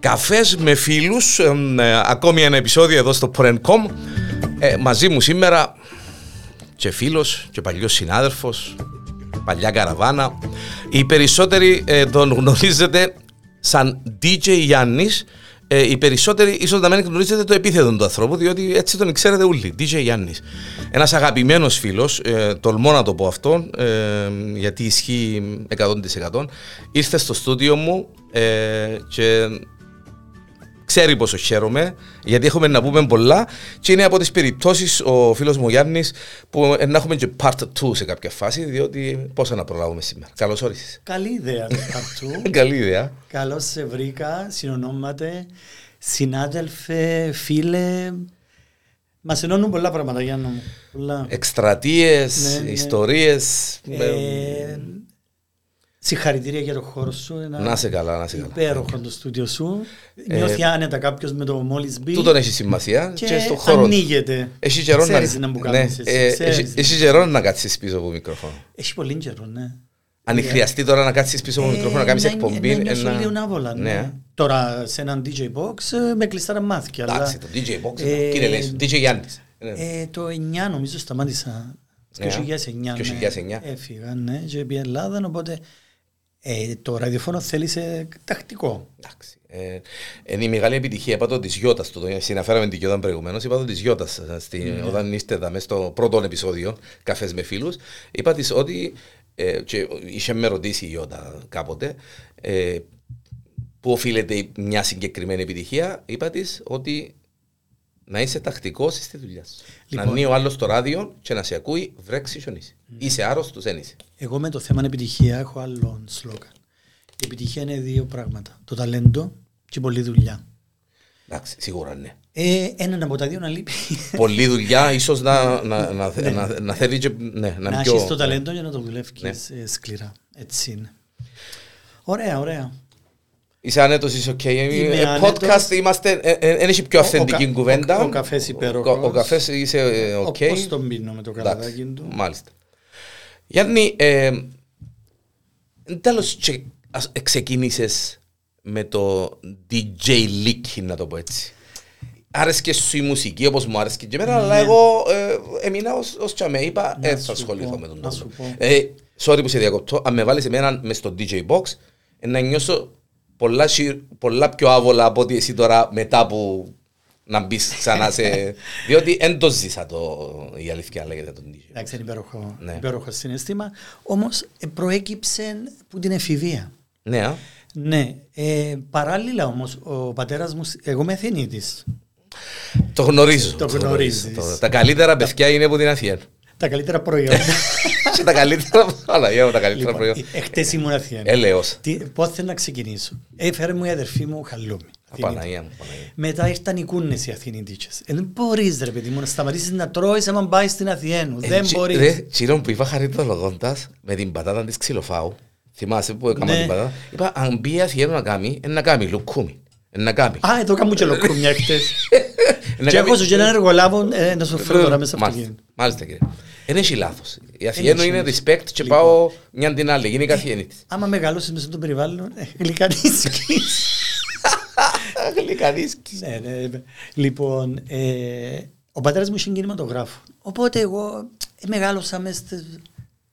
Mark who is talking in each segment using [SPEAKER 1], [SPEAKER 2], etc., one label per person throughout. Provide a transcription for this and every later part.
[SPEAKER 1] καφές με φίλους, ε, ε, ακόμη ένα επεισόδιο εδώ στο Porencom. Ε, μαζί μου σήμερα και φίλος και παλιός συνάδελφος, παλιά καραβάνα. Οι περισσότεροι ε, τον γνωρίζετε σαν DJ Γιάννης, ε, οι περισσότεροι ίσως να μην γνωρίζετε το επίθετο του ανθρώπου, διότι έτσι τον ξέρετε όλοι. DJ Γιάννης. Ένας αγαπημένος φίλος, ε, τολμώ να το πω αυτό, ε, γιατί ισχύει 100%. Ήρθε στο στούντιο μου ε, και ξέρει πόσο χαίρομαι, γιατί έχουμε να πούμε πολλά και είναι από τις περιπτώσεις ο φίλος μου Γιάννης που ε, να έχουμε και part 2 σε κάποια φάση, διότι πόσα να προλάβουμε σήμερα. Καλώς όρισες.
[SPEAKER 2] Καλή ιδέα αυτού.
[SPEAKER 1] Καλή ιδέα.
[SPEAKER 2] Καλώς σε βρήκα, συνονόματε, συνάδελφε, φίλε. Μας ενώνουν πολλά πράγματα, Γιάννα μου. Πολλά.
[SPEAKER 1] Ε, Εκστρατείες,
[SPEAKER 2] Ναι, ναι.
[SPEAKER 1] ιστορίες,
[SPEAKER 2] Ε, συγχαρητήρια για το χώρο σου. Ένα
[SPEAKER 1] Να σε καλά, να σε καλά. Ε,
[SPEAKER 2] Υπέροχο το στούντιο σου. Νιώθει άνετα κάποιος με το μόλις μπει.
[SPEAKER 1] Τούτον έχει σημασία και,
[SPEAKER 2] και,
[SPEAKER 1] στον χώρο.
[SPEAKER 2] ανοίγεται.
[SPEAKER 1] Έχει καιρό να,
[SPEAKER 2] Ξέρεις να μου
[SPEAKER 1] ναι,
[SPEAKER 2] κάνεις εσύ,
[SPEAKER 1] ε, έχει-
[SPEAKER 2] ξέρεις.
[SPEAKER 1] έχει καιρό να κάτσεις πίσω από μικρόφωνο.
[SPEAKER 2] Έχει πολύ καιρό, ναι.
[SPEAKER 1] Αν χρειαστεί τώρα να κάτσεις πίσω από μικρόφωνο να κάνεις
[SPEAKER 2] Ε, να-
[SPEAKER 1] εκπομπή.
[SPEAKER 2] να νιώσω
[SPEAKER 1] ένα-
[SPEAKER 2] λίγο άβολα, ναι.
[SPEAKER 1] Ναι.
[SPEAKER 2] Τώρα σε έναν DJ box ε, με κλειστά τα μάτια. αλλά-
[SPEAKER 1] Εντάξει, το DJ Box,
[SPEAKER 2] Ε,
[SPEAKER 1] κύριε Λέης, DJ Γιάννης. Ναι.
[SPEAKER 2] Ε, το 9 νομίζω σταμάτησα.
[SPEAKER 1] Ναι,
[SPEAKER 2] Το 2009.
[SPEAKER 1] 2009.
[SPEAKER 2] Ναι, έφυγα, ναι, και πήγα Ελλάδα, οπότε ε, το ραδιοφώνο θέλησε τακτικό.
[SPEAKER 1] Εντάξει. Ε, είναι η μεγάλη επιτυχία. Είπα το της Γιώτας. Συναφέραμε την Γιώτα προηγουμένως. Είπα το της Γιώτας όταν είστε εδώ μέσα στο πρώτο επεισόδιο, Καφές με φίλους. Είπα της ότι. Ε, και είχε με ρωτήσει η Γιώτα κάποτε. Ε, Πού οφείλεται η- μια συγκεκριμένη επιτυχία, είπα της ότι να είσαι τακτικός στη δουλειά σου. να
[SPEAKER 2] Λοιπόν.
[SPEAKER 1] ανοίγει ο άλλος το ράδιο και να σε ακούει, βρέξεις σιωνίσει. Είσαι άρρωστος, δεν είσαι.
[SPEAKER 2] Εγώ με το θέμα είναι επιτυχία έχω άλλον σλόγγαν. Η επιτυχία είναι δύο πράγματα. Το ταλέντο και πολλή δουλειά.
[SPEAKER 1] Εντάξει, σίγουρα ναι.
[SPEAKER 2] Ε, έναν από τα δύο να λείπει.
[SPEAKER 1] πολλή δουλειά, ίσως να, να, να, να, να θέλει και. Ναι, να,
[SPEAKER 2] να
[SPEAKER 1] πιο-
[SPEAKER 2] έχεις το ταλέντο για να το δουλεύεις ε, σκληρά. Έτσι είναι. Ωραία, ωραία.
[SPEAKER 1] Είσαι άνετος, είσαι οκ.
[SPEAKER 2] Είμαι
[SPEAKER 1] Ε,
[SPEAKER 2] άνετος.
[SPEAKER 1] Podcast είμαστε. Δεν έχει πιο
[SPEAKER 2] Ο- ο
[SPEAKER 1] αυθεντική
[SPEAKER 2] κα-
[SPEAKER 1] κουβέντα.
[SPEAKER 2] ο- ο καφές υπέροχος.
[SPEAKER 1] Ο, ο καφές είσαι ε, οκ.
[SPEAKER 2] Okay. Πώς τον πίνω με το
[SPEAKER 1] Εντάξει,
[SPEAKER 2] καλαδάκι του.
[SPEAKER 1] Μάλιστα. Γιάννη, ε, τέλος, ξεκίνησε ε, με το DJ Leak, να το πω έτσι. Άρεσκε σου η μουσική όπως μου άρεσκε και εμένα, αλλά εγώ ε, έμεινα ως, ως τσαμέ, είπα,
[SPEAKER 2] Ναι. Να
[SPEAKER 1] δεν θα
[SPEAKER 2] σου
[SPEAKER 1] ασχοληθώ
[SPEAKER 2] πω,
[SPEAKER 1] με τον
[SPEAKER 2] να
[SPEAKER 1] τόπο.
[SPEAKER 2] σου πω.
[SPEAKER 1] Ε, sorry που σε διακοπτώ, αν με βάλεις εμένα μες στο DJ Box, ε, να νιώσω πολλά, σι- πολλά πιο άβολα από ότι εσύ τώρα μετά που να μπεις ξανά σε... διότι δεν το ζήσα το, η αλήθεια λέγεται τον DJ.
[SPEAKER 2] Εντάξει, είναι υπέροχο,
[SPEAKER 1] Ναι.
[SPEAKER 2] υπέροχο συναισθήμα. Όμως προέκυψε που την εφηβεία.
[SPEAKER 1] Ναι, α.
[SPEAKER 2] Ναι. Ε, παράλληλα όμως, ο πατέρας μου, σ- εγώ είμαι Αθηνίτης.
[SPEAKER 1] το γνωρίζω.
[SPEAKER 2] Το γνωρίζεις.
[SPEAKER 1] Το- Τα καλύτερα παιδιά είναι από την Αθήνα.
[SPEAKER 2] Τα καλύτερα προϊόντα.
[SPEAKER 1] Και τα καλύτερα, αλλά για τα καλύτερα
[SPEAKER 2] λοιπόν,
[SPEAKER 1] προϊόντα. Ε,
[SPEAKER 2] Εχθέ ήμουν Αθήνα.
[SPEAKER 1] Έλεος.
[SPEAKER 2] Πώ θέλω να ξεκινήσω. Έφερε μου η αδερφή μου χαλούμι.
[SPEAKER 1] Παναγία μου, Παναγία.
[SPEAKER 2] Μετά ήρθαν οι κούνες οι Αθηνίτικες. Δεν μπορείς, ρε παιδί μου, να σταματήσεις να τρώεις άμα πάει στην Αθιένου. Δεν
[SPEAKER 1] Ε,
[SPEAKER 2] μπορείς.
[SPEAKER 1] ρε, Τσίρον που είπα χαριτολογώντας με την πατάτα της ξυλοφάου, θυμάσαι που έκανα
[SPEAKER 2] Ναι.
[SPEAKER 1] την πατάτα, είπα αν πει η Αθιένου να κάνει, ε, να κάνει λουκούμι. Ε, Να κάνει.
[SPEAKER 2] Α, εδώ κάμουν και λοκούμια χτε.
[SPEAKER 1] Ε, να
[SPEAKER 2] Και
[SPEAKER 1] κάνει-
[SPEAKER 2] έχω σου και έναν εργολάβο ε, να σου φέρω τώρα μέσα από το
[SPEAKER 1] Ναι, Μάλιστα,
[SPEAKER 2] κίνητο.
[SPEAKER 1] Μάλιστα κύριε. Δεν έχει λάθος. Η Αθιένου
[SPEAKER 2] έχει
[SPEAKER 1] είναι
[SPEAKER 2] λάθος. Λοιπόν.
[SPEAKER 1] respect και πάω μια την άλλη. Γίνει καθιένη της.
[SPEAKER 2] Άμα μεγαλώσεις μέσα στο περιβάλλον, ε, γλυκανίσκεις. Ε,
[SPEAKER 1] Γλυκανίσκης.
[SPEAKER 2] ναι, ναι. Λοιπόν, ε, ο πατέρας μου είχε κινηματογράφο. Οπότε εγώ ε, μεγάλωσα μέσα στις-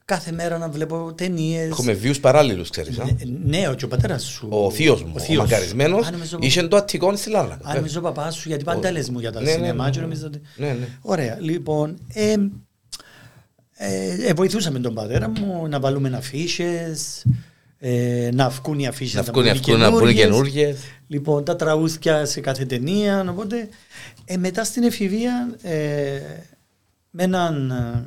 [SPEAKER 2] κάθε μέρα να βλέπω ταινίες.
[SPEAKER 1] Έχουμε views παράλληλους ξέρεις. α.
[SPEAKER 2] Ε, Ναι, ο- και ο πατέρας σου.
[SPEAKER 1] Ο θείος μου, ο
[SPEAKER 2] θείος.
[SPEAKER 1] μακαρισμένος,
[SPEAKER 2] Α, νομίζω-
[SPEAKER 1] είχε το αττικόν στη Λάρνα.
[SPEAKER 2] Αν νομίζω ο παπάς σου, γιατί πάντα λες μου για τα
[SPEAKER 1] Ναι, ναι,
[SPEAKER 2] σινεμά
[SPEAKER 1] ναι.
[SPEAKER 2] και νομίζω ότι...
[SPEAKER 1] Ναι, ναι.
[SPEAKER 2] Ωραία, λοιπόν, ε, ε, ε, βοηθούσαμε τον πατέρα μου να βάλουμε αφήσεις, ε, να βγουν οι αφήσεις,
[SPEAKER 1] Να βγουν αυτού να μπουν
[SPEAKER 2] καινούριες.
[SPEAKER 1] καινούργιες.
[SPEAKER 2] Λοιπόν, τα τραούθια σε κάθε ταινία, οπότε ε, μετά στην εφηβεία ε, με έναν... ε,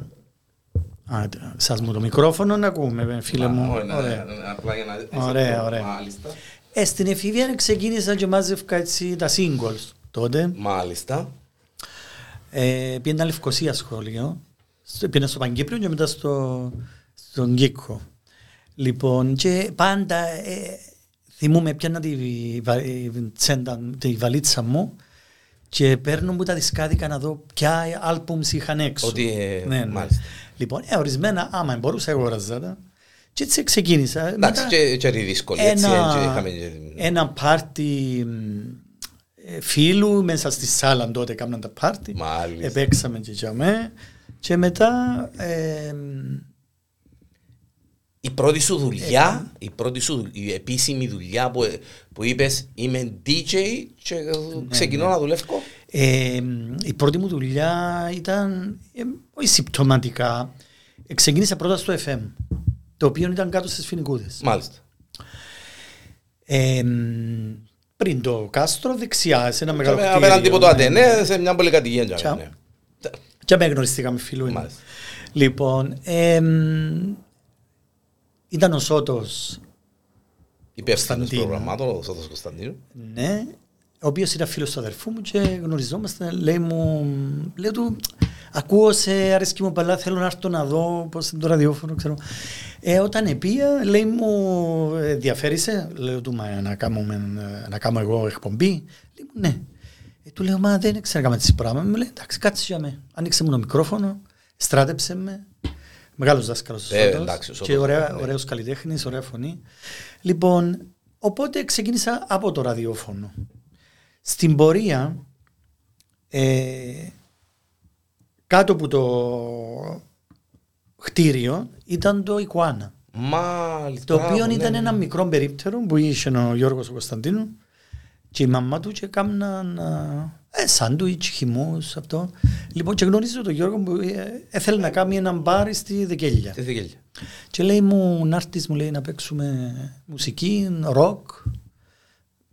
[SPEAKER 2] Α, σας μου το μικρόφωνο να ακούμε, ε, φίλε μου.
[SPEAKER 1] Ωραία,
[SPEAKER 2] Ωραία.
[SPEAKER 1] ναι, απλά για να-
[SPEAKER 2] Ωραία, ωραία.
[SPEAKER 1] Μάλιστα.
[SPEAKER 2] Ε, στην εφηβεία ξεκίνησα και μάζευκα έτσι τα singles τότε.
[SPEAKER 1] Μάλιστα.
[SPEAKER 2] Ε, πήγαινα Λευκοσία σχολείο. στο- Πήγαινα στο Παγκύπριο και μετά στο, στον Κίκο. Λοιπόν, και πάντα ε, θυμούμαι πιάνα τη, βα- ε, τσέντα, τη βαλίτσα μου και παίρνω μου τα δισκάδικα να δω ποια άλμπουμς είχαν έξω. Ναι,
[SPEAKER 1] Ότι, ε, μάλιστα.
[SPEAKER 2] Λοιπόν, ε, ορισμένα, άμα μπορούσα, αγόραζα τα. Και έτσι ξεκίνησα.
[SPEAKER 1] Εντάξει,
[SPEAKER 2] Μετά
[SPEAKER 1] και, και είναι δύσκολη. έτσι,
[SPEAKER 2] ένα-
[SPEAKER 1] έτσι, είχαμε και-
[SPEAKER 2] Ένα πάρτι μ, ε, φίλου μέσα στη σάλα τότε κάμναν τα πάρτι.
[SPEAKER 1] Μάλιστα.
[SPEAKER 2] Επέξαμε και για μέ. Και μετά ε, μ,
[SPEAKER 1] Η πρώτη σου δουλειά,
[SPEAKER 2] ε,
[SPEAKER 1] η πρώτη σου δου- η επίσημη δουλειά που, που είπες είμαι DJ και
[SPEAKER 2] Ναι,
[SPEAKER 1] ξεκινώ να δουλεύω.
[SPEAKER 2] Ε, η πρώτη μου δουλειά ήταν ε, όχι συμπτωματικά. Ε, Ξεκίνησα πρώτα στο FM, το οποίο ήταν κάτω στις Φινικούδες.
[SPEAKER 1] Μάλιστα.
[SPEAKER 2] Ε, μ, πριν το κάστρο, δεξιά, σε ένα μεγάλο
[SPEAKER 1] Και
[SPEAKER 2] κτίριο.
[SPEAKER 1] Απέναντι από το
[SPEAKER 2] ναι.
[SPEAKER 1] Αντενέ σε μια πολυκατοικία. και
[SPEAKER 2] Τσαου.
[SPEAKER 1] ναι.
[SPEAKER 2] Και με γνωριστήκαμε φίλου.
[SPEAKER 1] Μάλιστα.
[SPEAKER 2] Λοιπόν, ε, μ, ήταν ο Σώτος,
[SPEAKER 1] Υπεύθυνος
[SPEAKER 2] Κωνσταντίνου.
[SPEAKER 1] προγραμμάτων, ο Σώτος Κωνσταντίνου.
[SPEAKER 2] ναι, ο οποίος ήταν φίλος του αδερφού μου και γνωριζόμαστε, λέει μου, λέω του, ακούω σε αρέσκει μου παλά, θέλω να έρθω να δω πώς είναι το ραδιόφωνο, ξέρω. Ε, όταν επία, λέει μου, «Ε, ενδιαφέρεσαι, λέω του, μα να κάνω, με- να κάνω εγώ εκπομπή, λέει μου, ναι. Ε, του λέω, μα δεν ξέρω να κάνω τις πράγματα, μου λέει, εντάξει, κάτσε για με, άνοιξε μου το μικρόφωνο, στράτεψε με, Μεγάλος δάσκαλος ο
[SPEAKER 1] Ε,
[SPEAKER 2] Σώτος
[SPEAKER 1] εντάξει, ο Σώτος,
[SPEAKER 2] και ωραία,
[SPEAKER 1] ναι.
[SPEAKER 2] ωραίος καλλιτέχνης, ωραία φωνή. Λοιπόν, οπότε ξεκίνησα από το ραδιόφωνο. Στην πορεία, ε, κάτω από το χτίριο ήταν το Ικουάνα.
[SPEAKER 1] Μάλιστα.
[SPEAKER 2] Το οποίο
[SPEAKER 1] μπράβο,
[SPEAKER 2] ήταν
[SPEAKER 1] ναι.
[SPEAKER 2] ένα μικρό περίπτερο που είχε ο Γιώργος ο Κωνσταντίνου και η μαμά του και κάμναν ε, σάντουιτς, χυμούς, αυτό. Λοιπόν και γνωρίζω τον Γιώργο που ε, έθελε να κάνει ένα μπάρ στη Δεκέλια.
[SPEAKER 1] Ε, Τι θυγέλια.
[SPEAKER 2] Και λέει μου, να έρθεις μου λέει να παίξουμε μουσική, ροκ,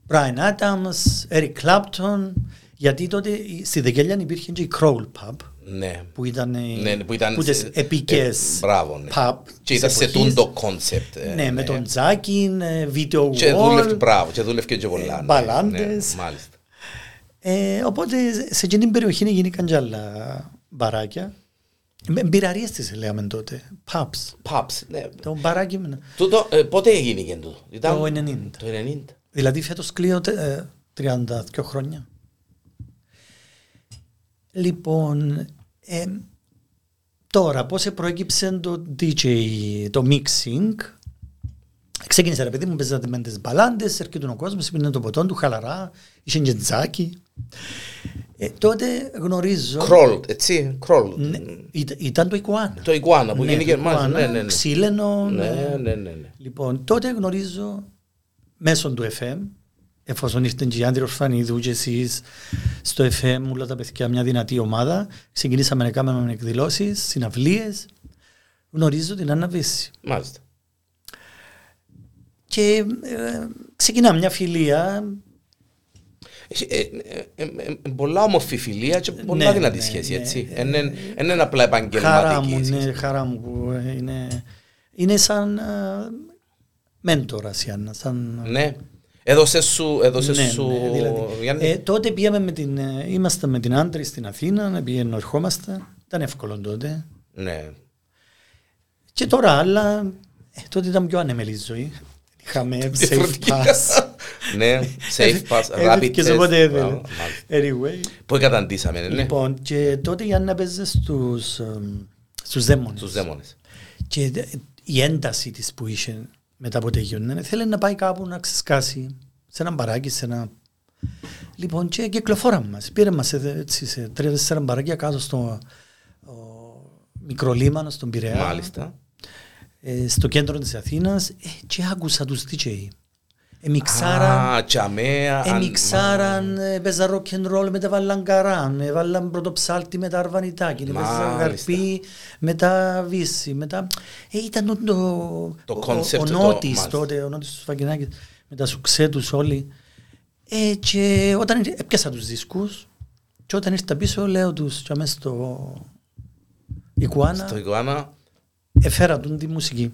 [SPEAKER 2] Brian Adams, Eric Clapton, γιατί τότε η- στη Δεκέλιαν υπήρχε και η Crowl Pub,
[SPEAKER 1] Ναι.
[SPEAKER 2] που ήταν, οι-
[SPEAKER 1] Ναι, που ήταν.
[SPEAKER 2] τις
[SPEAKER 1] ε,
[SPEAKER 2] επικές
[SPEAKER 1] ε, Μπράβο. ναι.
[SPEAKER 2] pub
[SPEAKER 1] Και
[SPEAKER 2] της
[SPEAKER 1] ήταν σε
[SPEAKER 2] εποχής.
[SPEAKER 1] τούντο κόνσεπτ. ε,
[SPEAKER 2] Ναι, με τον Τζάκιν, ε, Βίτεο
[SPEAKER 1] Και δούλευε,
[SPEAKER 2] Wall.
[SPEAKER 1] μπράβο, και δούλευε και πολλά.
[SPEAKER 2] ε,
[SPEAKER 1] ναι, ναι,
[SPEAKER 2] μπαλάντες.
[SPEAKER 1] Μάλιστα.
[SPEAKER 2] Ε, οπότε σε εκείνη την περιοχή γίνηκαν και άλλα μπαράκια. Με- Μπειραρίες τις λέγαμε τότε, pubs.
[SPEAKER 1] Pubs, ναι.
[SPEAKER 2] Το μπαράκι με...
[SPEAKER 1] Τούτο, ε, πότε έγινε και τούτο. Ήταν-
[SPEAKER 2] Το 90.
[SPEAKER 1] Το 90.
[SPEAKER 2] Δηλαδή φέτος κλείω τε- ε, 32 χρόνια. Λοιπόν, ε, τώρα πώς προέκυψε το DJ, το mixing. Ξεκίνησα ρε παιδί μου, παίζατε με τις μπαλάντες, έρχεται ο κόσμος, πίνε το ποτόν του, χαλαρά, είχε και τζάκι. Ε, τότε γνωρίζω...
[SPEAKER 1] Κρόλ, έτσι, κρόλ.
[SPEAKER 2] Ναι, ήταν- ήταν το Ικουάνα.
[SPEAKER 1] Το Ικουάνα που
[SPEAKER 2] Ναι,
[SPEAKER 1] γίνηκε.
[SPEAKER 2] το ε.
[SPEAKER 1] μάλιστα,
[SPEAKER 2] Ικουάνα,
[SPEAKER 1] Ναι, ναι, ναι.
[SPEAKER 2] Ξύλινο.
[SPEAKER 1] Ναι, ναι, ναι, ναι.
[SPEAKER 2] Λοιπόν, τότε γνωρίζω μέσω του FM, εφόσον ήρθαν και οι Άντρη Ορφανίδου και εσείς στο FM, όλα τα παιδιά, μια δυνατή ομάδα. Ξεκινήσαμε να κάνουμε εκδηλώσεις, συναυλίες. Γνωρίζω την Άννα Βύση.
[SPEAKER 1] Μάλιστα.
[SPEAKER 2] Και ε, ξεκινά μια φιλία.
[SPEAKER 1] Έχει, ε, ε, ε, ε, ε, πολλά όμορφη φιλία και πολλά
[SPEAKER 2] Ναι,
[SPEAKER 1] δυνατή
[SPEAKER 2] ναι,
[SPEAKER 1] σχέση,
[SPEAKER 2] ναι,
[SPEAKER 1] έτσι.
[SPEAKER 2] ναι.
[SPEAKER 1] Δεν είναι απλά
[SPEAKER 2] Χαρά μου,
[SPEAKER 1] επαγγελματική
[SPEAKER 2] ναι,
[SPEAKER 1] σχέση.
[SPEAKER 2] χαρά μου που ε, είναι, είναι σαν ε, μέντορας η Άννα, σαν
[SPEAKER 1] Ναι. Έδωσε σου, έδωσε
[SPEAKER 2] Ναι,
[SPEAKER 1] σου,
[SPEAKER 2] ναι, δηλαδή,
[SPEAKER 1] Γιάννη.
[SPEAKER 2] ε, τότε πήγαμε με την, ε, είμαστε με την άντρη στην Αθήνα, να πηγαίνω, ερχόμαστε. Ήταν εύκολο τότε.
[SPEAKER 1] ναι.
[SPEAKER 2] Και τώρα, αλλά ε, τότε ήταν πιο ανεμελή η ζωή. Είχαμε safe
[SPEAKER 1] Διαφορετικά.
[SPEAKER 2] pass.
[SPEAKER 1] ναι, safe pass, rapid
[SPEAKER 2] Έδειχες,
[SPEAKER 1] test.
[SPEAKER 2] οπότε έδινε.
[SPEAKER 1] Μπράβο, μάλιστα.
[SPEAKER 2] Anyway.
[SPEAKER 1] Πού καταντήσαμε, ναι,
[SPEAKER 2] Λοιπόν, και τότε η Άννα παίζε στους, εμ, στους δαίμονες.
[SPEAKER 1] τους δαίμονες.
[SPEAKER 2] Και ε, η ένταση της που είχε μετά από τελειώνε, θέλει να πάει κάπου να ξεσκάσει σε ένα μπαράκι, σε ένα... Λοιπόν, και κυκλοφόραμε μας. Πήρε μας ε, έτσι, σε τρία-τέσσερα μπαράκια κάτω στο ο, μικρό λίμανο, στον Πειραιά,
[SPEAKER 1] Μάλιστα.
[SPEAKER 2] ε, στο κέντρο της Αθήνας ε, και άκουσα τους Ε, DJ. Εμιξάραν,
[SPEAKER 1] Α, τσαμέα.
[SPEAKER 2] Ε,
[SPEAKER 1] αν-
[SPEAKER 2] εμιξάραν, ε, παίζαν rock and roll, μετά βάλαν καράν, ε, βάλαν πρωτοψάλτη, μετά αρβανιτάκι, παίζαν
[SPEAKER 1] Μάλιστα.
[SPEAKER 2] γαρπί, μετά βύση, μετά... Ε, ήταν το,
[SPEAKER 1] Το
[SPEAKER 2] ο-
[SPEAKER 1] concept,
[SPEAKER 2] ο, ο
[SPEAKER 1] το-
[SPEAKER 2] Νότης
[SPEAKER 1] μάλιστα.
[SPEAKER 2] τότε, ο Νότης του Φαγκινάκη, με τα σουξέ τους όλοι. Ε, και όταν ήρθε- έπιασα τους δίσκους και όταν ήρθα πίσω λέω τους και αμέσως στο Ικουάνα,
[SPEAKER 1] Στο Ικουάνα.
[SPEAKER 2] εφέρα του τη μουσική.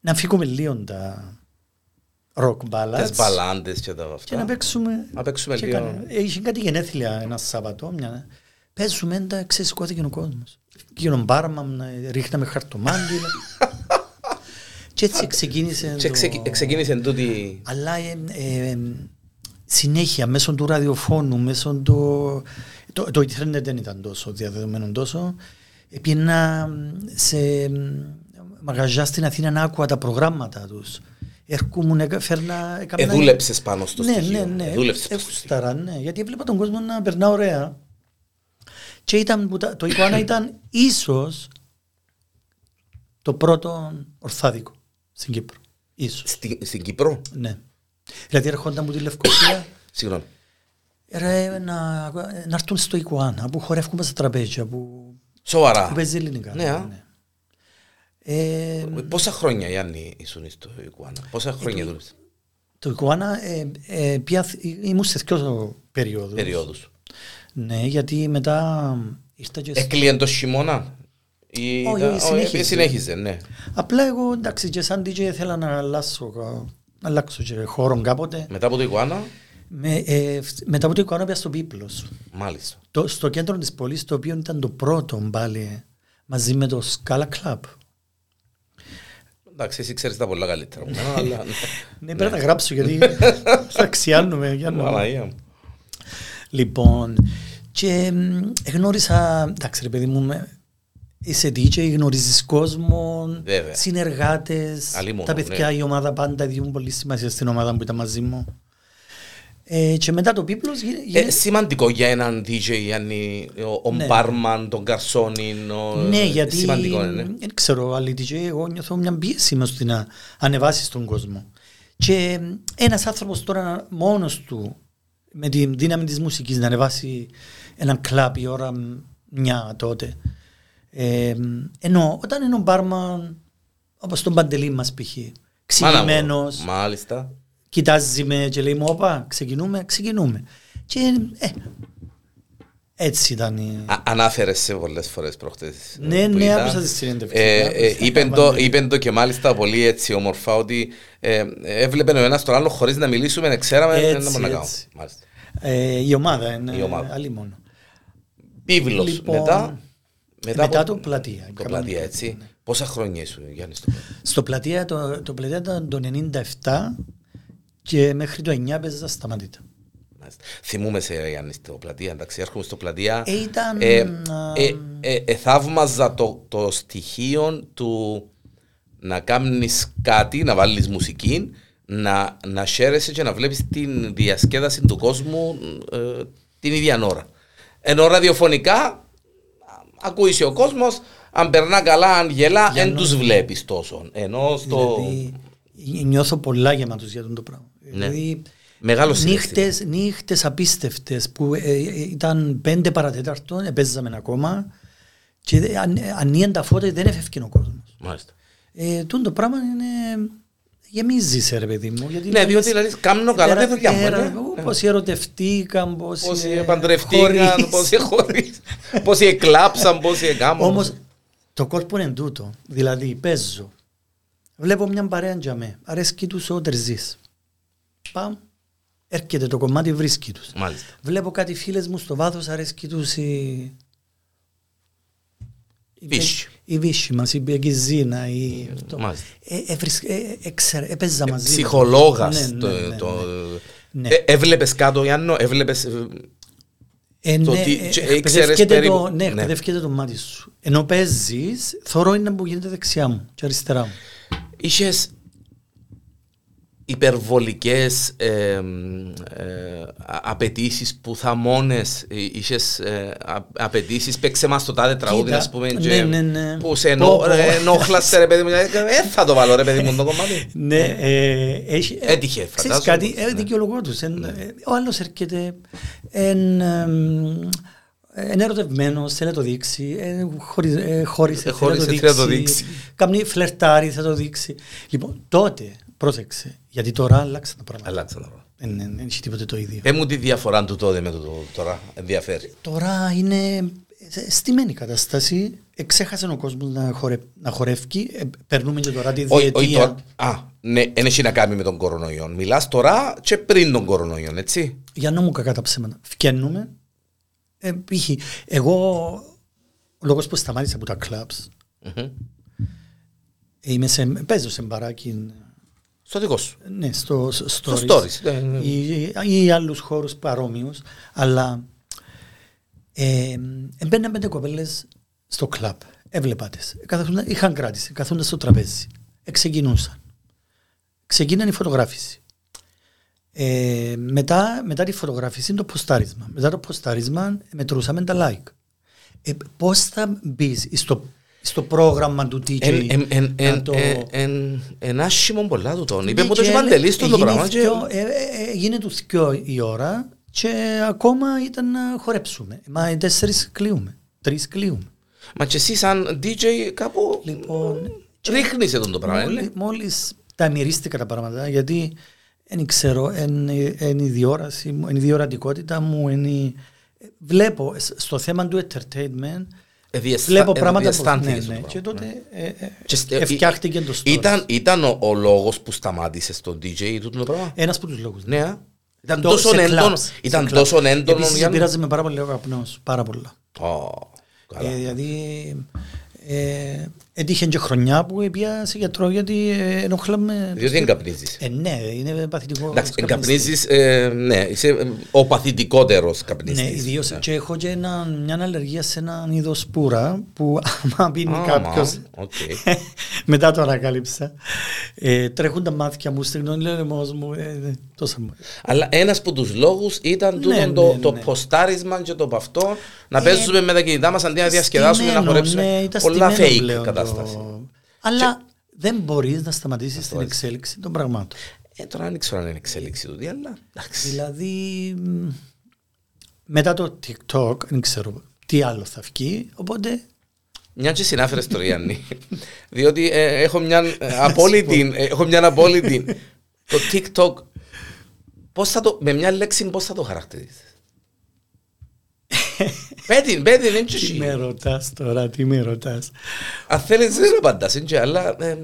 [SPEAKER 2] Να φύγουμε λίγο τα rock ballads.
[SPEAKER 1] Τις μπαλάντες και τα
[SPEAKER 2] Και
[SPEAKER 1] αυτά.
[SPEAKER 2] να παίξουμε.
[SPEAKER 1] Να παίξουμε
[SPEAKER 2] και
[SPEAKER 1] λίγο.
[SPEAKER 2] κάνα- ε, Είχε κάτι γενέθλια ένα Σάββατο. Μια... Παίζουμε τα ξεσηκώθηκε ο κόσμος. Γίνον μπάρμα, να- ρίχναμε χαρτομάντιλα. και έτσι ξεκίνησε.
[SPEAKER 1] Και
[SPEAKER 2] το-
[SPEAKER 1] ξεκι- ξεκίνησε τούτη.
[SPEAKER 2] Αλλά ε, ε, συνέχεια μέσω του ραδιοφώνου, μέσω του. Το, το Ιντερνετ δεν ήταν τόσο διαδεδομένο τόσο. Πήγαινα σε ε, μαγαζιά στην Αθήνα να άκουα τα προγράμματα τους. Έρχομουν, έκα- φέρνα...
[SPEAKER 1] Ε,
[SPEAKER 2] έκαμνα-
[SPEAKER 1] δούλεψες πάνω στο
[SPEAKER 2] ναι,
[SPEAKER 1] στοιχείο.
[SPEAKER 2] Ναι, ναι,
[SPEAKER 1] Ε, δούλεψες
[SPEAKER 2] Ε,
[SPEAKER 1] πάνω στο στοιχείο.
[SPEAKER 2] γούσταρα, ναι, γιατί έβλεπα τον κόσμο να περνά ωραία. Και ήταν, που τα- το εικόνα ήταν ίσως το πρώτο ορθάδικο στην Κύπρο. Ίσως,
[SPEAKER 1] Στην, στην Κύπρο.
[SPEAKER 2] ναι. Δηλαδή ερχόνταν μου τη Λευκοσία
[SPEAKER 1] Συγγνώμη.
[SPEAKER 2] ρε, να, να έρθουν στο εικόνα που χορεύουμε στα τραπέζια, που, που
[SPEAKER 1] Σοβαρά.
[SPEAKER 2] παίζει ελληνικά.
[SPEAKER 1] Ναι, α.
[SPEAKER 2] Ε,
[SPEAKER 1] Πόσα χρόνια, Γιάννη, ήσουν στο Ικουάνα. Πόσα χρόνια δούλεψες.
[SPEAKER 2] το Ικουάνα ε, ε, πια, ήμουν σε δυο περίοδους.
[SPEAKER 1] Περιόδους.
[SPEAKER 2] Ναι, γιατί μετά ήρθα και...
[SPEAKER 1] Έκλειεν το χειμώνα. Ή
[SPEAKER 2] Όχι,
[SPEAKER 1] ήταν-
[SPEAKER 2] συνέχιζε.
[SPEAKER 1] ε, συνέχιζε, ναι.
[SPEAKER 2] Απλά εγώ εντάξει και σαν DJ ήθελα να αλλάξω, κα- να αλλάξω και χώρο κάποτε.
[SPEAKER 1] Μετά από το Ικουάνα,
[SPEAKER 2] Με, ε, φ- μετά από το εικόνα πήγα στο Πίπλος,
[SPEAKER 1] μάλιστα.
[SPEAKER 2] το, στο κέντρο της πόλης, το οποίο ήταν το πρώτο πάλι μαζί με το Scala Club.
[SPEAKER 1] Εντάξει, εσύ ξέρεις τα πολλά καλύτερα. από μένα, αλλά-
[SPEAKER 2] Ναι, πρέπει να τα γράψω γιατί θα ξιάνουμε. Γιάννο.
[SPEAKER 1] Παναγία μου.
[SPEAKER 2] Λοιπόν, και μ, γνώρισα, εντάξει ρε παιδί μου, με- είσαι DJ, γνωρίζεις κόσμο,
[SPEAKER 1] Βέβαια.
[SPEAKER 2] συνεργάτες,
[SPEAKER 1] Αλίμονο,
[SPEAKER 2] τα παιδιά,
[SPEAKER 1] ναι.
[SPEAKER 2] η ομάδα πάντα δίνουν πολύ σημασία στην ομάδα που ήταν μαζί μου. Ε, και μετά το Πίπλος γι-
[SPEAKER 1] Ε,
[SPEAKER 2] γίνεται...
[SPEAKER 1] σημαντικό για έναν DJ, Γιάννη, ο- ο
[SPEAKER 2] Ναι.
[SPEAKER 1] μπάρμαν, τον καρσόνιν. ο-
[SPEAKER 2] ναι, γιατί
[SPEAKER 1] Ε, Σημαντικό είναι. ναι.
[SPEAKER 2] δεν ξέρω, άλλοι DJ, εγώ νιώθω μια πίεση μες στην να ανεβάσεις τον κόσμο. Και μ, ένας άνθρωπος τώρα μόνος του, με τη δύναμη της μουσικής, να ανεβάσει έναν κλαπ η ώρα μ, μια τότε. Ε, μ, ενώ όταν είναι ο μπάρμαν, όπως τον Παντελή μας π.χ.,
[SPEAKER 1] Μάνα μου.
[SPEAKER 2] ξηγημένος,
[SPEAKER 1] Μάλιστα.
[SPEAKER 2] κοιτάζεις με και λέει μου, όπα, ξεκινούμε, ξεκινούμε. Και ε, έτσι ήταν η...
[SPEAKER 1] Α- Ανάφερες σε πολλές φορές προχτές. ε,
[SPEAKER 2] Ναι,
[SPEAKER 1] που
[SPEAKER 2] ναι,
[SPEAKER 1] ήταν.
[SPEAKER 2] άκουσα τη συνέντευξη.
[SPEAKER 1] Ε,
[SPEAKER 2] Άκουσα.
[SPEAKER 1] ε, είπεν το- Είπεν το και μάλιστα πολύ έτσι όμορφα ότι ε, έβλεπεν ο ένας τον άλλο χωρίς να μιλήσουμε, δεν ξέραμε
[SPEAKER 2] Έτσι,
[SPEAKER 1] τι να κάνουμε.
[SPEAKER 2] έτσι.
[SPEAKER 1] Μάλιστα.
[SPEAKER 2] Ε, η ομάδα είναι
[SPEAKER 1] Η ομάδα.
[SPEAKER 2] άλλη μόνο.
[SPEAKER 1] Πύβλος.
[SPEAKER 2] Λοιπόν,
[SPEAKER 1] μετά,
[SPEAKER 2] μετά
[SPEAKER 1] από-
[SPEAKER 2] το Πλατεία,
[SPEAKER 1] Το
[SPEAKER 2] κάναμε
[SPEAKER 1] πλατεία,
[SPEAKER 2] το
[SPEAKER 1] έτσι.
[SPEAKER 2] Πλατεία, ναι.
[SPEAKER 1] Πόσα χρόνια ήσουν, Γιάννης, στο πλατεία.
[SPEAKER 2] Στο πλατεία, το, το πλατεία ήταν το 97 και μέχρι το 9 παίζα σταματήτα.
[SPEAKER 1] Μάλιστα. Θυμούμε σε Γιάννη στο πλατεία, εντάξει, έρχομαι στο πλατεία.
[SPEAKER 2] Ε, ήταν,
[SPEAKER 1] Ε,
[SPEAKER 2] α,
[SPEAKER 1] ε, ε, ε, θαύμαζα το, το στοιχείο του να κάνεις κάτι, να βάλεις μουσική, να, να χαίρεσαι και να βλέπεις την διασκέδαση του κόσμου ε, την ίδια ώρα. Ενώ ραδιοφωνικά ακούεις ο κόσμος, αν περνά καλά, αν γελά, δεν τους βλέπεις τόσο. Ενώ στο...
[SPEAKER 2] Δηλαδή, νιώθω πολλά γεμάτος για τον το πράγμα.
[SPEAKER 1] Ναι.
[SPEAKER 2] Δηλαδή,
[SPEAKER 1] Μεγάλο συνέστημα.
[SPEAKER 2] νύχτες, νύχτες απίστευτες που ε, ε, ήταν πέντε παρατέταρτο, επέζαμε ακόμα και δε- αν, ανοίγαν τα φώτα δεν έφευκε ο κόσμος.
[SPEAKER 1] Μάλιστα.
[SPEAKER 2] Ε, τούτο το πράγμα είναι... Γεμίζει σε ρε παιδί μου. Γιατί
[SPEAKER 1] Ναι, διότι δηλαδή κάνω καλά τη δουλειά μου. ναι.
[SPEAKER 2] Πόσοι ερωτευτήκαν, πόσοι,
[SPEAKER 1] Πόσοι
[SPEAKER 2] ε,
[SPEAKER 1] παντρευτήκαν,
[SPEAKER 2] χωρίς.
[SPEAKER 1] πόσοι χωρίς, πόσοι εκλάψαν, πόσοι εγκάμουν.
[SPEAKER 2] Όμως το κόλπο είναι τούτο. Δηλαδή παίζω. Βλέπω μια παρέα για με. Αρέσκει τους ο Τερζής. Παμ. Έρχεται το κομμάτι, βρίσκει τους.
[SPEAKER 1] Μάλιστα.
[SPEAKER 2] Βλέπω κάτι φίλες μου στο βάθος, αρέσκει τους η... η-
[SPEAKER 1] Βύση.
[SPEAKER 2] Η Βύση μας, η Μπεγκιζίνα, η... αυτό.
[SPEAKER 1] μάλιστα.
[SPEAKER 2] Ε, ε, βρίσ- ε, ε, ξέρω, έπαιζα μαζί. τους.
[SPEAKER 1] Ψυχολόγας.
[SPEAKER 2] Ναι,
[SPEAKER 1] το-
[SPEAKER 2] ναι, ναι,
[SPEAKER 1] το-
[SPEAKER 2] ναι. Ναι.
[SPEAKER 1] Ε, Έβλεπες κάτω, Γιάννο, έβλεπες... ε,
[SPEAKER 2] Ε,
[SPEAKER 1] Το
[SPEAKER 2] ναι,
[SPEAKER 1] τι-
[SPEAKER 2] ε,
[SPEAKER 1] και
[SPEAKER 2] εκπαιδεύκεται
[SPEAKER 1] ήξερες περίπου-
[SPEAKER 2] το-
[SPEAKER 1] ναι.
[SPEAKER 2] Ναι, εκπαιδεύκεται το μάτι σου. Ενώ παίζεις, θωρώ είναι που γίνεται δεξιά μου και αριστερά μου.
[SPEAKER 1] Είχες υπερβολικές ε, ε, α- απαιτήσεις που θα μόνες ε, είχες ε, α- απαιτήσεις παίξε μας το τάδε τραγούδι
[SPEAKER 2] Κοίτα,
[SPEAKER 1] ας πούμε
[SPEAKER 2] ναι,
[SPEAKER 1] και-
[SPEAKER 2] ναι, ναι.
[SPEAKER 1] που σε ενο-
[SPEAKER 2] Πω, πω.
[SPEAKER 1] ε, ενόχλασε ρε παιδί μου ε, θα το βάλω ρε παιδί μου το κομμάτι
[SPEAKER 2] Ναι, ε, έχει, ε,
[SPEAKER 1] Έτυχε,
[SPEAKER 2] ξέρεις
[SPEAKER 1] φαντάζομαι,
[SPEAKER 2] κάτι,
[SPEAKER 1] ναι.
[SPEAKER 2] ε, δικαιολογώ τους. Εν- ε, Ο άλλος έρχεται εν, εμ, εν ερωτευμένος, θέλει να το δείξει, εν χωρι- ε, χώρισε,
[SPEAKER 1] Ε,
[SPEAKER 2] θέλει
[SPEAKER 1] χώρισε,
[SPEAKER 2] να
[SPEAKER 1] θέλει
[SPEAKER 2] το δείξει, καμνή φλερτάρει, θα το δείξει. Λοιπόν, τότε, πρόσεξε, γιατί τώρα άλλαξαν τα πράγματα.
[SPEAKER 1] αλλάξα τώρα
[SPEAKER 2] Δεν δεν- δεν έχει τίποτε το ίδιο.
[SPEAKER 1] Πες Ε, μου τη διαφορά του τότε με το το- τώρα ενδιαφέρει.
[SPEAKER 2] Τώρα είναι στημένη η κατάσταση. Εξέχασε ο κόσμος να, χορε... να χορεύει. Ε, περνούμε και τώρα τη
[SPEAKER 1] Όχι, όχι
[SPEAKER 2] διετία.
[SPEAKER 1] τώρα. Α, ναι, δεν έχει να κάνει με τον κορονοϊό. Μιλάς τώρα και πριν τον κορονοϊό, έτσι.
[SPEAKER 2] Για να μου κακά τα ψέματα. Φκαίνουμε. Ε, π.χ. εγώ, ο λόγος που σταμάτησα από τα κλαμπς,
[SPEAKER 1] Μμμ.
[SPEAKER 2] είμαι σε, παίζω σε μπαράκι.
[SPEAKER 1] Στο δικό σου.
[SPEAKER 2] ε, Ναι, στο, στο
[SPEAKER 1] Στο
[SPEAKER 2] stories. Ε,
[SPEAKER 1] stories, ναι, ναι.
[SPEAKER 2] Ή, ή άλλους χώρους παρόμοιους. Αλλά ε, ε, μπαίναν πέντε κοπέλες στο κλαμπ. Έβλεπα τις. Καθόταν- Είχαν κράτηση. Καθούνταν στο τραπέζι. Εξεκινούσαν. Ξεκίνανε η φωτογράφηση. Ε, μετά, μετά τη φωτογράφηση είναι το ποστάρισμα. Μετά το ποστάρισμα μετρούσαμε τα like. Ε, Πώς θα μπεις στο, στο πρόγραμμα του DJ
[SPEAKER 1] Εν- εν- εν-
[SPEAKER 2] να
[SPEAKER 1] εν- ε,
[SPEAKER 2] το-
[SPEAKER 1] εν- εν- Εν άσχημο πολλά του τον. Είπε
[SPEAKER 2] Ναι,
[SPEAKER 1] μου το
[SPEAKER 2] και
[SPEAKER 1] και παντελής του το
[SPEAKER 2] έγινε
[SPEAKER 1] πράγμα. και-
[SPEAKER 2] θκυο- ε, ε, ε, Έγινε του δυο η ώρα και ακόμα ήταν να χορέψουμε. Μα οι τέσσερις κλείουμε. Τρεις κλείουμε.
[SPEAKER 1] Μα και εσύ σαν DJ κάπου
[SPEAKER 2] Λοιπόν,
[SPEAKER 1] ρίχνεις εδώ το πράγμα.
[SPEAKER 2] Μόλι,
[SPEAKER 1] είναι.
[SPEAKER 2] μόλις τα μυρίστηκα τα πράγματα, γιατί δεν ξέρω, είναι η διόραση μου, εν η διορατικότητα μου, εν η- Βλέπω σ- στο θέμα του entertainment,
[SPEAKER 1] Ε, διαισθα-
[SPEAKER 2] βλέπω
[SPEAKER 1] ε,
[SPEAKER 2] πράγματα που...
[SPEAKER 1] διαισθάνθηκες
[SPEAKER 2] Ναι,
[SPEAKER 1] το
[SPEAKER 2] ναι,
[SPEAKER 1] πράγμα.
[SPEAKER 2] και τότε ε, ε,
[SPEAKER 1] Και στε-
[SPEAKER 2] ε, φτιάχτηκε το story.
[SPEAKER 1] Ήταν, ήταν ο, ο λόγος που σταμάτησες τον DJ τούτο το πράγμα.
[SPEAKER 2] Ένας από τους λόγους. ναι.
[SPEAKER 1] Ναι. α. Ήταν
[SPEAKER 2] Το-
[SPEAKER 1] τόσο
[SPEAKER 2] σε
[SPEAKER 1] έντονο.
[SPEAKER 2] clubs, σε
[SPEAKER 1] Ήταν
[SPEAKER 2] clubs.
[SPEAKER 1] τόσο έντονο.
[SPEAKER 2] Επίσης,
[SPEAKER 1] Γιάννη.
[SPEAKER 2] επηρεάζει με πάρα πολύ ο καπνός, πάρα πολλά.
[SPEAKER 1] Ω, καλά.
[SPEAKER 2] Ε, δηλαδή, ε, έτυχε και χρονιά που πήγα σε γιατρό γιατί ε, ενοχλάμε.
[SPEAKER 1] Διότι δεν καπνίζεις.
[SPEAKER 2] Ε, ναι, είναι παθητικό.
[SPEAKER 1] Εντάξει,
[SPEAKER 2] καπνιστής.
[SPEAKER 1] καπνίζεις, ε, ναι, είσαι ε, ο παθητικότερος
[SPEAKER 2] Ναι,
[SPEAKER 1] καπνιστής.
[SPEAKER 2] ιδίως.
[SPEAKER 1] Ναι.
[SPEAKER 2] Και έχω και ένα, μια αλλεργία σε έναν είδος σπούρα που άμα πίνει
[SPEAKER 1] Α,
[SPEAKER 2] κάποιος.
[SPEAKER 1] μα, οκ.
[SPEAKER 2] μετά το ανακάλυψα. Ε, τρέχουν τα μάτια μου, στεγνώνει ο λαιμός μου. Ε, ε, τόσα μου.
[SPEAKER 1] Αλλά ένας από τους λόγους ήταν τούτο
[SPEAKER 2] Ναι,
[SPEAKER 1] το,
[SPEAKER 2] ναι,
[SPEAKER 1] το
[SPEAKER 2] ναι.
[SPEAKER 1] ποστάρισμα και το παυτό. Να παίζουμε με τα κινητά μας αντί να διασκεδάσουμε, να
[SPEAKER 2] Στημένο,
[SPEAKER 1] χορέψουμε.
[SPEAKER 2] Ναι, ήταν
[SPEAKER 1] πολλά
[SPEAKER 2] στημένο
[SPEAKER 1] fake
[SPEAKER 2] πλέον το-
[SPEAKER 1] κατάσταση.
[SPEAKER 2] Αλλά δεν μπορείς να σταματήσεις την
[SPEAKER 1] έτσι.
[SPEAKER 2] εξέλιξη των πραγμάτων.
[SPEAKER 1] Ε, τώρα δεν ξέρω αν είναι εξέλιξη του, αλλά εντάξει.
[SPEAKER 2] Δηλαδή, μ, μετά το TikTok, δεν ξέρω τι άλλο θα βγει, οπότε
[SPEAKER 1] Μια και συνάφερες το Ριάννη. Διότι ε, έχω μια ε, απόλυτη. ε, έχω μια απόλυτη. το TikTok. Πώς θα το, με μια λέξη πώς θα το χαρακτηρίζεις. Πέτειν, πέτειν, δεν
[SPEAKER 2] τι με
[SPEAKER 1] τσουσί.
[SPEAKER 2] ρωτάς τώρα, τι με ρωτάς.
[SPEAKER 1] Αν θέλεις δεν απαντάς, εν τζι, αλλά... ε,
[SPEAKER 2] Δεν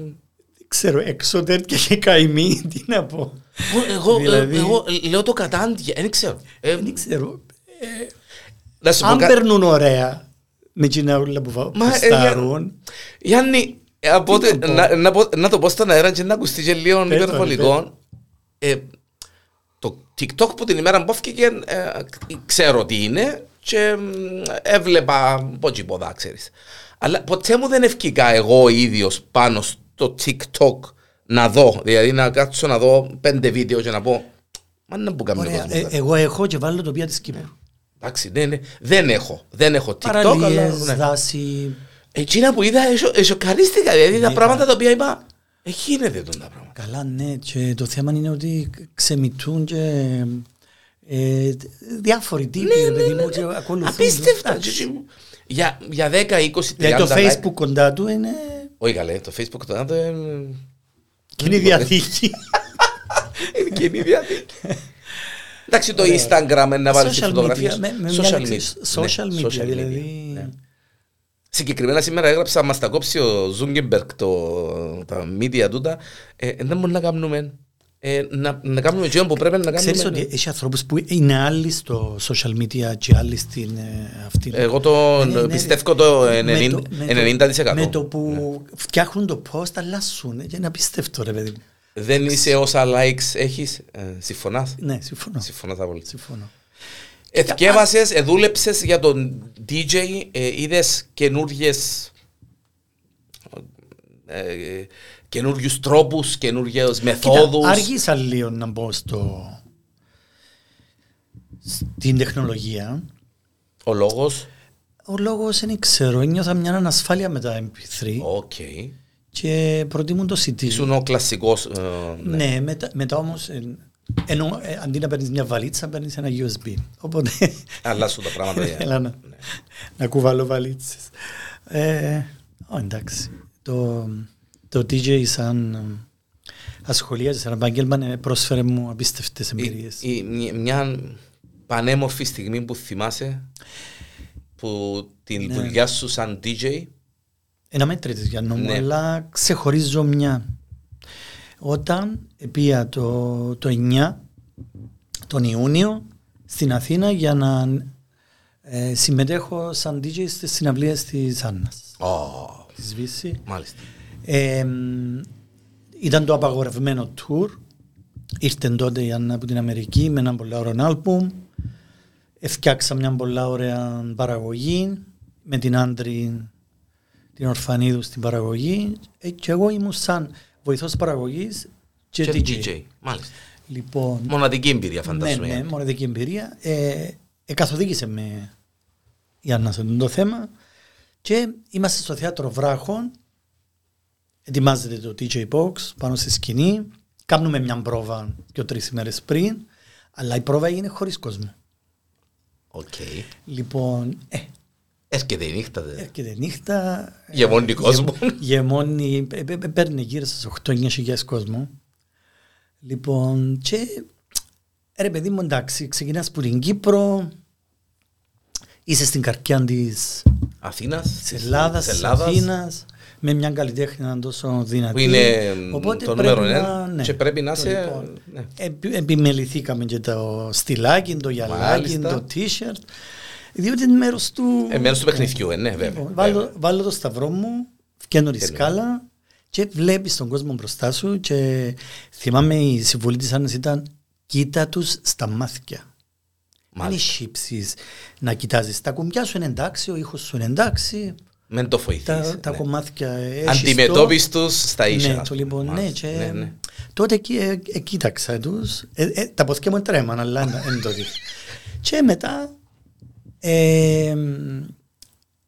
[SPEAKER 2] ξέρω, εξωτερ και καημή, τι να πω.
[SPEAKER 1] Εγώ, εγώ, ε,
[SPEAKER 2] Δηλαδή-
[SPEAKER 1] εγώ λέω το κατάντια, δεν ξέρω. Ε,
[SPEAKER 2] Δεν ξέρω.
[SPEAKER 1] να σου πω
[SPEAKER 2] Αν
[SPEAKER 1] κάτι.
[SPEAKER 2] περνούν ωραία με κοινά όλα που βα-
[SPEAKER 1] Μα, ε,
[SPEAKER 2] πουστάρουν,
[SPEAKER 1] Γιάννη, ε, από
[SPEAKER 2] Τι
[SPEAKER 1] ό,τι-
[SPEAKER 2] να πω.
[SPEAKER 1] να, να, πω- να το πω στον αέρα και να ακουστεί και λίγο
[SPEAKER 2] Πες το, πες
[SPEAKER 1] υπερβολικό. Ε, το TikTok που την ημέρα που έφυγε, ε, ξέρω τι είναι και μ, έβλεπα πότσι ποδά, ξέρεις. Αλλά ποτέ μου δεν ευκήκα εγώ ο ίδιος πάνω στο TikTok να δω, δηλαδή να κάτσω να δω πέντε βίντεο και να πω Μα να που κάνουμε
[SPEAKER 2] ωραία,
[SPEAKER 1] κόσμο.
[SPEAKER 2] ε, εγώ έχω και βάλω τοπία της Κύπρου.
[SPEAKER 1] Εντάξει, ναι, ναι. Δεν έχω. Δεν έχω TikTok.
[SPEAKER 2] Παραλίες,
[SPEAKER 1] αλλά, ναι.
[SPEAKER 2] δάση,
[SPEAKER 1] Εκείνα που είδα, εσο- εσοκαρίστηκα. Δηλαδή τα πράγματα τα οποία είπα, «Ε, γίνεται τον τα πράγματα.
[SPEAKER 2] Καλά, ναι. Και το θέμα είναι ότι ξεμητούν και ε, διάφοροι τύποι, ναι, παιδί μου, και ακολουθούν.
[SPEAKER 1] Απίστευτα.
[SPEAKER 2] Εντάξει.
[SPEAKER 1] Για, για 10, 20, 30
[SPEAKER 2] Δηλαδή το
[SPEAKER 1] like. Ναι,
[SPEAKER 2] Facebook κοντά του είναι
[SPEAKER 1] Όχι καλέ, το Facebook το να το... ε, ναι,
[SPEAKER 2] κοινή διαθήκη.
[SPEAKER 1] Είναι κοινή διαθήκη. Εντάξει, το Instagram ε, να βάλεις τη
[SPEAKER 2] Social
[SPEAKER 1] φωτογραφία.
[SPEAKER 2] media,
[SPEAKER 1] σου.
[SPEAKER 2] με- με μια
[SPEAKER 1] Social
[SPEAKER 2] λέξη,
[SPEAKER 1] media. Ναι,
[SPEAKER 2] Social media, δηλαδή.
[SPEAKER 1] Συγκεκριμένα σήμερα έγραψα, μας τα κόψει ο Ζούγκεμπερκ το, τα media τούτα, ε, δεν μπορούμε να κάνουμε, ε, να, να κάνουμε εκείνο που πρέπει να κάνουμε. ναι.
[SPEAKER 2] Ξέρεις ότι έχει ανθρώπους που είναι άλλοι στο social media και άλλοι στην ε, αυτή.
[SPEAKER 1] Εγώ το
[SPEAKER 2] Ναι, ναι,
[SPEAKER 1] πιστεύω το
[SPEAKER 2] με
[SPEAKER 1] 90%.
[SPEAKER 2] με το- Με το
[SPEAKER 1] Ναι.
[SPEAKER 2] που φτιάχνουν το post αλλάσουν. ε, Είναι απίστευτο ρε παιδί μου.
[SPEAKER 1] Δεν είσαι όσα likes έχεις. Ε, συμφωνάς.
[SPEAKER 2] Ναι, συμφωνώ.
[SPEAKER 1] Συμφωνώ τα πολύ.
[SPEAKER 2] Συμφωνώ.
[SPEAKER 1] Εθκεύασες, εδούλεψες για τον DJ, ε, είδες καινούριες ε, καινούριους τρόπους, καινούριες μεθόδους.
[SPEAKER 2] Κοίτα, άργησα λίγο να μπω στο... στην τεχνολογία.
[SPEAKER 1] Ο λόγος,
[SPEAKER 2] Ο λόγος δεν ξέρω, νιώθα μια ανασφάλεια με τα MP3
[SPEAKER 1] οκ.
[SPEAKER 2] και προτιμούν το CD.
[SPEAKER 1] Ήσουν ο κλασσικός. ε, ναι.
[SPEAKER 2] Ναι, μετά, μετά όμως, ε, ενώ ε, αντί να παίρνεις μια βαλίτσα, παίρνεις ένα USB. Οπότε,
[SPEAKER 1] Αλλάζουν τα πράγματα. ε.
[SPEAKER 2] έλα να, να κουβαλώ βαλίτσες. Ε, ω, εντάξει, το, το DJ σαν ε, ασχολίαζε, σαν επάγγελμα, ε, πρόσφερε μου απίστευτες εμπειρίες.
[SPEAKER 1] Η- η- μια- μια πανέμορφη στιγμή που θυμάσαι που τη
[SPEAKER 2] Ναι.
[SPEAKER 1] δουλειά σου σαν DJ
[SPEAKER 2] Ένα μέτρητη για νόμο,
[SPEAKER 1] Ναι.
[SPEAKER 2] αλλά ξεχωρίζω μια. Όταν πήγα το, το 9 τον Ιούνιο στην Αθήνα για να ε, συμμετέχω σαν DJ στις συναυλίες της Άννας,
[SPEAKER 1] Ω,
[SPEAKER 2] της Βύση.
[SPEAKER 1] μάλιστα
[SPEAKER 2] Ε, μ, ήταν το απαγορευμένο tour. Ήρθε τότε η Άννα από την Αμερική με ένα πολύ ωραίο άλμπουμ. Εφτιάξα μια πολύ ωραία παραγωγή με την Άντρη την Ορφανίδου στην παραγωγή ε, και εγώ ήμουν σαν βοηθός παραγωγής και,
[SPEAKER 1] Και
[SPEAKER 2] DJ.
[SPEAKER 1] DJ. Μάλιστα.
[SPEAKER 2] Λοιπόν,
[SPEAKER 1] Μοναδική εμπειρία, φαντάζομαι.
[SPEAKER 2] ναι, ναι, μοναδική εμπειρία. Ε, ε, καθοδήγησε με η Άννα σε αυτό το θέμα και είμαστε στο θέατρο Βράχων. Ετοιμάζεται το DJ Box πάνω στη σκηνή. Κάνουμε μια πρόβα δύο-τρει ημέρες πριν, αλλά η πρόβα έγινε χωρίς κόσμο.
[SPEAKER 1] Οκ.
[SPEAKER 2] Λοιπόν, ε,
[SPEAKER 1] Έρχεται η νύχτα, δε.
[SPEAKER 2] έρχεται η νύχτα. ε,
[SPEAKER 1] Γεμώνει κόσμο.
[SPEAKER 2] γε- Γεμώνει, ε, ε, ε, παίρνει γύρω στις 8-9 χιλιάδες κόσμο. Λοιπόν, και ε, ρε παιδί μου εντάξει, ξεκινάς που την Κύπρο, είσαι στην καρκιά της
[SPEAKER 1] Αθήνας.
[SPEAKER 2] της Ελλάδας, της Αθήνας, με μια καλλιτέχνη τόσο δυνατή.
[SPEAKER 1] Που είναι
[SPEAKER 2] Οπότε
[SPEAKER 1] το
[SPEAKER 2] πρέπει
[SPEAKER 1] νούμερο ένα.
[SPEAKER 2] να- ναι.
[SPEAKER 1] Και πρέπει να
[SPEAKER 2] Το
[SPEAKER 1] είσαι.
[SPEAKER 2] λοιπόν.
[SPEAKER 1] ναι.
[SPEAKER 2] Επι- επιμεληθήκαμε και το στυλάκι, το γυαλάκι,
[SPEAKER 1] Μάλιστα.
[SPEAKER 2] το t-shirt. Διότι είναι μέρος του.
[SPEAKER 1] Ε, μέρος του παιχνιδιού, ε, ναι, βέβαια,
[SPEAKER 2] Λοιπόν,
[SPEAKER 1] βέβαια.
[SPEAKER 2] βάλω, βάλω το σταυρό μου, βγαίνω τη
[SPEAKER 1] Τέλεια.
[SPEAKER 2] σκάλα και βλέπεις τον κόσμο μπροστά σου. Και θυμάμαι η συμβολή της Άννα ήταν κοίτα τους στα μάτια. Μην
[SPEAKER 1] Μάλιστα.
[SPEAKER 2] χύψει να κοιτάζεις. Τα κουμπιά σου είναι εντάξει, ο ήχος σου είναι εντάξει.
[SPEAKER 1] Μεν το φοηθείς.
[SPEAKER 2] Τα, τα
[SPEAKER 1] ναι.
[SPEAKER 2] κομμάτια έχει.
[SPEAKER 1] Αντιμετώπιση του στα ίσια.
[SPEAKER 2] Ναι,
[SPEAKER 1] ας
[SPEAKER 2] το
[SPEAKER 1] πούμε.
[SPEAKER 2] λοιπόν, ναι,
[SPEAKER 1] Μάλιστα.
[SPEAKER 2] και
[SPEAKER 1] Ναι, ναι.
[SPEAKER 2] τότε εκεί, ε, ε, κοίταξα τους. Ε, ε, τα ποθιά μου τρέμαν, αλλά δεν το δείχνω. και μετά, ε, μ,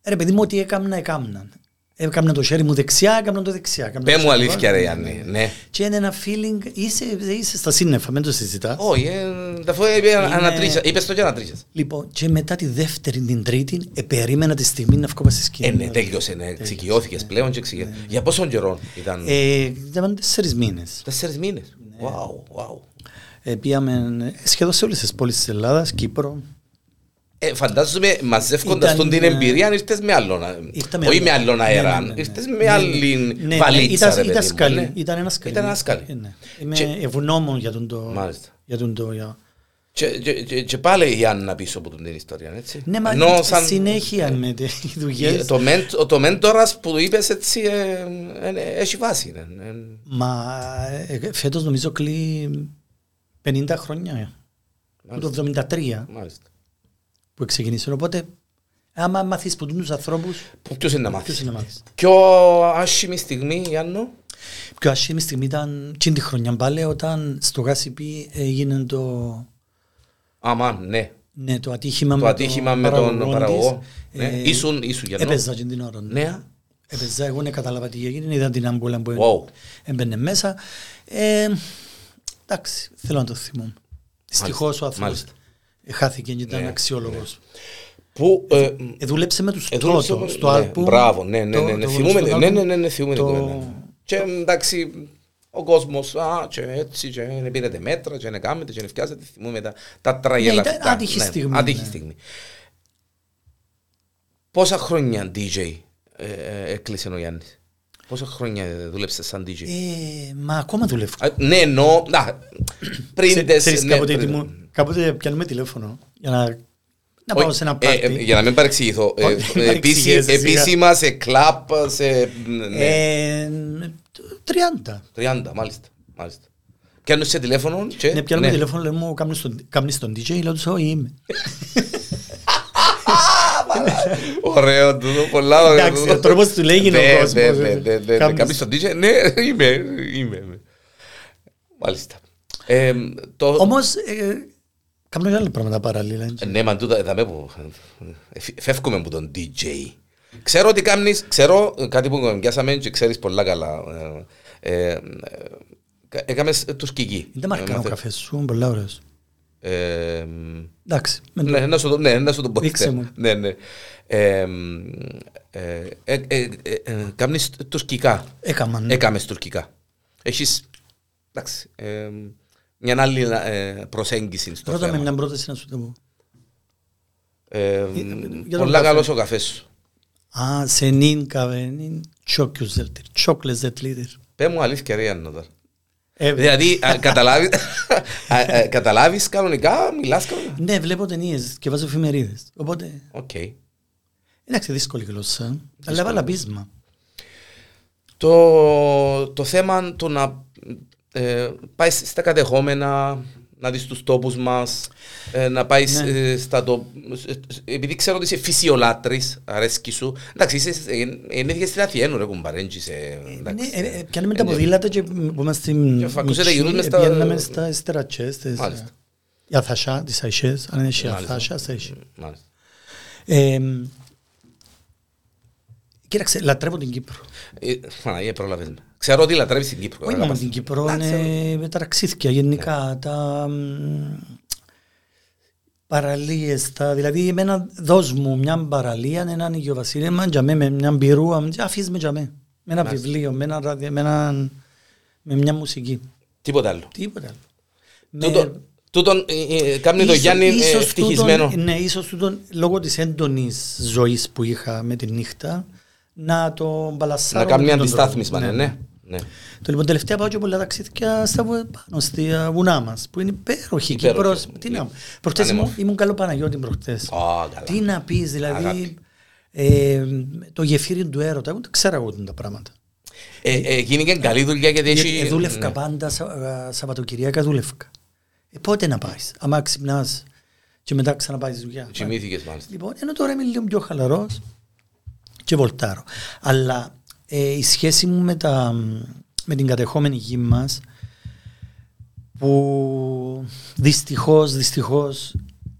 [SPEAKER 2] ρε παιδί μου, ό,τι έκαμνα, έκαμνα. Έκαμνα το χέρι μου δεξιά, έκαμνα το δεξιά. έκαμνα
[SPEAKER 1] Πε
[SPEAKER 2] το
[SPEAKER 1] μου
[SPEAKER 2] χέρι
[SPEAKER 1] αλήθεια, ρε
[SPEAKER 2] δεξιά.
[SPEAKER 1] Γιάννη. Ναι.
[SPEAKER 2] Και είναι ένα feeling, είσαι, είσαι στα σύννεφα, μην το συζητάς.
[SPEAKER 1] Όχι, ε, τα φω- είπε ανατρίχιας. Είπες το και ανατρίχιας.
[SPEAKER 2] Λοιπόν, και μετά τη δεύτερη, την τρίτη, ε, περίμενα τη στιγμή να βγω από στη σκηνή.
[SPEAKER 1] Ε, ναι, τέλειωσε, ναι. Εξοικειώθηκες πλέον και εξοικειώθηκες. Για πόσο καιρό ήταν.
[SPEAKER 2] Ναι. Ε, ναι. ήταν τέσσερις μήνες.
[SPEAKER 1] Τέσσερις μήνες. Wow, wow.
[SPEAKER 2] Ε, πήγαμε σχεδόν σε όλες τις πόλεις της Ελλάδας, Κύπρο.
[SPEAKER 1] Ε, φαντάζομαι μαζεύοντας
[SPEAKER 2] Ήταν,
[SPEAKER 1] τον την
[SPEAKER 2] ε,
[SPEAKER 1] εμπειρία ήρθες με άλλον α-
[SPEAKER 2] Ήρθα με
[SPEAKER 1] όχι
[SPEAKER 2] άλλο-
[SPEAKER 1] με άλλον
[SPEAKER 2] ναι, ναι, ναι,
[SPEAKER 1] αέρα
[SPEAKER 2] ναι.
[SPEAKER 1] ήρθες
[SPEAKER 2] Ναι,
[SPEAKER 1] με
[SPEAKER 2] ναι.
[SPEAKER 1] άλλη
[SPEAKER 2] Ναι, ναι,
[SPEAKER 1] βαλίτσα
[SPEAKER 2] ήταν-
[SPEAKER 1] ρε
[SPEAKER 2] Ήταν
[SPEAKER 1] παιδί μου,
[SPEAKER 2] σκαλί,
[SPEAKER 1] ναι.
[SPEAKER 2] ήταν ένα σκαλί.
[SPEAKER 1] Ήταν ένα
[SPEAKER 2] Ε,
[SPEAKER 1] σκαλί
[SPEAKER 2] ναι. Είμαι
[SPEAKER 1] Και-
[SPEAKER 2] ευγνώμων για τον το...
[SPEAKER 1] Μάλιστα.
[SPEAKER 2] Για τον το για-
[SPEAKER 1] και- και- και- και πάλι η Άννα πίσω από την ιστορία έτσι
[SPEAKER 2] Ναι, μα
[SPEAKER 1] Ενώ σαν-
[SPEAKER 2] συνέχεια με τις δουλειές.
[SPEAKER 1] το μεν- Το μέντορας που είπες έτσι ε, ε, ε, έχει βάση ναι, ε,
[SPEAKER 2] Μα ε, φέτος νομίζω κλεί 50 χρόνια.
[SPEAKER 1] μάλιστα,
[SPEAKER 2] Το 73
[SPEAKER 1] Μάλιστα.
[SPEAKER 2] που ξεκινήσαν. Οπότε, άμα μάθεις που τους ανθρώπους,
[SPEAKER 1] Που- Ποιος είναι να
[SPEAKER 2] ποιος
[SPEAKER 1] μάθεις
[SPEAKER 2] είναι να μάθεις.
[SPEAKER 1] Πιο άσχημη στιγμή Γιάννο
[SPEAKER 2] Πιο ασχήμη στιγμή ήταν τσιν τη χρονιά πάλι όταν στο Γάσιπι έγινε το...
[SPEAKER 1] Αμάν ναι
[SPEAKER 2] Ναι, το ατύχημα,
[SPEAKER 1] το
[SPEAKER 2] με,
[SPEAKER 1] ατύχημα με τον
[SPEAKER 2] της.
[SPEAKER 1] παραγωγό
[SPEAKER 2] Ε,
[SPEAKER 1] Ναι. Ήσουν ήσουν Γιάννο
[SPEAKER 2] Έπαιζα και την ώρα. Ναι.
[SPEAKER 1] Ναι α.
[SPEAKER 2] Έπαιζα, εγώ δεν κατάλαβα τι έγινε, είδα την άμπουλα που
[SPEAKER 1] Wow.
[SPEAKER 2] έμπαινε μέσα. Ε, εντάξει, θέλω να το θυμόμαι. Δυστυχώς ο άνθρωπος
[SPEAKER 1] μάλιστα.
[SPEAKER 2] χάθηκε και ήταν
[SPEAKER 1] Ναι,
[SPEAKER 2] αξιόλογος.
[SPEAKER 1] Που ε,
[SPEAKER 2] Ε, δούλεψε με τους
[SPEAKER 1] Ε, δούλεψε
[SPEAKER 2] πρώτο
[SPEAKER 1] όπως-
[SPEAKER 2] στο
[SPEAKER 1] ναι,
[SPEAKER 2] άλπου.
[SPEAKER 1] Μπράβο, ναι, ναι,
[SPEAKER 2] Το-
[SPEAKER 1] ναι, ναι,
[SPEAKER 2] το
[SPEAKER 1] θυμούμε,
[SPEAKER 2] στο
[SPEAKER 1] ναι,
[SPEAKER 2] άλπου.
[SPEAKER 1] ναι, ναι, ναι, θυμούμε την
[SPEAKER 2] Το-
[SPEAKER 1] κουβέντα. Και εντάξει, ο κόσμος, α, και έτσι, και δεν πήρατε μέτρα, και δεν κάμετε, και δεν φτιάζετε, θυμούμε τα, τα τραγελα
[SPEAKER 2] Ναι, ήταν
[SPEAKER 1] αυτά.
[SPEAKER 2] άτυχη στιγμή,
[SPEAKER 1] Άτυχη
[SPEAKER 2] ναι.
[SPEAKER 1] στιγμή. Πόσα χρόνια DJ ε, ε, έκλεισε ο Γιάννης. Πόσα χρόνια δούλεψε σαν DJ.
[SPEAKER 2] Ε, μα ακόμα δουλεύω.
[SPEAKER 1] Α, ναι, εννοώ, να, πριν
[SPEAKER 2] Ξέ-
[SPEAKER 1] τες...
[SPEAKER 2] Ξέρεις,
[SPEAKER 1] ναι,
[SPEAKER 2] κάποτε,
[SPEAKER 1] πριν-
[SPEAKER 2] ήμουν- κάποτε πιάνουμε τηλέφωνο για να, να πάω
[SPEAKER 1] Όχι,
[SPEAKER 2] σε ένα
[SPEAKER 1] ε, ε,
[SPEAKER 2] πάρτι.
[SPEAKER 1] για να μην παρεξηγηθώ, ε,
[SPEAKER 2] Όχι,
[SPEAKER 1] ε, επίση-
[SPEAKER 2] παρεξηγέσαι, σιγά.
[SPEAKER 1] επίσημα σε κλαπ, σε. ναι.
[SPEAKER 2] Ε, 30.
[SPEAKER 1] 30, μάλιστα. μάλιστα. Πιάνουν σε τηλέφωνο και...
[SPEAKER 2] Ναι, Ε, πιάνουμε τηλέφωνο, λέμε μου «Κάμνεις τον- κάμνεις τον DJ, λέω τους όχι είμαι.
[SPEAKER 1] Ωραίο τούτο, πολλά ωραίο
[SPEAKER 2] Εντάξει,
[SPEAKER 1] τούτο.
[SPEAKER 2] ο τρόπος του λέει είναι ο
[SPEAKER 1] Ναι,
[SPEAKER 2] κόσμος,
[SPEAKER 1] ναι,
[SPEAKER 2] ε.
[SPEAKER 1] ναι, ναι, ναι, ναι.
[SPEAKER 2] Κάμνεις.
[SPEAKER 1] Κάποιος στον DJ, ναι, είμαι, είμαι. είμαι. Μάλιστα. Ε, το...
[SPEAKER 2] Όμως, ε, κάνω και άλλα πράγματα παράλληλα.
[SPEAKER 1] Ναι, μα τούτα, δαμε που... ε, φυ- Φεύγουμε από τον DJ. Ξέρω τι κάνεις, ξέρω ε, κάτι που πιάσαμε και ξέρεις πολλά καλά. Ε, ε, ε, κα- Έκαμες τους κικί.
[SPEAKER 2] Ε, Δεν μαρκάω ο καφές σου, πολλά ωραίος.
[SPEAKER 1] Ε, μ,
[SPEAKER 2] Εντάξει, με το-
[SPEAKER 1] Ναι, να σου το, ναι, να σου το πω.
[SPEAKER 2] Δείξε μου.
[SPEAKER 1] Ναι, ναι. Ε, μ, ε, ε, ε, ε, ε, κάμνεις τουρκικά.
[SPEAKER 2] έκαμα. ναι.
[SPEAKER 1] Έκαμες τουρκικά. Έχεις, εντάξει, ε, μια άλλη ε, προσέγγιση στο
[SPEAKER 2] Ρώτα με
[SPEAKER 1] θέμα.
[SPEAKER 2] μια πρόταση να σου το πω.
[SPEAKER 1] Ε, μ,
[SPEAKER 2] για τον
[SPEAKER 1] πολλά
[SPEAKER 2] καφέ.
[SPEAKER 1] καλός ο καφές σου.
[SPEAKER 2] Α, σε νυν καβενίν, τσόκιους δελτήρ, τσόκλες δελτήρ.
[SPEAKER 1] Πέ μου αλήθεια ρε Άννα τώρα.
[SPEAKER 2] Ε,
[SPEAKER 1] Δηλαδή, α, καταλάβεις, α, ε, καταλάβεις κανονικά, μιλάς κανονικά.
[SPEAKER 2] Ναι, βλέπω ταινίες και βάζω εφημερίδες. Οπότε,
[SPEAKER 1] Οκ.
[SPEAKER 2] εντάξει, δύσκολη γλώσσα, αλλά βάλα πείσμα.
[SPEAKER 1] το, το θέμα του να ε, πάει στα κατεχόμενα, να δεις τους τόπους μας, να πάει σ-
[SPEAKER 2] Ναι.
[SPEAKER 1] ε, στα το... ε, ε, Επειδή ξέρω ότι είσαι φυσιολάτρης, αρέσκει σου. Εντάξει, είσαι. Ενέθηκε στην Αθιένου, ρε κουμπαρέντζι.
[SPEAKER 2] Ναι, ε, ε, Πιάνουμε τα ποδήλατα και μ, που είμαστε
[SPEAKER 1] Και φακούσετε
[SPEAKER 2] μικροί,
[SPEAKER 1] γυρνούμε
[SPEAKER 2] ε,
[SPEAKER 1] στα-
[SPEAKER 2] πιάνναμε στα στερατσές, στις-
[SPEAKER 1] Μάλιστα.
[SPEAKER 2] οι αθασιά, τις αϊσές, αν είναι και
[SPEAKER 1] Μάλιστα.
[SPEAKER 2] αθάσια, στα αϊσές. Ε, μ, Κοίταξε, λατρεύω την Κύπρο.
[SPEAKER 1] Ε, Παναγία, πρόλαβες με. Ξέρω ότι λατρεύεις την Κύπρο.
[SPEAKER 2] Όχι
[SPEAKER 1] αγαπάς
[SPEAKER 2] μόνο
[SPEAKER 1] την.
[SPEAKER 2] την Κύπρο,
[SPEAKER 1] Εντάξει,
[SPEAKER 2] είναι με τα ραξίθκια
[SPEAKER 1] Ναι.
[SPEAKER 2] γενικά, τα μ, παραλίες, τα, δηλαδή εμένα δώσ' μου μια παραλία, έναν οικειοβασίλεμα, για μέ, με μια πυρούα, μ, αφήσ' με για μέ, με ένα
[SPEAKER 1] Μάλιστα.
[SPEAKER 2] βιβλίο, με, ένα, ράδιο, με, έναν- με μια μουσική,
[SPEAKER 1] Τίποτα άλλο.
[SPEAKER 2] τίποτα άλλο. Με-
[SPEAKER 1] Τούτον- Τούτον ε, ε, κάνει το
[SPEAKER 2] Ναι. Ίσως-
[SPEAKER 1] Γιάννη ε,
[SPEAKER 2] ίσως
[SPEAKER 1] ευτυχισμένο.
[SPEAKER 2] τούτον- Ναι, ίσως τούτον, λόγω της έντονης ζωής που είχα με τη νύχτα, να το μπαλασάρω.
[SPEAKER 1] Να
[SPEAKER 2] με
[SPEAKER 1] κάνει
[SPEAKER 2] τούτον
[SPEAKER 1] αντιστάθμισμα,
[SPEAKER 2] τρόπο.
[SPEAKER 1] ναι. ναι. ναι.
[SPEAKER 2] Το λοιπόν τελευταία πάω και πολλά ταξίδια στα βου- πάνω στη βουνά μας, που είναι υπέροχη.
[SPEAKER 1] Υπέροχη.
[SPEAKER 2] Κύπρος, τι να...
[SPEAKER 1] Ναι.
[SPEAKER 2] Προχτές ήμουν,
[SPEAKER 1] Ανέμορφη.
[SPEAKER 2] ήμουν καλό Παναγιώτη προχτές.
[SPEAKER 1] Α, καλά.
[SPEAKER 2] Τι να πεις, δηλαδή,
[SPEAKER 1] Αγάπη.
[SPEAKER 2] ε, το γεφύρι του έρωτα, εγώ δεν ξέρω εγώ τα πράγματα.
[SPEAKER 1] Ε, ε, Γίνηκε καλή δουλειά γιατί
[SPEAKER 2] Γιατί
[SPEAKER 1] έχει...
[SPEAKER 2] ε, δούλευκα
[SPEAKER 1] ναι.
[SPEAKER 2] πάντα, σα- α, Σαββατοκυριακά δούλευκα. Ε, πότε να πάεις, άμα ξυπνάς και μετά ξαναπάει δουλειά.
[SPEAKER 1] Τσιμήθηκες μάλιστα.
[SPEAKER 2] Λοιπόν, ενώ τώρα είμαι λίγο πιο χαλαρός και βολτάρω. Αλλά ε, η σχέση μου με, τα, με την κατεχόμενη γη μας που δυστυχώς, δυστυχώς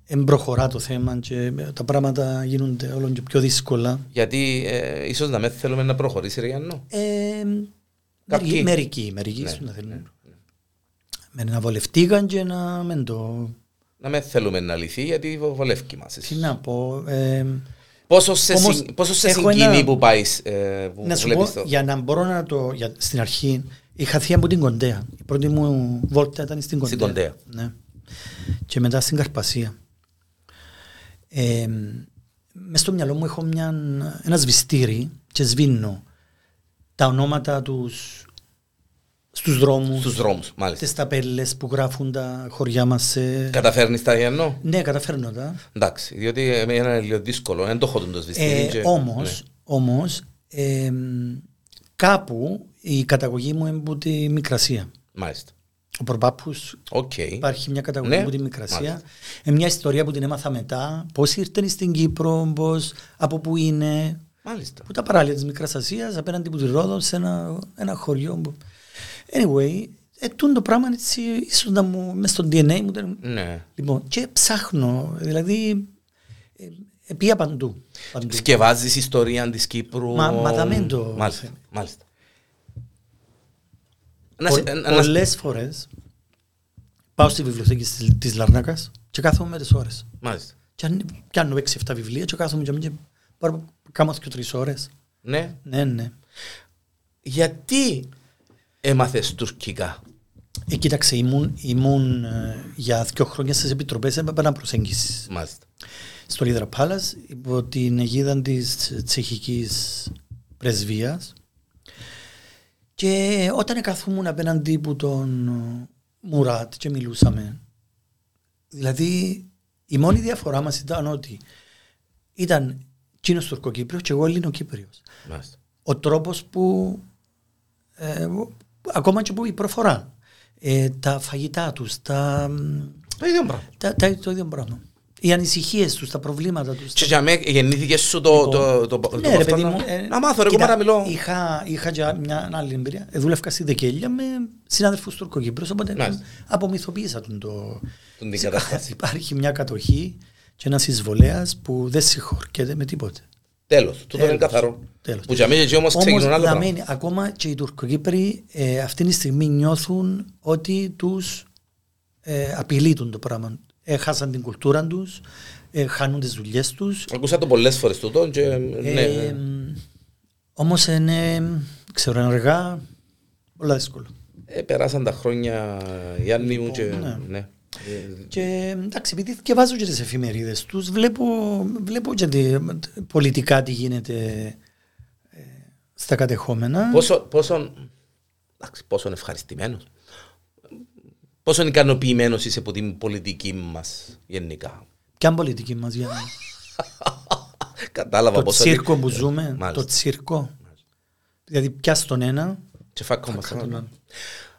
[SPEAKER 2] εμπροχωρά το θέμα και τα πράγματα γίνονται όλο και πιο δύσκολα.
[SPEAKER 1] Γιατί ε, ίσως να με θέλουμε να προχωρήσει ρε Γιάννο.
[SPEAKER 2] Ε,
[SPEAKER 1] Κάποιοι.
[SPEAKER 2] μερικοί, μερικοί, μερικοί
[SPEAKER 1] Ναι,
[SPEAKER 2] σου να θέλουν.
[SPEAKER 1] ναι,
[SPEAKER 2] Με να βολευτήκαν και να μην το...
[SPEAKER 1] Να με θέλουμε να λυθεί γιατί βο- βολεύει μας.
[SPEAKER 2] Τι να πω... ε,
[SPEAKER 1] Πόσο σε,
[SPEAKER 2] Όμως,
[SPEAKER 1] συν- πόσο σε
[SPEAKER 2] έχω
[SPEAKER 1] συγκινεί
[SPEAKER 2] ένα-
[SPEAKER 1] που πάεις, ε, που
[SPEAKER 2] Να σου πω,
[SPEAKER 1] βλέπεις το.
[SPEAKER 2] για να μπορώ να το. Για, στην αρχή, είχα θεία από την Κοντέα. Η πρώτη μου βόλτα ήταν στην Κοντέα.
[SPEAKER 1] Στην
[SPEAKER 2] Ναι. Και μετά στην Καρπασία. Ε, μες στο μυαλό μου έχω μια, ένα σβηστήρι και σβήνω τα ονόματα τους στους δρόμους,
[SPEAKER 1] Στους δρόμους, μάλιστα.
[SPEAKER 2] τις ταπέλες που γράφουν τα χωριά μας. σε-
[SPEAKER 1] Καταφέρνεις τα Γιάννο.
[SPEAKER 2] Ναι, καταφέρνω τα.
[SPEAKER 1] Εντάξει, διότι ε, είναι λίγο δύσκολο. Δεν το έχω τον το σβηστήρι.
[SPEAKER 2] Ε,
[SPEAKER 1] και- Ναι,
[SPEAKER 2] όμως, όμως ε, κάπου η καταγωγή μου είναι από τη Μικρασία.
[SPEAKER 1] Ναι, Μάλιστα.
[SPEAKER 2] Ο προπάπους
[SPEAKER 1] Οκ.
[SPEAKER 2] υπάρχει μια καταγωγή
[SPEAKER 1] Ναι,
[SPEAKER 2] από τη Μικρασία.
[SPEAKER 1] μάλιστα.
[SPEAKER 2] Ε, μια ιστορία που την έμαθα μετά. Πώς ήρθε στην Κύπρο, πώς, από πού είναι.
[SPEAKER 1] Μάλιστα.
[SPEAKER 2] Που τα παράλια της Μικράς Ασίας απέναντι από τη Ρόδο σε ένα, ένα χωριό. Που... Anyway, ε, τούτο το πράγμα έτσι, ίσως να μου, μες στο DNA μου. ήταν-
[SPEAKER 1] Ναι.
[SPEAKER 2] Λοιπόν, και ψάχνω, δηλαδή, ε, ε, πήγα παντού. παντού.
[SPEAKER 1] Σκευάζεις ιστορία της Κύπρου.
[SPEAKER 2] Μα- μα δαμέ το
[SPEAKER 1] Μάλιστα.
[SPEAKER 2] θέμα.
[SPEAKER 1] μάλιστα. Να σε- να- να-
[SPEAKER 2] Πολλές φορές πάω στη βιβλιοθήκη της Λαρνάκας και κάθομαι με τι ώρες.
[SPEAKER 1] Μάλιστα.
[SPEAKER 2] Και αν πιάνω 6-7 βιβλία, και κάθομαι και μην πάρω κάμα και τρεις ώρες.
[SPEAKER 1] Ναι.
[SPEAKER 2] Ναι, ναι.
[SPEAKER 1] Γιατί έμαθες τουρκικά.
[SPEAKER 2] Ε, κοίταξε, ήμουν, ήμουν ε, για δύο χρόνια στις επιτροπές έπαιρνα προσέγγισης.
[SPEAKER 1] Μάλιστα.
[SPEAKER 2] Στο Λίδρα Πάλα, υπό την αιγίδα της τσεχικής πρεσβείας. Και όταν καθόμουν απέναντι που τον ε, Μουράτ και μιλούσαμε, Δηλαδή, η μόνη διαφορά μας ήταν ότι ήταν Κίνος Τουρκοκύπριος και εγώ Ελληνοκύπριος.
[SPEAKER 1] Μάλιστα.
[SPEAKER 2] Ο τρόπος που. Ε, ακόμα και που η προφορά. Ε, τα φαγητά τους, τα,
[SPEAKER 1] Το ίδιο πράγμα.
[SPEAKER 2] τα, τα- το ίδιο πράγμα. Οι ανησυχίες τους, τα προβλήματα τους.
[SPEAKER 1] Και για μένα γεννήθηκε σου το... το, το, το-
[SPEAKER 2] ναι, ρε
[SPEAKER 1] αυτό
[SPEAKER 2] παιδί
[SPEAKER 1] να-
[SPEAKER 2] μου. ε,
[SPEAKER 1] Να μάθω ρε
[SPEAKER 2] κοίτα,
[SPEAKER 1] κομμάρα μιλώ.
[SPEAKER 2] Είχα, είχα και μια άλλη εμπειρία. Ε, Δούλευκα στη Δεκέλια με συνάδελφους Τουρκοκύπρου. Οπότε
[SPEAKER 1] Μάλιστα.
[SPEAKER 2] απομυθοποίησα τον το.
[SPEAKER 1] Τον την κατάσταση.
[SPEAKER 2] Υπάρχει μια κατοχή και ένας εισβολέας που δεν συγχωρκέται με τίποτε.
[SPEAKER 1] Τέλος. Τούτο είναι
[SPEAKER 2] Τέλος.
[SPEAKER 1] καθαρό.
[SPEAKER 2] Τέλος.
[SPEAKER 1] Που για μένα και όμως
[SPEAKER 2] Όμως,
[SPEAKER 1] ξεκινούν άλλο πράγμα.
[SPEAKER 2] δαμένει, ακόμα και οι Τουρκοκύπροι ε, αυτή τη στιγμή νιώθουν ότι τους ε, απειλείτουν το πράγμα. Ε, χάσαν την κουλτούρα τους, ε, χάνουν τις δουλειές τους.
[SPEAKER 1] Ακούσα το πολλές φορές τούτο και ναι,
[SPEAKER 2] Ε,
[SPEAKER 1] ναι.
[SPEAKER 2] όμως είναι, ξέρω, είναι αργά, πολλά δύσκολο.
[SPEAKER 1] Ε, περάσαν τα χρόνια Γιάννη μου και
[SPEAKER 2] ναι.
[SPEAKER 1] ναι. Ε,
[SPEAKER 2] Και εντάξει, επειδή διαβάζω και τις εφημερίδες τους, βλέπω, βλέπω και τι- πολιτικά τι γίνεται ε, στα κατεχόμενα.
[SPEAKER 1] Πόσο, πόσον, εντάξει, πόσον ευχαριστημένος, πόσον ικανοποιημένος είσαι από την πολιτική μας γενικά.
[SPEAKER 2] Ποια πολιτική μας, Γιάννη.
[SPEAKER 1] Κατάλαβα
[SPEAKER 2] το
[SPEAKER 1] πόσο...
[SPEAKER 2] τσίρκο που ζούμε,
[SPEAKER 1] ε, Μάλιστα.
[SPEAKER 2] το τσίρκο. Δηλαδή πιά τον ένα,
[SPEAKER 1] Και φάκο μας.
[SPEAKER 2] κατά τον άλλο.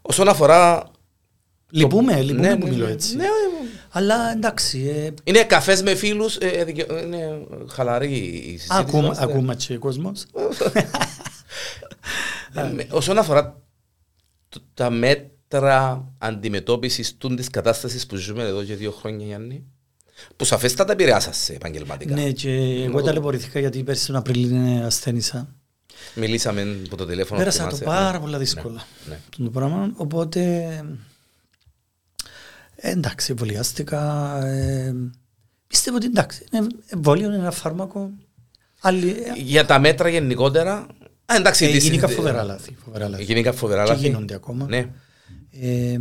[SPEAKER 1] Όσον αφορά
[SPEAKER 2] Λυπούμε, λυπούμε
[SPEAKER 1] Ναι,
[SPEAKER 2] που
[SPEAKER 1] ναι,
[SPEAKER 2] μιλώ
[SPEAKER 1] ναι.
[SPEAKER 2] έτσι.
[SPEAKER 1] Ναι, ναι.
[SPEAKER 2] Αλλά εντάξει, ε,
[SPEAKER 1] Είναι καφές με ε, φίλου. Είναι χαλαρή η συζήτηση.
[SPEAKER 2] ακούμε,
[SPEAKER 1] μας, ναι.
[SPEAKER 2] ακούμε και ο κόσμος.
[SPEAKER 1] Ε, με- Όσον αφορά τ- τα μέτρα αντιμετώπισης της κατάστασης που ζούμε εδώ και δύο χρόνια, Γιάννη, που σαφέστατα επηρεάσασε επαγγελματικά.
[SPEAKER 2] Ναι, και εγώ ταλαιπωρηθήκα γιατί πέρσι τον Απρίλιο είναι ασθένησα.
[SPEAKER 1] Μιλήσαμε από το τηλέφωνο.
[SPEAKER 2] Πέρασα το
[SPEAKER 1] θυμάσαι,
[SPEAKER 2] πάρα
[SPEAKER 1] ναι.
[SPEAKER 2] πολλά δύσκολα.
[SPEAKER 1] Ναι.
[SPEAKER 2] το πράγμα. Οπότε ε, εντάξει, εμβολιάστηκα. Ε, πιστεύω ότι εντάξει, είναι εμβόλιο, είναι ένα φάρμακο. Άλλοι, ε,
[SPEAKER 1] Για τα μέτρα γενικότερα. Α, εντάξει,
[SPEAKER 2] ε,
[SPEAKER 1] τις-
[SPEAKER 2] γίνηκα φοβερά λάθη. Φοβερά λάθη.
[SPEAKER 1] Γίνηκα φοβερά
[SPEAKER 2] Και
[SPEAKER 1] λάθη.
[SPEAKER 2] γίνονται ακόμα.
[SPEAKER 1] Ναι.
[SPEAKER 2] Ε,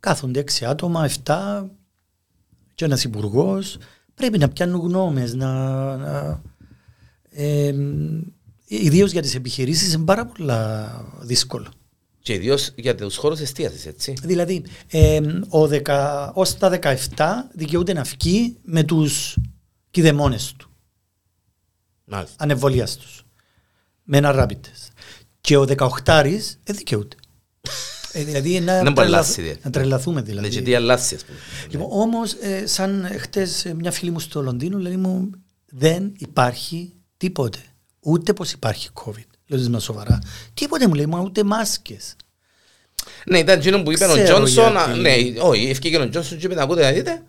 [SPEAKER 2] κάθονται έξι άτομα, εφτά και ένας υπουργός. Πρέπει να πιάνουν γνώμες, να... να ε, Ιδίως για τις επιχειρήσεις είναι πάρα πολλά δύσκολο.
[SPEAKER 1] Και ιδίως για τους χώρους εστίασης, έτσι.
[SPEAKER 2] Δηλαδή, ε, ο 10, ως τα 17 δικαιούται να φκεί με τους κηδεμόνες του,
[SPEAKER 1] Μάλιστα.
[SPEAKER 2] ανεβολιάστους, με ένα rapid test. Και ο 18 δεν δικαιούται. Ε, δηλαδή, να,
[SPEAKER 1] Να
[SPEAKER 2] τρελαθ-
[SPEAKER 1] μπαλάσει, δε.
[SPEAKER 2] να τρελαθούμε δηλαδή.
[SPEAKER 1] Ναι, και τι αλλάζει, ας πούμε.
[SPEAKER 2] Λοιπόν, όμως, ε, σαν χτες μια φίλη μου στο Λονδίνο, λέει μου, δεν υπάρχει τίποτε. Ούτε πως υπάρχει COVID. Λέω τη με σοβαρά. Τίποτε μου λέει, μα ούτε μάσκες.
[SPEAKER 1] Ναι, ήταν εκείνο που είπε ο
[SPEAKER 2] Ξέρω
[SPEAKER 1] Τζόνσον.
[SPEAKER 2] γιατί.
[SPEAKER 1] Ναι, όχι, ευκήκε ο Τζόνσον και είπε να ακούτε να δείτε.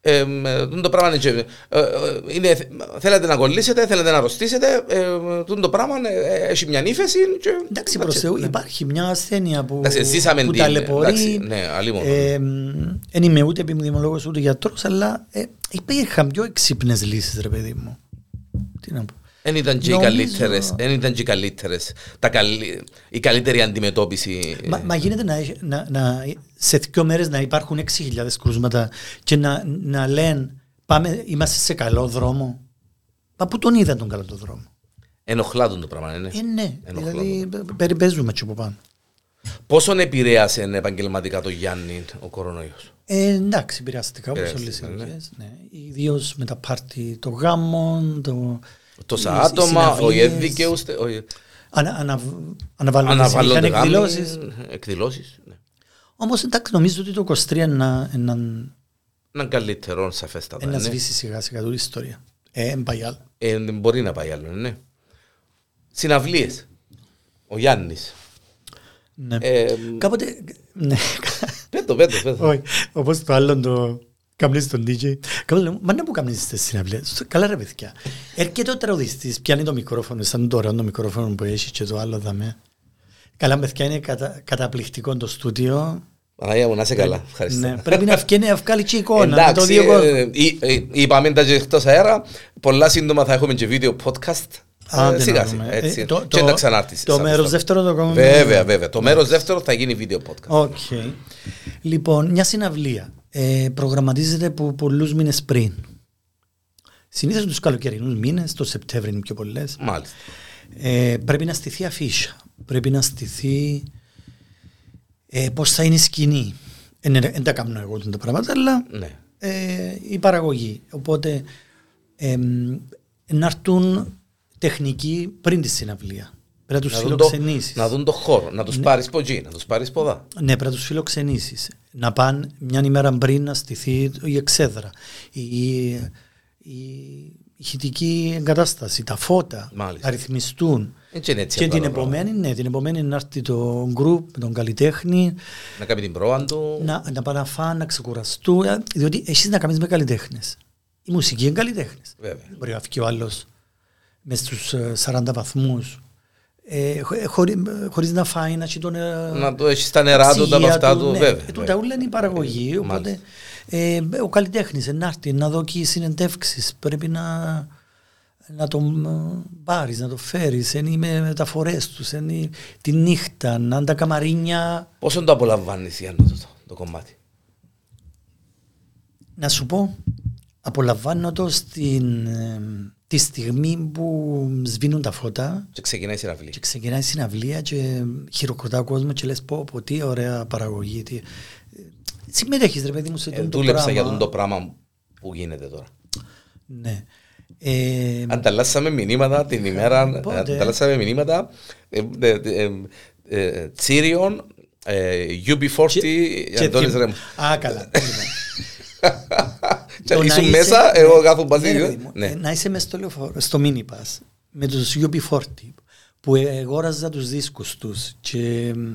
[SPEAKER 1] Ε, ε, τούτο το πράγμα είναι, και- ε, ε, είναι, θέλετε να κολλήσετε, θέλετε να αρρωστήσετε, ε, ε, τούτο το πράγμα ε, ε, έχει μια ύφεση και...
[SPEAKER 2] Εντάξει, προς
[SPEAKER 1] that's it,
[SPEAKER 2] Θεού,
[SPEAKER 1] ναι.
[SPEAKER 2] υπάρχει μια ασθένεια που,
[SPEAKER 1] Εντάξει, ζήσαμε
[SPEAKER 2] που
[SPEAKER 1] την- εντάξει,
[SPEAKER 2] ταλαιπωρεί.
[SPEAKER 1] ναι, αλλήμον.
[SPEAKER 2] Ε, μ, δεν είμαι ούτε επιδημιολόγο ούτε γιατρός, αλλά ε, υπήρχαν πιο εξύπνε λύσεις, ρε παιδί μου. Τι να πω.
[SPEAKER 1] Εν ήταν και οι
[SPEAKER 2] Νομίζω-
[SPEAKER 1] καλύτερες, εν ήταν και οι καλύτερες, τα καλύ- η καλύτερη αντιμετώπιση.
[SPEAKER 2] Μα, μα γίνεται να, έχει- να, να, σε δύο μέρες να υπάρχουν 6.000 κρούσματα και να, να λένε πάμε, είμαστε σε καλό δρόμο. Μα πού τον είδαν τον καλό τον δρόμο.
[SPEAKER 1] Ενοχλάτουν το πράγμα, ναι.
[SPEAKER 2] Ε, ναι,
[SPEAKER 1] Ενοχλώ
[SPEAKER 2] δηλαδή πε- περιπέζουμε και από πάνω.
[SPEAKER 1] Πόσον επηρέασε ναι, επαγγελματικά το Γιάννη ο κορονοϊός.
[SPEAKER 2] Ε, εντάξει, επηρεάστηκα όπως όλες οι
[SPEAKER 1] Επηρεάστηκα, ναι.
[SPEAKER 2] ηλικίες. Ναι. Ιδίως με τα πάρτι των γάμων, το...
[SPEAKER 1] Τόσα
[SPEAKER 2] οι- οι
[SPEAKER 1] άτομα, όχι
[SPEAKER 2] συναυλίες.
[SPEAKER 1] έδικαιους, τε- όχι-
[SPEAKER 2] Ανα, ανα, αναβάλλονται,
[SPEAKER 1] αναβάλλονται
[SPEAKER 2] συνέχεια
[SPEAKER 1] γάμοι,
[SPEAKER 2] εκδηλώσεις.
[SPEAKER 1] εκδηλώσεις, ναι.
[SPEAKER 2] Όμως εντάξει, νομίζω ότι το 23 να, να,
[SPEAKER 1] έναν καλύτερο σαφέστατα.
[SPEAKER 2] να
[SPEAKER 1] ναι.
[SPEAKER 2] σβήσει σιγά σιγά τούτη η ιστορία. Ε, εν πάει άλλο.
[SPEAKER 1] Ε, δεν μπορεί να πάει άλλο, ναι. Συναυλίες. Ο Γιάννης.
[SPEAKER 2] Ναι.
[SPEAKER 1] Ε,
[SPEAKER 2] Κάποτε, ναι,
[SPEAKER 1] πέτω, πέτω, πέτω.
[SPEAKER 2] όχι, όπως το άλλο το κάμνεις τον DJ. Κάποτε λέω, μα να που κάμνεις τις συναυλίες. Στο- Καλά ρε παιδιά. Έρχεται ο τραγουδιστής, πιάνει το μικρόφωνο, σαν το ωραίο το μικρόφωνο που έχει και το άλλο δαμέ. Καλά παιδιά είναι κατα, καταπληκτικό το στούντιο.
[SPEAKER 1] Παναγία μου, να είσαι καλά. Ευχαριστώ.
[SPEAKER 2] Ναι, πρέπει να βγαίνει να βγάλει και εικόνα. να το
[SPEAKER 1] Εντάξει,
[SPEAKER 2] δει ο κόσμος.
[SPEAKER 1] ε, ε, ε, είπαμε τα και εκτός αέρα. Πολλά σύντομα θα έχουμε και βίντεο podcast.
[SPEAKER 2] Άντε
[SPEAKER 1] Ε,
[SPEAKER 2] να
[SPEAKER 1] σιγά
[SPEAKER 2] δούμε.
[SPEAKER 1] σιγά,
[SPEAKER 2] Ε,
[SPEAKER 1] έτσι.
[SPEAKER 2] το-
[SPEAKER 1] Και
[SPEAKER 2] το-
[SPEAKER 1] τα ξανάρτησες,
[SPEAKER 2] το
[SPEAKER 1] σαφέστατα.
[SPEAKER 2] μέρος δεύτερο το κάνουμε.
[SPEAKER 1] Βέβαια, βέβαια. Το μέρος δεύτερο θα γίνει βίντεο podcast.
[SPEAKER 2] Οκ. Λοιπόν, μια συναυλία ε, προγραμματίζεται που πολλούς μήνες πριν. Συνήθως τους καλοκαιρινούς μήνες, το Σεπτέμβριο είναι πιο πολλές.
[SPEAKER 1] Μάλιστα.
[SPEAKER 2] Ε, πρέπει να στηθεί αφίσα. Πρέπει να στηθεί ε, πώς θα είναι η σκηνή. Ε, ναι, δεν τα κάνω εγώ τα πράγματα, αλλά
[SPEAKER 1] Ναι.
[SPEAKER 2] ε, η παραγωγή. Οπότε εμ, να έρθουν τεχνικοί πριν τη συναυλία. Πρέπει να τους Ναι.
[SPEAKER 1] Να δουν, το,
[SPEAKER 2] φιλοξενήσεις.
[SPEAKER 1] να δουν το χώρο, να τους πάρεις ποτζί, να τους πάρεις ποδά.
[SPEAKER 2] Ναι, πρέπει να τους φιλοξενήσεις. Να πάνε μια ημέρα πριν να στηθεί η εξέδρα, η, η, η ηχητική εγκατάσταση, τα φώτα,
[SPEAKER 1] Μάλιστα.
[SPEAKER 2] να ρυθμιστούν.
[SPEAKER 1] Έτσι είναι έτσι.
[SPEAKER 2] Και
[SPEAKER 1] απλά
[SPEAKER 2] την
[SPEAKER 1] τα πράγματα.
[SPEAKER 2] επομένη, ναι, την επομένη να έρθει το γκρουπ, τον καλλιτέχνη,
[SPEAKER 1] Να κάνει την πρόα του.
[SPEAKER 2] να, να πάνε να φάνε, να ξεκουραστούν. ε, Διότι εσύ να κάνεις με καλλιτέχνες. Η μουσική είναι καλλιτέχνε.
[SPEAKER 1] Βέβαια.
[SPEAKER 2] Μπορεί να φύγει ο άλλος μες στους 40 βαθμούς. Ε, χω- χωρί- χωρίς να φάει, να έχει τον, ε,
[SPEAKER 1] Να το έχει στα νερά του, τα
[SPEAKER 2] ψυγεία
[SPEAKER 1] βαφτά του.
[SPEAKER 2] ναι.
[SPEAKER 1] Βέβαια.
[SPEAKER 2] Ε,
[SPEAKER 1] βέβαια.
[SPEAKER 2] Τούτα όλα είναι η παραγωγή.
[SPEAKER 1] Ε,
[SPEAKER 2] Οπότε
[SPEAKER 1] μάλιστα.
[SPEAKER 2] ε, ο καλλιτέχνης να έρθει να δοκεί συνεντεύξεις. Πρέπει να, να τον πάρεις, να το φέρεις. Είναι οι μεταφορές τους, είναι τη νύχτα, να είναι τα καμαρίνια.
[SPEAKER 1] Πόσο το απολαμβάνεις Γιάννη το, το κομμάτι.
[SPEAKER 2] Να σου πω, απολαμβάνω το στην, ε, τη στιγμή που σβήνουν τα φώτα
[SPEAKER 1] Και ξεκινάει η συναυλία.
[SPEAKER 2] Και ξεκινάει η συναυλία και χειροκροτά ο κόσμος και λες πω, πω τι ωραία παραγωγή. Τι... ε, Συμμετέχεις ρε παιδί μου σε
[SPEAKER 1] Ε,
[SPEAKER 2] τούτο το
[SPEAKER 1] δούλεψα
[SPEAKER 2] πράγμα.
[SPEAKER 1] για τον το πράγμα που γίνεται τώρα.
[SPEAKER 2] Ναι. Ε,
[SPEAKER 1] Ανταλλάσσαμε μηνύματα την ημέρα.
[SPEAKER 2] Πότε?
[SPEAKER 1] Ανταλλάσσαμε μηνύματα ε, ε, ε, ε, ε, τσίριων Ε, UB40, Αντώνης Ρέμου.
[SPEAKER 2] Α, καλά.
[SPEAKER 1] Και
[SPEAKER 2] Το να
[SPEAKER 1] Ήσουν
[SPEAKER 2] είσαι-
[SPEAKER 1] μέσα,
[SPEAKER 2] ναι.
[SPEAKER 1] εγώ γράφω
[SPEAKER 2] Ναι, ρε
[SPEAKER 1] μπαζίδιο.
[SPEAKER 2] παιδί μου,
[SPEAKER 1] Ναι.
[SPEAKER 2] ε, Να είσαι μέσα στο λεωφόρο, στο μίνιπας, με τους UB40 που εγόραζα τους δίσκους τους και μ,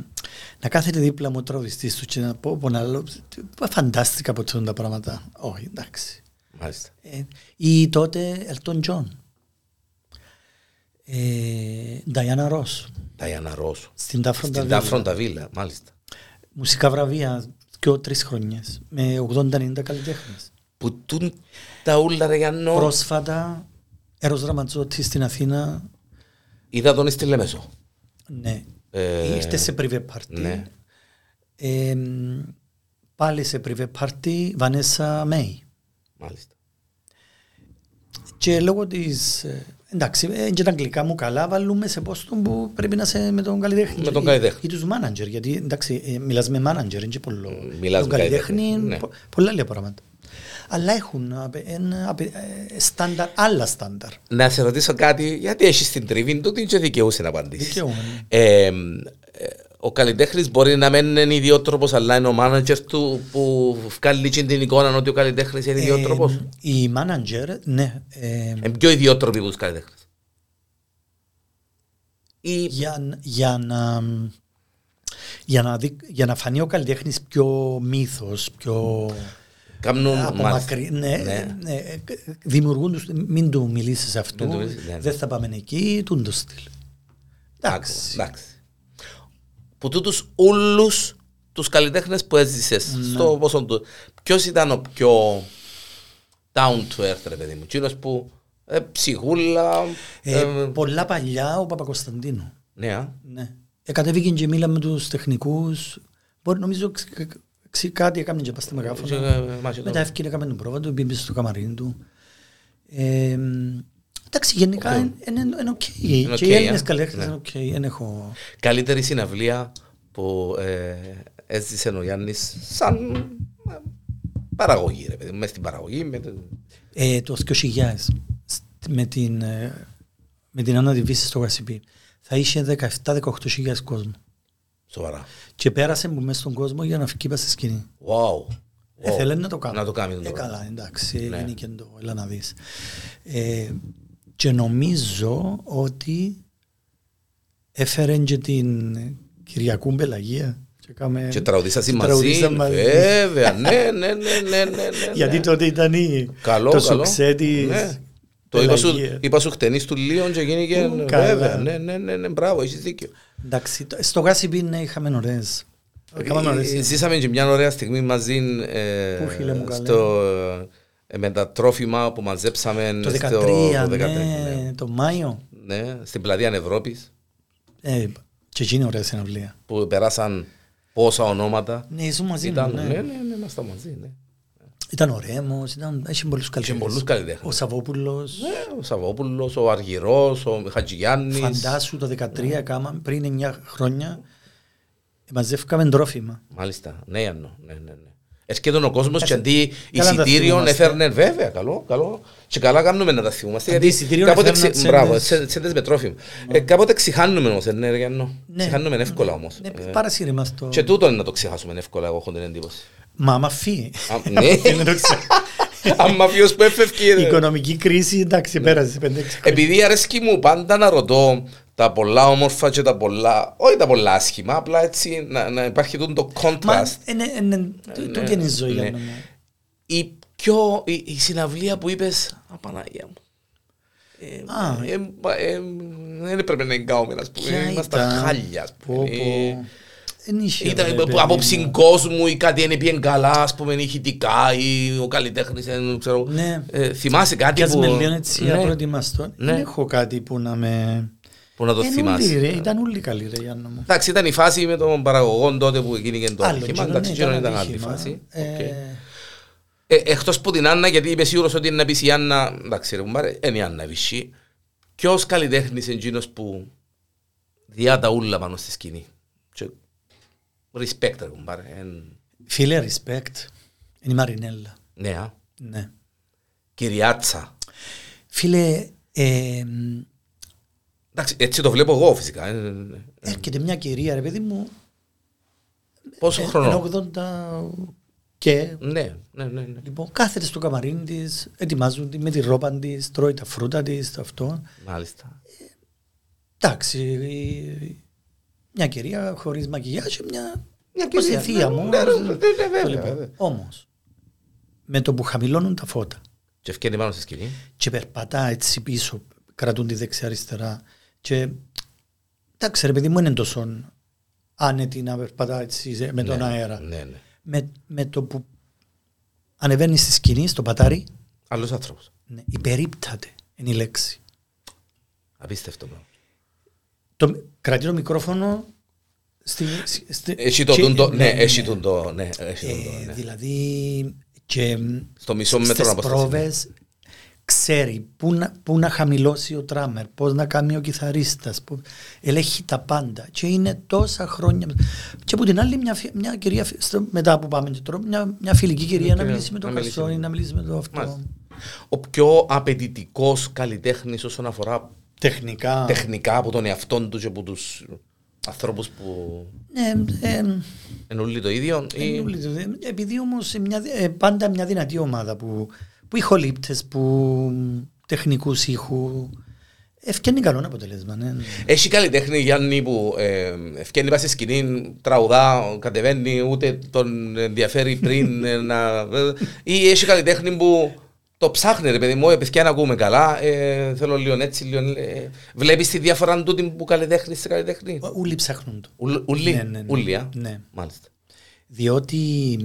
[SPEAKER 2] να κάθεται δίπλα μου ο τραβιστής τους και να πω πω να λέω, «Τι- φαντάστηκα από αυτά τα πράγματα. Όχι, εντάξει.
[SPEAKER 1] Μάλιστα.
[SPEAKER 2] Ε, Ή τότε Elton John. Ε, Diana Ross.
[SPEAKER 1] Ταϊάννα Ρώσου.
[SPEAKER 2] Στην Ταφροντα
[SPEAKER 1] Στην
[SPEAKER 2] Βίλα.
[SPEAKER 1] Ταφρόντα Βίλα, μάλιστα.
[SPEAKER 2] Μουσικά βραβεία και τρεις χρονιές με 80-90 καλλιτέχνες.
[SPEAKER 1] Που τούν τα ούλα ρε Γιάννο.
[SPEAKER 2] Πρόσφατα, Έρος Ραματζότη στην Αθήνα,
[SPEAKER 1] Είδα τον στη Λέμεσο.
[SPEAKER 2] ναι,
[SPEAKER 1] Ε,
[SPEAKER 2] ήρθε σε privé party.
[SPEAKER 1] ναι.
[SPEAKER 2] Ε, μ, πάλι σε privé party, Βανέσα Μέη.
[SPEAKER 1] Μάλιστα.
[SPEAKER 2] Και λόγω της... ε, Εντάξει, ε, και τα αγγλικά μου καλά βάλουμε σε πόστο που πρέπει να είσαι με τον καλλιτέχνη.
[SPEAKER 1] Με τον καλλιτέχνη.
[SPEAKER 2] Ή, ή τους manager, γιατί εντάξει, ε, μιλάς με manager, είναι και πολλό.
[SPEAKER 1] μιλάς
[SPEAKER 2] τον
[SPEAKER 1] με καλλιτέχνη,
[SPEAKER 2] καλλιτέχνη,
[SPEAKER 1] ναι.
[SPEAKER 2] πο- πολλά άλλα πράγματα. Αλλά έχουν απε- ένα απε- ε, στάνταρ, άλλα στάνταρ.
[SPEAKER 1] Να σε ρωτήσω κάτι, γιατί έχεις την τριβή του και δικαιούσε να απαντήσεις.
[SPEAKER 2] Δικαιούμαι.
[SPEAKER 1] ε, ο καλλιτέχνης μπορεί να μην είναι ιδιότροπος, αλλά είναι ο μάνατζερ του που βγάλει τζιν την εικόνα ότι ο καλλιτέχνης είναι ιδιότροπο.
[SPEAKER 2] Ε, οι manager, ναι. ε,
[SPEAKER 1] Είναι πιο ιδιότροποι από τους καλλιτέχνες. Ή
[SPEAKER 2] για, ν- για να, για, να δει, για να φανεί ο καλλιτέχνης πιο μύθος, πιο Ε,
[SPEAKER 1] κάνουν.
[SPEAKER 2] απομακρύ. Ναι, ναι. ε, δημιουργούν τους, μην του μιλήσεις αυτού,
[SPEAKER 1] Μην του μιλήσεις, ναι, ναι.
[SPEAKER 2] δεν θα πάμε εκεί, τούν το στυλ. Εντάξει.
[SPEAKER 1] Εντάξει. Που τούτους όλους τους καλλιτέχνες που
[SPEAKER 2] Ναι.
[SPEAKER 1] έζησες στο πόσο του... Ποιος ήταν ο πιο down to earth ρε παιδί μου, εκείνος που ε, ψυχούλα...
[SPEAKER 2] Ε,
[SPEAKER 1] ε,
[SPEAKER 2] πολλά παλιά ο Παπακοσταντίνου.
[SPEAKER 1] ναι, α.
[SPEAKER 2] Ναι. Ε, κατέβηκε και μίλα με τους τεχνικούς. Μπορεί, νομίζω ξ- ξ- κάτι έκανε και πας στη μεγάφωνα.
[SPEAKER 1] Ε, μας
[SPEAKER 2] Μετά
[SPEAKER 1] ήταν-
[SPEAKER 2] έφυγε έκαμε την πρόβα του, πήγε στο καμαρίνι του. Ε, μ, εντάξει, γενικά είναι- είναι είναι οκ.
[SPEAKER 1] οκ,
[SPEAKER 2] Και οι Έλληνες
[SPEAKER 1] ε.
[SPEAKER 2] καλλιτέχνες
[SPEAKER 1] Ναι.
[SPEAKER 2] είναι οκ. Δεν έχω...
[SPEAKER 1] Καλύτερη συναυλία που ε, έζησε ο Γιάννης σαν ε, παραγωγή ρε παιδί μου, μες στην παραγωγή. Με... το-
[SPEAKER 2] Ε, το 2000 στ- με την, ε, με την Άννα Διβίση στο Γασιπί θα είχε 17-18.000 κόσμο.
[SPEAKER 1] Σοβαρά.
[SPEAKER 2] Και πέρασε μου μέσα στον κόσμο για να φύγει πας στη σκηνή.
[SPEAKER 1] Wow.
[SPEAKER 2] Ε,
[SPEAKER 1] Wow.
[SPEAKER 2] θέλει να το κάνει.
[SPEAKER 1] Να το κάνει.
[SPEAKER 2] Ε,
[SPEAKER 1] το πράγμα.
[SPEAKER 2] καλά, εντάξει,
[SPEAKER 1] Ναι.
[SPEAKER 2] είναι και το, έλα να δεις. Ε, και νομίζω ότι έφερε και την Κυριακού Πελαγία. Και, κάμε...
[SPEAKER 1] Και τραγουδίσασαι
[SPEAKER 2] ε. και
[SPEAKER 1] μαζί.
[SPEAKER 2] τραγουδίσαμε μαζί.
[SPEAKER 1] Βέβαια, ναι, ναι, ναι, ναι, ναι, ναι.
[SPEAKER 2] Γιατί τότε ήταν η...
[SPEAKER 1] καλό,
[SPEAKER 2] το
[SPEAKER 1] καλό.
[SPEAKER 2] σουξέ της
[SPEAKER 1] Ναι. Το είπα σου,
[SPEAKER 2] Πελαγίας.
[SPEAKER 1] είπα σου χτενής του Λίον και γίνηκε.
[SPEAKER 2] Ου, καλά.
[SPEAKER 1] Βέβαια, ναι, ναι, ναι, ναι, μπράβο, έχεις δίκιο.
[SPEAKER 2] Εντάξει, το- στο Γάσιμπι ναι, είχαμε ωραίες. Είχαμε
[SPEAKER 1] Ε,
[SPEAKER 2] ωραίες.
[SPEAKER 1] Ζήσαμε και μια ωραία στιγμή μαζί ε,
[SPEAKER 2] Πού, φίλε μου, καλέ.
[SPEAKER 1] στο, ε, με τα τρόφιμα που μαζέψαμε
[SPEAKER 2] Το
[SPEAKER 1] στο-
[SPEAKER 2] 13,
[SPEAKER 1] το 13, ναι.
[SPEAKER 2] ναι, το Μάιο.
[SPEAKER 1] Ναι, στην πλατεία Ευρώπης
[SPEAKER 2] Ε, και εκείνη ωραία συναυλία.
[SPEAKER 1] που περάσαν πόσα ονόματα.
[SPEAKER 2] Ναι, ήσουν μαζί μου,
[SPEAKER 1] Ήταν, ναι,
[SPEAKER 2] ναι.
[SPEAKER 1] ναι, ναι, ήμασταν μαζί. Ναι.
[SPEAKER 2] Ήταν ο Ρέμος, ήταν, έχει πολλούς
[SPEAKER 1] Και
[SPEAKER 2] καλλιτέχνες.
[SPEAKER 1] πολλούς
[SPEAKER 2] Ο
[SPEAKER 1] καλλιτέχνες.
[SPEAKER 2] Σαββόπουλος,
[SPEAKER 1] Ε, Ο Σαββόπουλος, ο Αργυρός, ο Χατζηγιάννης.
[SPEAKER 2] φαντάσου το 2013
[SPEAKER 1] Ναι.
[SPEAKER 2] κάμα, πριν 9 χρόνια, μαζεύκαμε τρόφιμα.
[SPEAKER 1] Μάλιστα, ναι, Ιάννο. Ναι, ναι, ναι. Έρχεται ο κόσμος και αντί
[SPEAKER 2] καλά να τα
[SPEAKER 1] εισιτήριων
[SPEAKER 2] θυμόμαστε.
[SPEAKER 1] έφερνε. Βέβαια, καλό, καλό. Και καλά κάνουμε να τα θυμόμαστε.
[SPEAKER 2] Αντί
[SPEAKER 1] Γιατί
[SPEAKER 2] εισιτήριων
[SPEAKER 1] κάποτε
[SPEAKER 2] έφερναν
[SPEAKER 1] ξε-
[SPEAKER 2] τσέντες.
[SPEAKER 1] Μπράβο, τσέ- τσέντες με τρόφιμο. Ε, Κάποτε ξηχάνουμε όμω, ναι, ρε Γιάννο.
[SPEAKER 2] Ναι.
[SPEAKER 1] Ξηχάνουμε εύκολα όμως.
[SPEAKER 2] Ναι, παρασύρε μας το...
[SPEAKER 1] Ε. Και τούτο είναι να το ξεχάσουμε εύκολα, εγώ έχω την εντύπωση.
[SPEAKER 2] Μα μαφή.
[SPEAKER 1] Α, ναι.
[SPEAKER 2] Δεν το ξέρω.
[SPEAKER 1] Αν μαφιός που
[SPEAKER 2] Η
[SPEAKER 1] έφευκε.
[SPEAKER 2] οικονομική κρίση, εντάξει,
[SPEAKER 1] Ναι.
[SPEAKER 2] πέρασε 5-6 χρόνια.
[SPEAKER 1] ε, Επειδή αρέσκει μου πάντα να ρωτώ τα πολλά όμορφα και τα πολλά, όχι τα πολλά άσχημα, απλά έτσι να, να υπάρχει τούτο το
[SPEAKER 2] Μα,
[SPEAKER 1] contrast.
[SPEAKER 2] ε, ναι, ε, ναι, τού- τούτη είναι η ζωή
[SPEAKER 1] ναι.
[SPEAKER 2] για μένα.
[SPEAKER 1] η πιο, η, η συναυλία που είπες «Απανάγια μου». Ε,
[SPEAKER 2] Α.
[SPEAKER 1] ε, ε, ε, δεν έπρεπε να εγκάουμε, ας πούμε.
[SPEAKER 2] Ποια
[SPEAKER 1] Ήμασταν
[SPEAKER 2] ήταν?
[SPEAKER 1] χάλια, Ε, ας
[SPEAKER 2] Πω, ε?
[SPEAKER 1] πούμε.
[SPEAKER 2] πω.
[SPEAKER 1] Ε,
[SPEAKER 2] Εν είχε,
[SPEAKER 1] Ήταν
[SPEAKER 2] ρε,
[SPEAKER 1] από-
[SPEAKER 2] παιδί
[SPEAKER 1] από
[SPEAKER 2] μου.
[SPEAKER 1] ψην κόσμου ή κάτι δεν πήγαινε καλά, ας πούμε, ηχητικά ή ο καλλιτέχνης, δεν ξέρω.
[SPEAKER 2] Ναι.
[SPEAKER 1] Ε, θυμάσαι κάτι
[SPEAKER 2] Κάτι
[SPEAKER 1] που,
[SPEAKER 2] με λένε έτσι
[SPEAKER 1] ναι,
[SPEAKER 2] απροετοιμαστό.
[SPEAKER 1] Ναι.
[SPEAKER 2] Δεν έχω κάτι που να με...
[SPEAKER 1] που να το
[SPEAKER 2] Ε, όλοι, ρε,
[SPEAKER 1] θυμάσαι.
[SPEAKER 2] Ήταν όλοι καλοί ρε Γιάννο μου.
[SPEAKER 1] Εντάξει, ήταν η φάση με τον παραγωγό τότε που γίνηκε το
[SPEAKER 2] Άλλο,
[SPEAKER 1] ατύχημα.
[SPEAKER 2] εκείνο,
[SPEAKER 1] Εντάξει,
[SPEAKER 2] ναι,
[SPEAKER 1] εκείνο
[SPEAKER 2] ήταν
[SPEAKER 1] ήταν άλλη
[SPEAKER 2] ατύχημα.
[SPEAKER 1] φάση.
[SPEAKER 2] Ε,
[SPEAKER 1] Οκ. Ε, εκτός που την Άννα, γιατί είπε σίγουρος ότι είναι να πεις η Άννα, εντάξει ρε κουμπάρε, είναι η Άννα Βυσσή. Ποιος καλλιτέχνης είναι εκείνος που διά τα ούλα πάνω στη σκηνή. Και respect ρε κουμπάρε. εν-
[SPEAKER 2] Φίλε, respect. Είναι η Μαρινέλα.
[SPEAKER 1] Ναι, α.
[SPEAKER 2] Ναι.
[SPEAKER 1] Κυριάτσα.
[SPEAKER 2] Φίλε, ε, μ,
[SPEAKER 1] Εντάξει, έτσι το βλέπω εγώ φυσικά. ε, ε, ε.
[SPEAKER 2] έρχεται μια κυρία, ρε παιδί μου,
[SPEAKER 1] Πόσο
[SPEAKER 2] ε,
[SPEAKER 1] χρονών?
[SPEAKER 2] εν 80 και.
[SPEAKER 1] Ναι, ναι, ναι. ναι.
[SPEAKER 2] Λοιπόν, κάθεται στο καμαρίν τη, ετοιμάζονται με τη ρόπα της, τρώει τα φρούτα της, αυτό.
[SPEAKER 1] Μάλιστα.
[SPEAKER 2] Εντάξει, η- μια κυρία χωρίς μακιγιάζ, μια.
[SPEAKER 1] Μια
[SPEAKER 2] όπως
[SPEAKER 1] κυρία,
[SPEAKER 2] η θεία
[SPEAKER 1] ναι,
[SPEAKER 2] μου.
[SPEAKER 1] ναι, ναι, ναι, ναι, βέβαια, βέβαια.
[SPEAKER 2] Όμως, με το που χαμηλώνουν τα φώτα
[SPEAKER 1] Και ευκαιρία πάνω στη σκηνή.
[SPEAKER 2] και περπατά έτσι πίσω, κρατούν τη δεξιά-αριστερά. Και εντάξει, ρε παιδί μου, είναι τόσο άνετη να περπατά έτσι σε- με τον
[SPEAKER 1] Ναι,
[SPEAKER 2] αέρα.
[SPEAKER 1] Ναι, ναι.
[SPEAKER 2] Με, με το που ανεβαίνει στη σκηνή, στο πατάρι,
[SPEAKER 1] Άλλος άνθρωπος.
[SPEAKER 2] ναι, υπερίπταται είναι η λέξη.
[SPEAKER 1] Απίστευτο πράγμα.
[SPEAKER 2] Το, κρατεί το μικρόφωνο στη, στη,
[SPEAKER 1] Εσύ το
[SPEAKER 2] Ε, και-
[SPEAKER 1] τούντο, ναι,
[SPEAKER 2] ναι, ναι.
[SPEAKER 1] εσύ τούντο, ναι, εσύ
[SPEAKER 2] Ε,
[SPEAKER 1] τούντο, ναι.
[SPEAKER 2] Δηλαδή και
[SPEAKER 1] Στο μισό μέτρο
[SPEAKER 2] στις
[SPEAKER 1] να
[SPEAKER 2] πρόβες ξέρει πού να, πού να χαμηλώσει ο τράμερ, πώς να κάνει ο κιθαρίστας, που ελέγχει τα πάντα και είναι τόσα χρόνια. Και από την άλλη μια, φι- μια κυρία, φι- στο- μετά που πάμε και τρώμε, μια, μια φιλική κυρία να
[SPEAKER 1] κυρία,
[SPEAKER 2] μιλήσει με το
[SPEAKER 1] να μιλήσει.
[SPEAKER 2] Καρσόνι, να μιλήσει με το αυτό.
[SPEAKER 1] Μάλιστα. Ο πιο απαιτητικός καλλιτέχνης όσον αφορά
[SPEAKER 2] Τεχνικά.
[SPEAKER 1] τεχνικά από τον εαυτό του και από τους ανθρώπους που
[SPEAKER 2] Ναι, ε,
[SPEAKER 1] εννοούν το ίδιο.
[SPEAKER 2] Ε,
[SPEAKER 1] Ή...
[SPEAKER 2] όλοι το δε- Επειδή όμως πάντα μια δυνατή ομάδα που, που ηχολήπτες, που τεχνικούς ήχου. ε, Ευκαινεί καλό αποτέλεσμα. Ναι.
[SPEAKER 1] Έχει καλλιτέχνη Γιάννη που ε, ευκαινεί πάση σκηνή, τραγουδά, κατεβαίνει, ούτε τον ενδιαφέρει πριν ε, να. ε, ή έχει καλλιτέχνη που το ψάχνει, ρε παιδί μου, «Ε, παιδιά να ακούμε καλά. Ε, θέλω λίγο έτσι, λίγο. Ε, Βλέπεις τη διαφορά τούτη που καλλιτέχνης σε καλλιτέχνη.
[SPEAKER 2] Ο- Όλοι ψάχνουν το.
[SPEAKER 1] Ουλ-
[SPEAKER 2] Ναι,
[SPEAKER 1] Ουλή.
[SPEAKER 2] ναι, ναι.
[SPEAKER 1] Ουλή, α.
[SPEAKER 2] Ναι.
[SPEAKER 1] Μάλιστα.
[SPEAKER 2] Διότι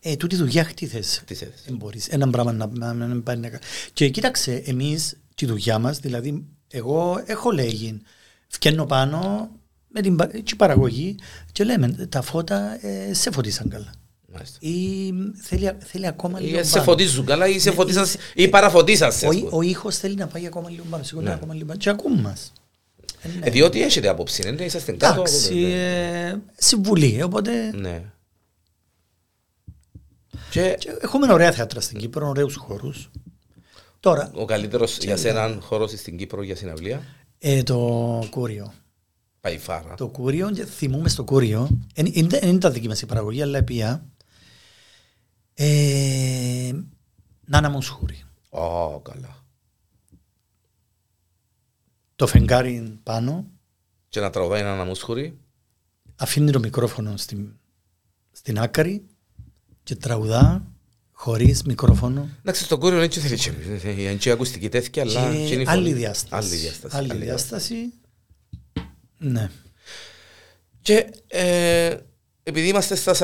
[SPEAKER 2] ε, τούτη δουλειά χτίθε.
[SPEAKER 1] Τι θες.
[SPEAKER 2] Δεν μπορείς ένα πράγμα να, να, να, να πάει να κάνει. Και κοίταξε, εμείς τη δουλειά μας, δηλαδή, εγώ έχω λέγει. Φκαίνω πάνω με την, πα- την παραγωγή και λέμε τα φώτα ε, σε φωτίσαν καλά.
[SPEAKER 1] Μάλιστα.
[SPEAKER 2] Ή μ, θέλει, θέλει ακόμα
[SPEAKER 1] Ή
[SPEAKER 2] λίγο.
[SPEAKER 1] Ε, σε
[SPEAKER 2] πάνω.
[SPEAKER 1] φωτίζουν καλά ή σε
[SPEAKER 2] Ναι,
[SPEAKER 1] φωτίσαν
[SPEAKER 2] ή-
[SPEAKER 1] σε- ή παραφωτίσαν σε.
[SPEAKER 2] Ο,
[SPEAKER 1] ας
[SPEAKER 2] ή-
[SPEAKER 1] πούμε.
[SPEAKER 2] ο ήχος θέλει να πάει ακόμα λίγο πάνω. Σηκώνει
[SPEAKER 1] Ναι.
[SPEAKER 2] ακόμα λίγο πάνω. Και ακούμε μας.
[SPEAKER 1] Ε, Διότι έχετε άποψη, ναι, ναι, είσαστε κάτω.
[SPEAKER 2] ναι. Εντάξει,
[SPEAKER 1] ναι.
[SPEAKER 2] ε, συμβουλή. ε, Οπότε.
[SPEAKER 1] Ναι. Και
[SPEAKER 2] και Έχουμε ωραία θέατρα στην Κύπρο, ωραίους χώρους. Τώρα,
[SPEAKER 1] ο καλύτερος για
[SPEAKER 2] ναι.
[SPEAKER 1] σέναν χώρος στην Κύπρο για συναυλία.
[SPEAKER 2] ε, το Κούριο.
[SPEAKER 1] Παϊφάρα.
[SPEAKER 2] Το Κούριο, και θυμούμε στο Κούριο, εν- εν- δεν είναι τα δική μας η παραγωγή, αλλά πια. Ε, Νάνα Μοσχούρη.
[SPEAKER 1] Ω, καλά.
[SPEAKER 2] Το φεγγάρι πάνω,
[SPEAKER 1] Και να τραγουδάει έναν αμούσχουρη.
[SPEAKER 2] αφήνει το μικρόφωνο στην, στην άκρη και τραγουδά χωρίς μικρόφωνο.
[SPEAKER 1] Εντάξει, στον κόριο έτσι θέλει και εμείς, ε, ε, και ακουστική τέτοια, αλλά... και είναι η
[SPEAKER 2] και
[SPEAKER 1] φωνή.
[SPEAKER 2] άλλη διάσταση.
[SPEAKER 1] Άλλη διάσταση.
[SPEAKER 2] Άλλη
[SPEAKER 1] άλλη διάσταση.
[SPEAKER 2] διάσταση. Ναι.
[SPEAKER 1] Και ε, επειδή είμαστε στα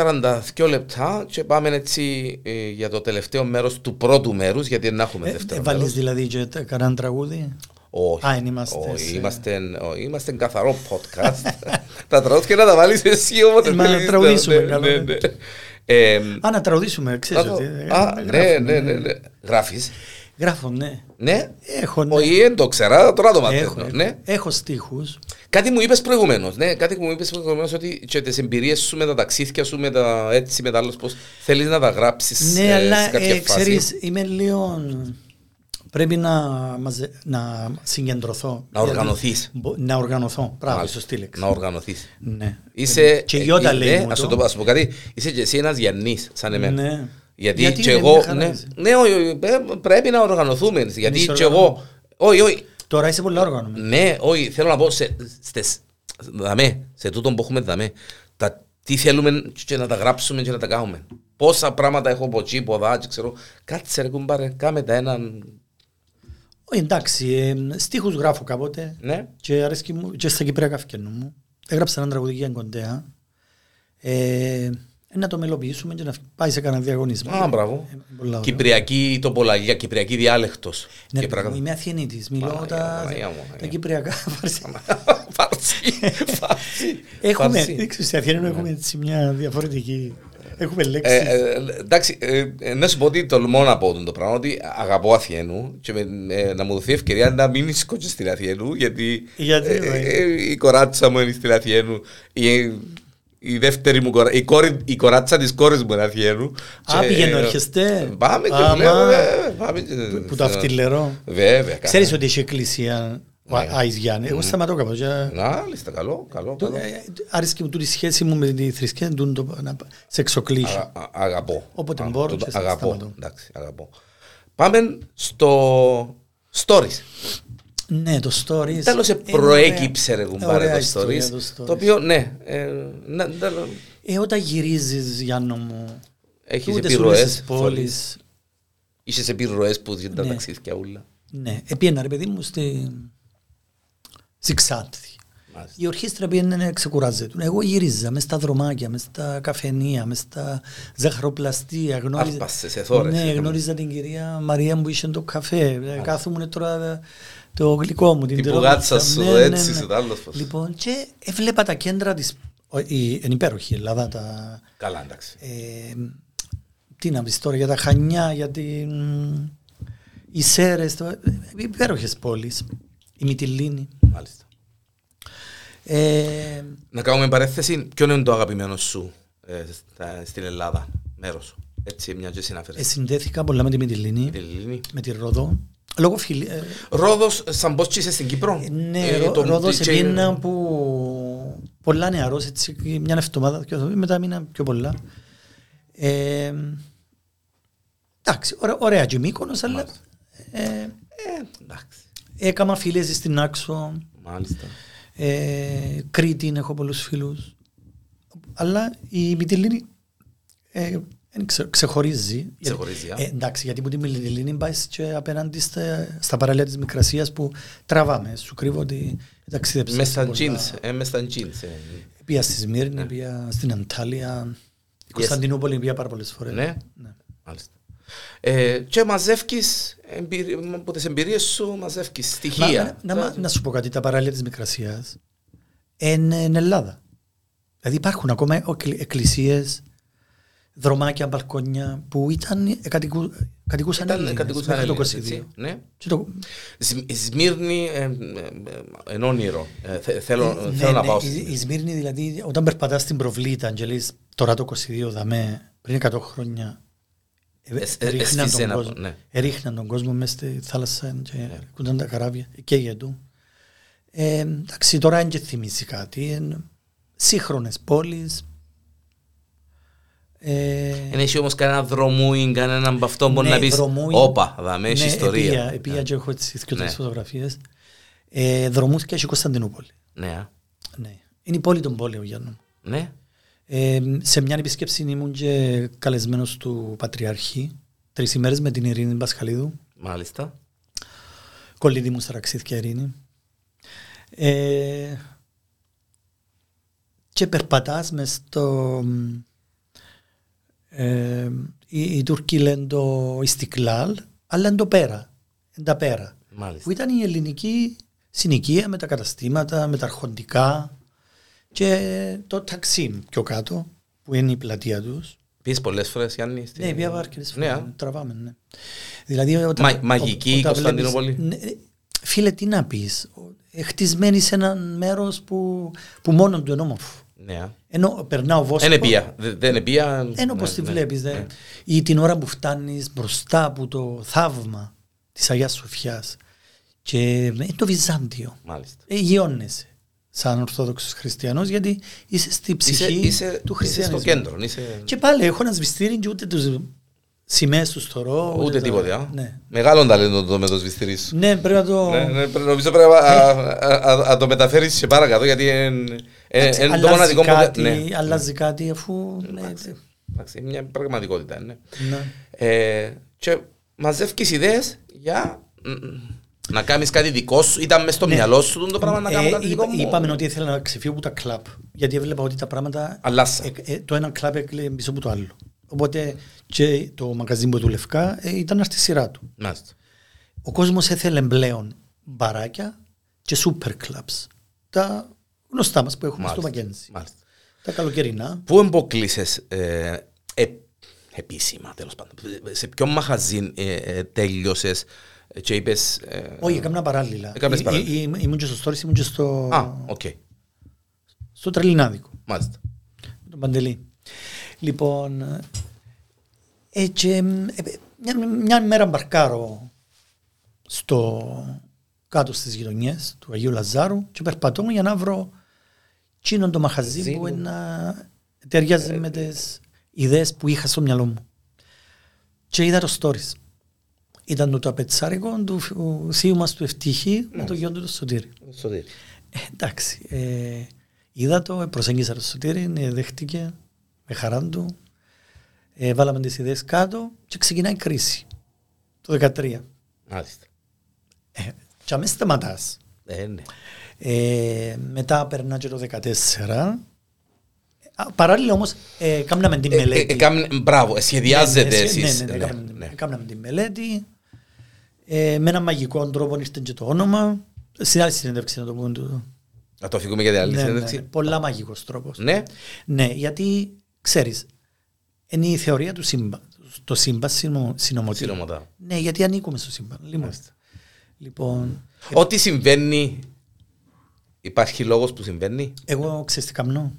[SPEAKER 1] 42 λεπτά και πάμε έτσι ε, για το τελευταίο μέρος του πρώτου μέρους, γιατί δεν έχουμε
[SPEAKER 2] Ε,
[SPEAKER 1] δεύτερο
[SPEAKER 2] βάλεις
[SPEAKER 1] μέρος.
[SPEAKER 2] δηλαδή και τα- κανέναν τραγούδι.
[SPEAKER 1] Όχι.
[SPEAKER 2] Α, εν είμαστε
[SPEAKER 1] Όχι,
[SPEAKER 2] σε-
[SPEAKER 1] είμαστε, όχι, είμαστε καθαρό podcast. τα τραγούδια να τα βάλεις εσύ όποτε
[SPEAKER 2] Ε, μα να
[SPEAKER 1] θέλεις.
[SPEAKER 2] τραγουδήσουμε,
[SPEAKER 1] Ναι,
[SPEAKER 2] καλό.
[SPEAKER 1] ναι, ναι. Ε,
[SPEAKER 2] Α, να τραγουδήσουμε, ξέρεις
[SPEAKER 1] να
[SPEAKER 2] ότι.
[SPEAKER 1] το-
[SPEAKER 2] ε,
[SPEAKER 1] α, ναι,
[SPEAKER 2] γράφω,
[SPEAKER 1] ναι, ναι, ναι. Γράφεις.
[SPEAKER 2] Γράφω, ναι.
[SPEAKER 1] Ναι.
[SPEAKER 2] Έχω, ναι.
[SPEAKER 1] Όχι, δεν το ξέρα, τώρα το
[SPEAKER 2] Έχω,
[SPEAKER 1] μαθαίνω.
[SPEAKER 2] έχω.
[SPEAKER 1] Ναι.
[SPEAKER 2] έχω στίχους.
[SPEAKER 1] Κάτι μου είπες προηγουμένως, ναι, κάτι μου είπες προηγουμένως ότι και τις εμπειρίες σου με τα ταξίδια σου, με τα έτσι, με τα άλλα, πώς θέλεις να τα γράψεις
[SPEAKER 2] Ναι,
[SPEAKER 1] ε, σε
[SPEAKER 2] αλλά
[SPEAKER 1] κάποια
[SPEAKER 2] ε,
[SPEAKER 1] φάση.
[SPEAKER 2] ξέρεις, είμαι λίγο... Πρέπει να, μαζε... να συγκεντρωθώ.
[SPEAKER 1] Να οργανωθείς.
[SPEAKER 2] Μπο- Να οργανωθώ. Μπράβο,
[SPEAKER 1] Μάλιστα.
[SPEAKER 2] σωστή λέξη.
[SPEAKER 1] Να οργανωθείς.
[SPEAKER 2] Ναι.
[SPEAKER 1] Είσαι,
[SPEAKER 2] Και η Ιώτα
[SPEAKER 1] ε,
[SPEAKER 2] λέει
[SPEAKER 1] ναι,
[SPEAKER 2] μου
[SPEAKER 1] ας σου
[SPEAKER 2] το.
[SPEAKER 1] το πω- ας σου πω κάτι, είσαι και εσύ ένας Γιαννής, σαν εμένα.
[SPEAKER 2] Ναι.
[SPEAKER 1] Γιατί,
[SPEAKER 2] Γιατί
[SPEAKER 1] και
[SPEAKER 2] είναι μια
[SPEAKER 1] εγώ.
[SPEAKER 2] χαρά,
[SPEAKER 1] Ναι,
[SPEAKER 2] είσαι.
[SPEAKER 1] ναι, όχι, όχι, πρέ- πρέπει να οργανωθούμε. Γιατί
[SPEAKER 2] Εμείς
[SPEAKER 1] και εγώ. Όχι, όχι.
[SPEAKER 2] Τώρα είσαι πολύ οργανωμένος.
[SPEAKER 1] Ναι, όχι. Θέλω να πω σε, στες, δαμέ, σε τούτο που έχουμε δαμέ. Τα, τι θέλουμε και να τα γράψουμε και να τα κάνουμε. Πόσα πράγματα έχω από εκεί, από εδώ, και ξέρω. Κάτσε ρε κουμπάρε, κάμε τα έναν.
[SPEAKER 2] Όχι, εντάξει, ε, στίχους γράφω κάποτε
[SPEAKER 1] Ναι.
[SPEAKER 2] και, αρέσκει μου, και στα Κυπριακά φκένου μου. Έγραψα έναν τραγουδί για κοντέα. Ε, να το μελοποιήσουμε και να φ- πάει σε κανένα διαγωνισμό.
[SPEAKER 1] Α, μπράβο.
[SPEAKER 2] Ε, πολλά ωραία.
[SPEAKER 1] Κυπριακή τοπολαγία, κυπριακή διάλεκτος.
[SPEAKER 2] Ναι,
[SPEAKER 1] Και
[SPEAKER 2] ρε,
[SPEAKER 1] πράγματα.
[SPEAKER 2] είμαι Αθηνίτης, μιλώ
[SPEAKER 1] Παναγία μου,
[SPEAKER 2] τα,
[SPEAKER 1] Παναγία μου,
[SPEAKER 2] τα
[SPEAKER 1] Παναγία.
[SPEAKER 2] Κυπριακά.
[SPEAKER 1] Φάρση, φάρση.
[SPEAKER 2] έχουμε,
[SPEAKER 1] φάρση.
[SPEAKER 2] δείξτε, στην Αθήνα έχουμε έτσι μια διαφορετική, έχουμε
[SPEAKER 1] Ναι. Ε,
[SPEAKER 2] λέξεις.
[SPEAKER 1] ε, εντάξει, ε, ε, να σου πω ότι τολμώ να πω το πράγμα ότι αγαπώ Αθιένου και με- ε, να μου δοθεί ευκαιρία να μείνει σκότσε στην Αθιένου γιατί,
[SPEAKER 2] Γιατί,
[SPEAKER 1] ε,
[SPEAKER 2] ρε.
[SPEAKER 1] ε, η κοράτσα μου είναι στην Αθιένου. Η, η δεύτερη μου κορά- η, κόρη, η κοράτσα της κόρης μου είναι Αθιένου.
[SPEAKER 2] Α,
[SPEAKER 1] Και,
[SPEAKER 2] πηγαίνω,
[SPEAKER 1] ε,
[SPEAKER 2] έρχεστε.
[SPEAKER 1] Πάμε και
[SPEAKER 2] Άμα.
[SPEAKER 1] βλέπουμε. ε, πάμε και- ε,
[SPEAKER 2] Που- Που το αυτιλερό.
[SPEAKER 1] Βέβαια.
[SPEAKER 2] Ξέρεις
[SPEAKER 1] καλά.
[SPEAKER 2] ότι έχει εκκλησία Αϊζιάννη.
[SPEAKER 1] Ναι.
[SPEAKER 2] Εγώ σταματώ κάπως. για-
[SPEAKER 1] Να, λίστα, καλό, καλό,
[SPEAKER 2] Το-
[SPEAKER 1] καλό.
[SPEAKER 2] ε, Άρεσκε μου τούτη η σχέση μου με τη θρησκεία του το- να σε εξοκλήσει.
[SPEAKER 1] Α- α- Αγαπώ.
[SPEAKER 2] Όποτε
[SPEAKER 1] Α,
[SPEAKER 2] μπορώ
[SPEAKER 1] το-
[SPEAKER 2] και
[SPEAKER 1] Αγαπώ,
[SPEAKER 2] σταματώ.
[SPEAKER 1] εντάξει, αγαπώ. Πάμε στο stories.
[SPEAKER 2] Ναι, το stories.
[SPEAKER 1] Τέλος ε,
[SPEAKER 2] είναι
[SPEAKER 1] προέκυψε ρε
[SPEAKER 2] ωραία-
[SPEAKER 1] κουμπάρε
[SPEAKER 2] ωραία
[SPEAKER 1] το
[SPEAKER 2] ιστορία
[SPEAKER 1] stories.
[SPEAKER 2] το
[SPEAKER 1] Το οποίο, ναι, ε, να- να-
[SPEAKER 2] Ε, όταν γυρίζεις, Γιάννο μου,
[SPEAKER 1] έχεις
[SPEAKER 2] τούτες όλες τις
[SPEAKER 1] επιρροές.
[SPEAKER 2] πόλεις,
[SPEAKER 1] Είσαι επιρροές που δεν τα
[SPEAKER 2] Ναι.
[SPEAKER 1] ταξίδια όλα.
[SPEAKER 2] ναι, επίαινα ρε παιδί μου στη, στη Ξάνθη.
[SPEAKER 1] Μάλιστα.
[SPEAKER 2] Η ορχήστρα πήγαινε να ξεκουράζεται. Εγώ γύριζα μες στα δρομάκια, μες στα καφενεία, μες στα ζαχαροπλαστεία. Γνώριζα...
[SPEAKER 1] Άρπασες, σε θόρες.
[SPEAKER 2] Ναι, γνώριζα την κυρία Μαρία που είχε το καφέ. Ε, Κάθομουν τώρα το γλυκό μου. Την
[SPEAKER 1] Την
[SPEAKER 2] τερόπιτσα.
[SPEAKER 1] πουγάτσα σου,
[SPEAKER 2] Ναι, ναι,
[SPEAKER 1] έτσι,
[SPEAKER 2] ναι.
[SPEAKER 1] σου, τ' άλλος πως.
[SPEAKER 2] Λοιπόν, και έβλεπα τα κέντρα της... ο- η- Είναι υπέροχη η Ελλάδα τα...
[SPEAKER 1] Καλά, εντάξει.
[SPEAKER 2] ε, τι να πεις τώρα για τα Χανιά, για την... Οι Σέρες, το- ε, υπέροχες πόλεις. Η Μυτιλίνη.
[SPEAKER 1] Μάλιστα.
[SPEAKER 2] Ε,
[SPEAKER 1] Να κάνουμε παρέθεση. Ποιο είναι το αγαπημένο σου ε, στα- στην Ελλάδα, μέρος σου. Έτσι, μια και
[SPEAKER 2] ε,
[SPEAKER 1] συνάφερε.
[SPEAKER 2] συνδέθηκα πολλά με τη Μυτιλίνη,
[SPEAKER 1] Την Ελληνική.
[SPEAKER 2] με τη Ρόδο. Λόγω φιλί... ε,
[SPEAKER 1] Ρόδος, σαν πώ είσαι στην Κύπρο.
[SPEAKER 2] Ε, Ναι,
[SPEAKER 1] Ε,
[SPEAKER 2] ε,
[SPEAKER 1] το-
[SPEAKER 2] Ρόδο
[SPEAKER 1] και-
[SPEAKER 2] σε πήγαινα που πολλά νεαρός, έτσι, μια εβδομάδα, δυο εβδομάδες, μετά μήνα πιο πολλά. Ε, εντάξει, ωρα- ωραία και Μύκονος, αλλά
[SPEAKER 1] Μάλιστα.
[SPEAKER 2] ε,
[SPEAKER 1] Ε, εντάξει.
[SPEAKER 2] έκανα φίλες στην Άξο,
[SPEAKER 1] Μάλιστα.
[SPEAKER 2] ε, Κρήτη έχω πολλούς φίλους. Αλλά η Μυτιλίνη ε, εν ξε- ξεχωρίζει.
[SPEAKER 1] Ξεχωρίζει, α.
[SPEAKER 2] ε, εντάξει, γιατί που τη Μυτιλίνη πάει και απέναντι στα, στα παραλία της Μικρασίας που τραβάμε. Σου κρύβω ότι ταξίδεψα.
[SPEAKER 1] Με
[SPEAKER 2] σε
[SPEAKER 1] στα Ναι.
[SPEAKER 2] πολλά-
[SPEAKER 1] jeans. ε, μες στα jeans. ε.
[SPEAKER 2] Πήγα στη Σμύρνη, πήγα στην Αντάλια, yes. Κωνσταντινούπολη πήγα πάρα πολλές φορές.
[SPEAKER 1] Ναι. Μάλιστα. Ε, και μαζεύει από τις εμπειρίες σου, μαζεύει
[SPEAKER 2] Μα,
[SPEAKER 1] στοιχεία. Ε,
[SPEAKER 2] να, να, να σου πω κάτι, τα παράλια της Μικρασίας είναι εν Ελλάδα. Δηλαδή υπάρχουν ακόμα οκλη- εκκλησίες, δρομάκια, μπαλκόνια που ήταν, κατοικού, κατοικούσαν
[SPEAKER 1] Ήταν
[SPEAKER 2] Έλληνες
[SPEAKER 1] κατοικούσαν
[SPEAKER 2] μέχρι το
[SPEAKER 1] Έλληνες,
[SPEAKER 2] 22.
[SPEAKER 1] έτσι. Ναι.
[SPEAKER 2] Και το-
[SPEAKER 1] Σμ- Σμύρνη, ε, ε, ε, εν όνειρο. Ε, θε- Θέλω
[SPEAKER 2] ναι,
[SPEAKER 1] θέλω να
[SPEAKER 2] ναι,
[SPEAKER 1] πάω.
[SPEAKER 2] η-
[SPEAKER 1] στη-
[SPEAKER 2] Η Σμύρνη δηλαδή όταν περπατάς στην προβλήτα και λες τώρα το 22 δαμέ πριν 100 χρόνια ε,
[SPEAKER 1] Ε, ες,
[SPEAKER 2] ρίχναν
[SPEAKER 1] έσφιζε
[SPEAKER 2] τον
[SPEAKER 1] ένα-
[SPEAKER 2] κόσμο-
[SPEAKER 1] ναι.
[SPEAKER 2] ρίχναν τον κόσμο μέσα στη θάλασσα και κουντάν τα καράβια και του. Ε, εντάξει τώρα δεν και θυμίζει κάτι. Είναι σύγχρονες πόλεις. Ε,
[SPEAKER 1] Δεν έχει όμως κανένα δρομούιν, κανέναν από αυτό μπορεί
[SPEAKER 2] ναι,
[SPEAKER 1] να πεις
[SPEAKER 2] δρομού-
[SPEAKER 1] όπα, δαμε, έχει
[SPEAKER 2] ναι,
[SPEAKER 1] ιστορία.
[SPEAKER 2] επήγα- επήγα και έχω έτσι δύο
[SPEAKER 1] Ναι.
[SPEAKER 2] τρεις φωτογραφίες. Ε, δρομούθηκε και η Κωνσταντινούπολη.
[SPEAKER 1] Ναι, α.
[SPEAKER 2] Ναι. Είναι η πόλη των πόλεων Γιάννου.
[SPEAKER 1] ναι.
[SPEAKER 2] Ε, σε μια επισκέψη ήμουν και καλεσμένος του Πατριάρχη τρεις ημέρες με την Ειρήνη Πασχαλίδου.
[SPEAKER 1] μάλιστα.
[SPEAKER 2] Κολλήτη μου στραξίθηκε η Ειρήνη. Ε, και περπατάς μες στο... Ε, οι, οι Τούρκοι λένε το Ιστικλάλ, αλλά είναι το πέρα. Είναι τα πέρα.
[SPEAKER 1] Μάλιστα.
[SPEAKER 2] Που ήταν η ελληνική συνοικία με τα καταστήματα, με τα αρχοντικά και το ταξίμ πιο κάτω, που είναι η πλατεία τους.
[SPEAKER 1] Πήγες πολλές φορές, Γιάννη. στη-
[SPEAKER 2] Ναι, πια βάρκελες
[SPEAKER 1] Ναι, α.
[SPEAKER 2] φορές, τραβάμε, ναι. Δηλαδή, όταν,
[SPEAKER 1] Μα- μαγική
[SPEAKER 2] όταν
[SPEAKER 1] Κωνσταντινούπολη.
[SPEAKER 2] βλέπεις- ναι, ε, φίλε, τι να πεις. Ο- ε, Χτισμένη σε ένα μέρος που, που μόνο του είναι όμορφο.
[SPEAKER 1] Ναι, α.
[SPEAKER 2] Ενώ περνά ο Βόσπορ.
[SPEAKER 1] Δεν επία. Δεν δεν επία.
[SPEAKER 2] Ενώ όπως
[SPEAKER 1] ναι,
[SPEAKER 2] τη
[SPEAKER 1] ναι,
[SPEAKER 2] βλέπεις, δε,
[SPEAKER 1] ναι.
[SPEAKER 2] ή την ώρα που φτάνεις μπροστά από το θαύμα της Αγίας Σοφιάς και είναι το Βυζάντιο.
[SPEAKER 1] Μάλιστα.
[SPEAKER 2] Ε, Γιώνεσαι σαν Ορθόδοξος Χριστιανός γιατί είσαι στη
[SPEAKER 1] Είσαι,
[SPEAKER 2] ψυχή
[SPEAKER 1] είσαι,
[SPEAKER 2] του
[SPEAKER 1] είσαι
[SPEAKER 2] χριστιανισμού.
[SPEAKER 1] στο κέντρο. Είσαι...
[SPEAKER 2] Και πάλι έχω ένα σβηστήρι και ούτε τους σημαίες τους θωρώ.
[SPEAKER 1] Ούτε
[SPEAKER 2] τα-
[SPEAKER 1] τίποτε. Α.
[SPEAKER 2] Ναι.
[SPEAKER 1] Μεγάλο ταλέντο το με το σβηστήρις σου.
[SPEAKER 2] ναι, πρέπει να το...
[SPEAKER 1] Ναι, ναι, πρέ- νομίζω πρέπει να α- α- α- α- το μεταφέρεις σε παρακάτω γιατί εν- εν-
[SPEAKER 2] Εντάξει,
[SPEAKER 1] εν Ε, το
[SPEAKER 2] αλλάζει
[SPEAKER 1] μοναδικό που...
[SPEAKER 2] κάτι,
[SPEAKER 1] ναι.
[SPEAKER 2] Αλλάζει κάτι αφού... ναι,
[SPEAKER 1] Εντάξει, εντάξει, μια πραγματικότητα είναι.
[SPEAKER 2] ναι.
[SPEAKER 1] Ε, και μαζεύκεις ιδέες για μ, να κάνεις κάτι δικό σου. Ήταν μες στο
[SPEAKER 2] Ναι.
[SPEAKER 1] μυαλό σου τούτο το πράγμα να κάνω
[SPEAKER 2] Ε,
[SPEAKER 1] κάτι
[SPEAKER 2] είπα-
[SPEAKER 1] δικό μου.
[SPEAKER 2] Είπαμε ότι ήθελα να ξεφύγω από τα κλαμπ. Γιατί έβλεπα ότι τα πράγματα.
[SPEAKER 1] Αλλάσα.
[SPEAKER 2] ε, ε, το ένα κλαμπ έκλειε πίσω από το άλλο. Οπότε και το μαγαζί που δουλευκά ε, ήταν στη σειρά του.
[SPEAKER 1] Μάλιστα.
[SPEAKER 2] Ο κόσμος έθελε πλέον μπαράκια και σούπερ κλαμπ. Τα γνωστά μας που έχουμε
[SPEAKER 1] Μάλιστα.
[SPEAKER 2] στο Μακένζι.
[SPEAKER 1] Μάλιστα.
[SPEAKER 2] Τα καλοκαιρινά.
[SPEAKER 1] Πού εμποκλείσες ε, ε, επίσημα τέλος πάντων. Σε ποιο μαχαζίν ε, ε, τέλειωσες και είπες... ε,
[SPEAKER 2] Όχι, έκανα παράλληλα.
[SPEAKER 1] Έκανες
[SPEAKER 2] Ή-
[SPEAKER 1] παράλληλα.
[SPEAKER 2] ή- ή- Ήμουν και στο Stories, ήμουν και στο,
[SPEAKER 1] Α, οκ.
[SPEAKER 2] στο Τρελινάδικο.
[SPEAKER 1] Μάλιστα.
[SPEAKER 2] με τον Παντελή. Λοιπόν, ε, και, ε, μια, μια μέρα μπαρκάρω στο, κάτω στις γειτονιές του Αγίου Λαζάρου και περπατώ για να βρω τσίνον το μαχαζί
[SPEAKER 1] Μαχαζί
[SPEAKER 2] που
[SPEAKER 1] μου.
[SPEAKER 2] να ταιριάζει με τις ιδέες που είχα στο μυαλό μου. Και είδα το stories. Ήταν το, το απετσάρικο του φι- θείου μας του Ευτυχή με το γιο του το Σωτήρι.
[SPEAKER 1] Σωτήρι.
[SPEAKER 2] Ε, εντάξει. Ε, είδα το, ε, προσέγγισα το Σωτήρι, ε, δέχτηκε με χαρά του. Ε, βάλαμε τις ιδέες κάτω και ξεκινάει η κρίση. Το 2013.
[SPEAKER 1] Μάλιστα.
[SPEAKER 2] Ε, και αμέσως σταματάς.
[SPEAKER 1] Ε, ναι.
[SPEAKER 2] Ε, μετά περνά και το 2014. Α, Παράλληλα όμως, ε, κάμναμε την
[SPEAKER 1] Ε, ε,
[SPEAKER 2] μελέτη.
[SPEAKER 1] ε, κάμνε- μπράβο, ε, σχεδιάζετε
[SPEAKER 2] Ναι, ναι,
[SPEAKER 1] εσείς.
[SPEAKER 2] Ναι, ναι,
[SPEAKER 1] Ναι,
[SPEAKER 2] ναι, κάμναμε την-
[SPEAKER 1] ναι.
[SPEAKER 2] κάμναμε την μελέτη. Ε, με ένα μαγικό τρόπο ήρθε και το όνομα. Στην άλλη συνέντευξη να το πούμε τούτο.
[SPEAKER 1] Να το αφήκουμε για την άλλη
[SPEAKER 2] Ναι, ναι,
[SPEAKER 1] συνέντευξη.
[SPEAKER 2] ναι. Πολλά μαγικός τρόπος.
[SPEAKER 1] Ναι.
[SPEAKER 2] Ναι, γιατί ξέρεις, είναι η θεωρία του σύμπαν. Το σύμπαν συνομο- συνομωτεί.
[SPEAKER 1] Συνομωτά.
[SPEAKER 2] Ναι, γιατί ανήκουμε στο σύμπαν. Λοιπόν, λοιπόν
[SPEAKER 1] Ό,τι συμβαίνει, υπάρχει λόγος που συμβαίνει.
[SPEAKER 2] εγώ ξέρεις τι καμνώ.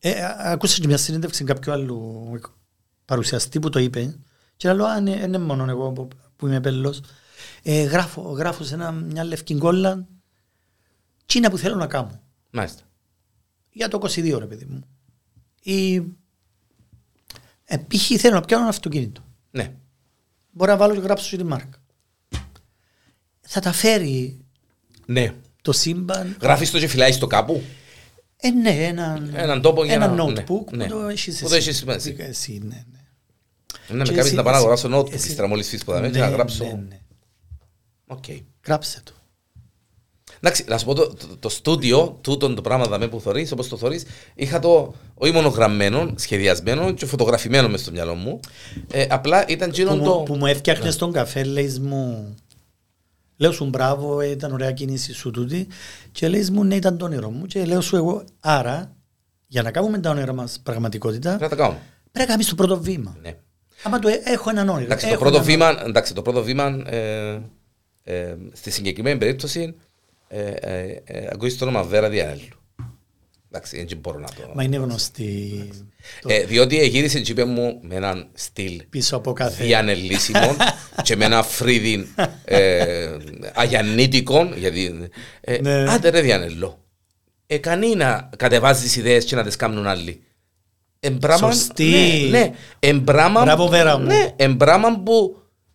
[SPEAKER 2] Ε, α- ακούσα και μια συνέντευξη κάποιου άλλου εκ- παρουσιαστή που το είπε και λέω, α, ναι, είναι μόνο εγώ που, που είμαι πέλος. Ε, γράφω, γράφω σε ένα, μια λευκή κόλλα τι είναι που θέλω να κάνω.
[SPEAKER 1] Μάλιστα.
[SPEAKER 2] για το 22 ρε παιδί μου. Ή... Ε, π.χ. θέλω να πιάνω ένα αυτοκίνητο.
[SPEAKER 1] Ναι.
[SPEAKER 2] Μπορώ να βάλω και γράψω τη μάρκα. Θα τα φέρει
[SPEAKER 1] Ναι.
[SPEAKER 2] το σύμπαν.
[SPEAKER 1] Γράφεις το και φυλάει το κάπου.
[SPEAKER 2] Ε, ναι, έναν,
[SPEAKER 1] Έναν τόπο για
[SPEAKER 2] ένα
[SPEAKER 1] να- ναι,
[SPEAKER 2] notebook που
[SPEAKER 1] ναι.
[SPEAKER 2] το έχεις
[SPEAKER 1] Που το έχεις εσύ.
[SPEAKER 2] Εσύ, ναι, ναι.
[SPEAKER 1] Ναι,
[SPEAKER 2] Και
[SPEAKER 1] με κάποιες
[SPEAKER 2] εσύ-
[SPEAKER 1] να πάω να
[SPEAKER 2] εσύ-
[SPEAKER 1] αγοράσω νότ που
[SPEAKER 2] εσύ-
[SPEAKER 1] ύστερα μόλις φύσεις ποταμέ
[SPEAKER 2] ναι,
[SPEAKER 1] και να
[SPEAKER 2] ναι,
[SPEAKER 1] γράψω.
[SPEAKER 2] ναι.
[SPEAKER 1] Οκ.
[SPEAKER 2] Γράψε το.
[SPEAKER 1] Εντάξει, να σου πω το, το, το στούντιο, τούτο το πράγμα δαμέ που θωρείς, όπως το θωρείς, είχα το όχι μόνο γραμμένο, σχεδιασμένο και φωτογραφημένο μες στο μυαλό μου. Ε, απλά ήταν
[SPEAKER 2] Που,
[SPEAKER 1] γίνον
[SPEAKER 2] μου-
[SPEAKER 1] το...
[SPEAKER 2] που μου έφτιαχνες τον καφέ, λέει μου. Λέω σου μπράβο, ε, ήταν ωραία κίνηση σου τούτη. Και λέει μου, ναι, ήταν το όνειρο μου. Και λέω σου εγώ, άρα, για να κάνουμε τα όνειρα μας πραγματικότητα,
[SPEAKER 1] Να τα κάνουμε.
[SPEAKER 2] πρέπει να κάνεις το πρώτο βήμα.
[SPEAKER 1] Ναι.
[SPEAKER 2] Άμα το ε- έχω έναν όνειρο.
[SPEAKER 1] Εντάξει, το
[SPEAKER 2] έχω
[SPEAKER 1] πρώτο
[SPEAKER 2] έναν όνειρο.
[SPEAKER 1] βήμα, εντάξει, το πρώτο βήμα ε, ε, στη συγκεκριμένη περίπτωση ε, ε, ε, ακούεις το όνομα Βέρα Διανέλου. Εντάξει, δεν μπορώ να το...
[SPEAKER 2] Μα είναι γνωστή το
[SPEAKER 1] Ε, διότι γύρισε και είπε μου με έναν στυλ
[SPEAKER 2] πίσω από κάθε.
[SPEAKER 1] διανελήσιμων και με ένα φρύδι ε, αγιαννήτικων. Γιατί, ε,
[SPEAKER 2] Ναι.
[SPEAKER 1] Άντε ρε διανελώ. Ε, κανεί να κατεβάζει τις ιδέες και να τις κάνουν άλλοι. Εμπράμαν,
[SPEAKER 2] Σωστή.
[SPEAKER 1] Ναι, ναι. Εμπράμαν,
[SPEAKER 2] Μπράβο, Βέρα μου.
[SPEAKER 1] Ναι, εμπράμαν που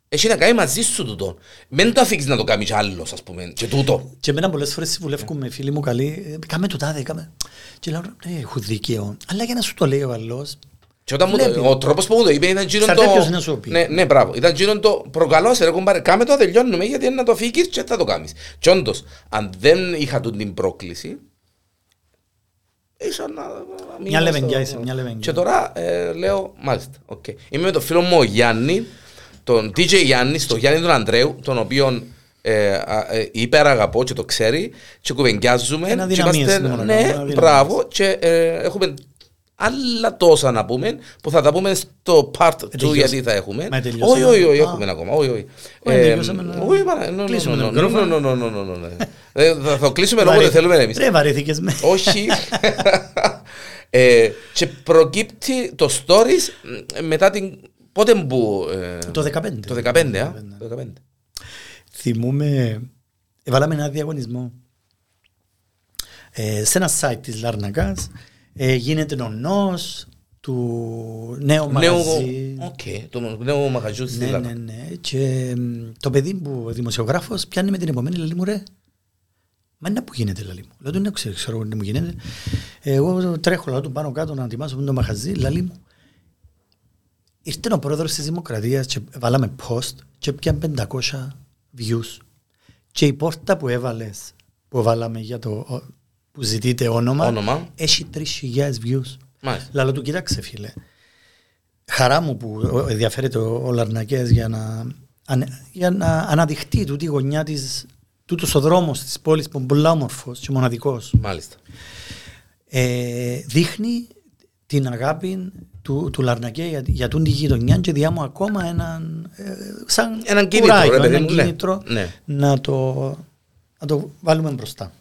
[SPEAKER 1] έχει να κάνει μαζί σου τούτο. Μην το αφήξεις να το κάνεις κι άλλος, ας πούμε, και τούτο.
[SPEAKER 2] Και εμένα πολλές φορές
[SPEAKER 1] Ναι.
[SPEAKER 2] συμβουλεύκουμε φίλοι μου καλοί, ε, κάμε το τάδε, κάμε. Και λέω, ναι, έχω δίκαιο. Αλλά για να σου το λέει ο άλλος,
[SPEAKER 1] Και όταν μου το-
[SPEAKER 2] Βλέπει.
[SPEAKER 1] ο τρόπος που μου το είπε ήταν γύρω
[SPEAKER 2] Εξαρτάται ποιος είναι να
[SPEAKER 1] το...
[SPEAKER 2] σου πει.
[SPEAKER 1] Ναι, ναι, μπράβο. Ήταν γύρω το προκαλώ σε ρε κουμπάρε, κάμε το, τελειώνουμε, γιατί να το φύγεις και θα το κάνεις. Και όντως, αν δεν είχα τούτη την πρόκληση, ίσως να... να μείνω
[SPEAKER 2] Μια
[SPEAKER 1] στο-
[SPEAKER 2] λεβενγκιά είσαι, μια λεβενγκιά.
[SPEAKER 1] Και τώρα ε, λέω, μάλιστα, οκ. Είμαι με τον φίλο μου ο Γιάννη, τον DJ Γιάννη, τον Γιάννη τον Ανδρέου, τον οποίον ε, α, ε, υπεραγαπώ και το ξέρει και κουβεντιάζουμε.
[SPEAKER 2] Ένα
[SPEAKER 1] και
[SPEAKER 2] δυναμίες
[SPEAKER 1] είμαστε-
[SPEAKER 2] είναι μόνο,
[SPEAKER 1] ναι,
[SPEAKER 2] ένα δυναμίες.
[SPEAKER 1] μπράβο, και ε, έχουμε άλλα τόσα να πούμε που θα τα πούμε στο part 2
[SPEAKER 2] Ε, τελειώσαμε.
[SPEAKER 1] γιατί θα έχουμε.
[SPEAKER 2] Μα τελειώσαμε.
[SPEAKER 1] Όχι, όχι, όχι,
[SPEAKER 2] Α.
[SPEAKER 1] έχουμε ακόμα. Όχι, όχι.
[SPEAKER 2] Όχι,
[SPEAKER 1] Ε,
[SPEAKER 2] τελειώσαμε να-
[SPEAKER 1] όχι, μα- ναι, νο- νο-
[SPEAKER 2] κλείσουμε
[SPEAKER 1] νο-
[SPEAKER 2] το
[SPEAKER 1] νο- νο-
[SPEAKER 2] μικρόφωνο.
[SPEAKER 1] νο- νο- νο- νο- νο- νο. Ε, Θα το κλείσουμε λόγω
[SPEAKER 2] Βαρύ-
[SPEAKER 1] δεν θέλουμε εμείς.
[SPEAKER 2] Ρε, βαρύθηκες με.
[SPEAKER 1] Όχι. Ε, Και προκύπτει το stories ε, μετά την. Πότε που. ε,
[SPEAKER 2] Το 15.
[SPEAKER 1] Το 15, α.
[SPEAKER 2] Το ναι.
[SPEAKER 1] Το 15.
[SPEAKER 2] Θυμούμε, ε, βάλαμε ένα διαγωνισμό. Ε, σε ένα site της Λάρνακας ε, γίνεται ο νος του
[SPEAKER 1] Νέο.
[SPEAKER 2] νέου μαγαζί.
[SPEAKER 1] Οκ. Το νέο μαγαζιού στην
[SPEAKER 2] Ναι, ναι,
[SPEAKER 1] Ελλάδα.
[SPEAKER 2] ναι. Και μ, το παιδί που δημοσιογράφος πιάνει με την επόμενη, λέει μου ρε, μα είναι που γίνεται, λέει μου. Λέω του, ναι, ξέρω, ξέρω, δεν μου γίνεται. Εγώ τρέχω, λέω του πάνω κάτω να ετοιμάσω το μαχαζί, λέει μου. Ήρθε ο πρόεδρος της Δημοκρατίας και βάλαμε post και πιάνε 500 views. Και η πόρτα που έβαλες, που βάλαμε για το, ο- που ζητείτε όνομα,
[SPEAKER 1] Όνομα.
[SPEAKER 2] έχει 3.000 views.
[SPEAKER 1] Μάλιστα.
[SPEAKER 2] Λαλό του, κοίταξε φίλε. Χαρά μου που ο- ενδιαφέρεται ο ο Λαρνακές για να, αν- για να αναδειχτεί τούτη η γωνιά της, τούτος ο δρόμος της πόλης που είναι πολύ όμορφος και μοναδικός.
[SPEAKER 1] Μάλιστα.
[SPEAKER 2] Ε, δείχνει την αγάπη του, του Λαρνακέ για, για τούν τη γειτονιά και διά μου ακόμα έναν ε, σαν
[SPEAKER 1] Έναν κίνητρο,
[SPEAKER 2] κουράγιο,
[SPEAKER 1] ρε παιδί
[SPEAKER 2] έναν
[SPEAKER 1] μου, ναι.
[SPEAKER 2] κίνητρο
[SPEAKER 1] Ναι.
[SPEAKER 2] να, το, να το βάλουμε μπροστά.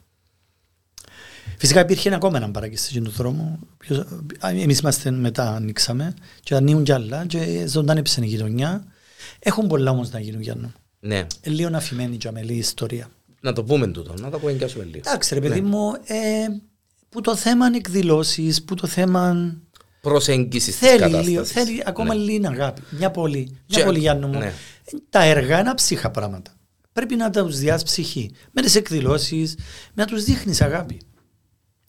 [SPEAKER 2] Φυσικά υπήρχε ένα ακόμα έναν παρακεστή στον δρόμο. Ποιος- α, Εμείς είμαστε μετά, ανοίξαμε και ανοίγουν κι άλλα και ζωντάνεψε η γειτονιά. Έχουν πολλά όμως να γίνουν Γιάννο.
[SPEAKER 1] Ναι.
[SPEAKER 2] Ε, Λίγο αφημένη για μελή ιστορία.
[SPEAKER 1] Να το πούμε Ναι. τούτο, να το κουβεντιάσουμε λίγο.
[SPEAKER 2] Εντάξει, ρε παιδί μου, ε, που το θέμα είναι εκδηλώσεις, που το θέμα.
[SPEAKER 1] Προσέγγισης της
[SPEAKER 2] Θέλει,
[SPEAKER 1] κατάσταση.
[SPEAKER 2] λίγο, θέλει ακόμα λίγο αγάπη. Μια πόλη, μια
[SPEAKER 1] Ναι. Και-
[SPEAKER 2] πόλη Γιάννου μου.
[SPEAKER 1] ναι.
[SPEAKER 2] Τα έργα είναι ψύχα πράγματα. Πρέπει να τα διά ψυχή. Με τις εκδηλώσεις, να τους δείχνεις αγάπη.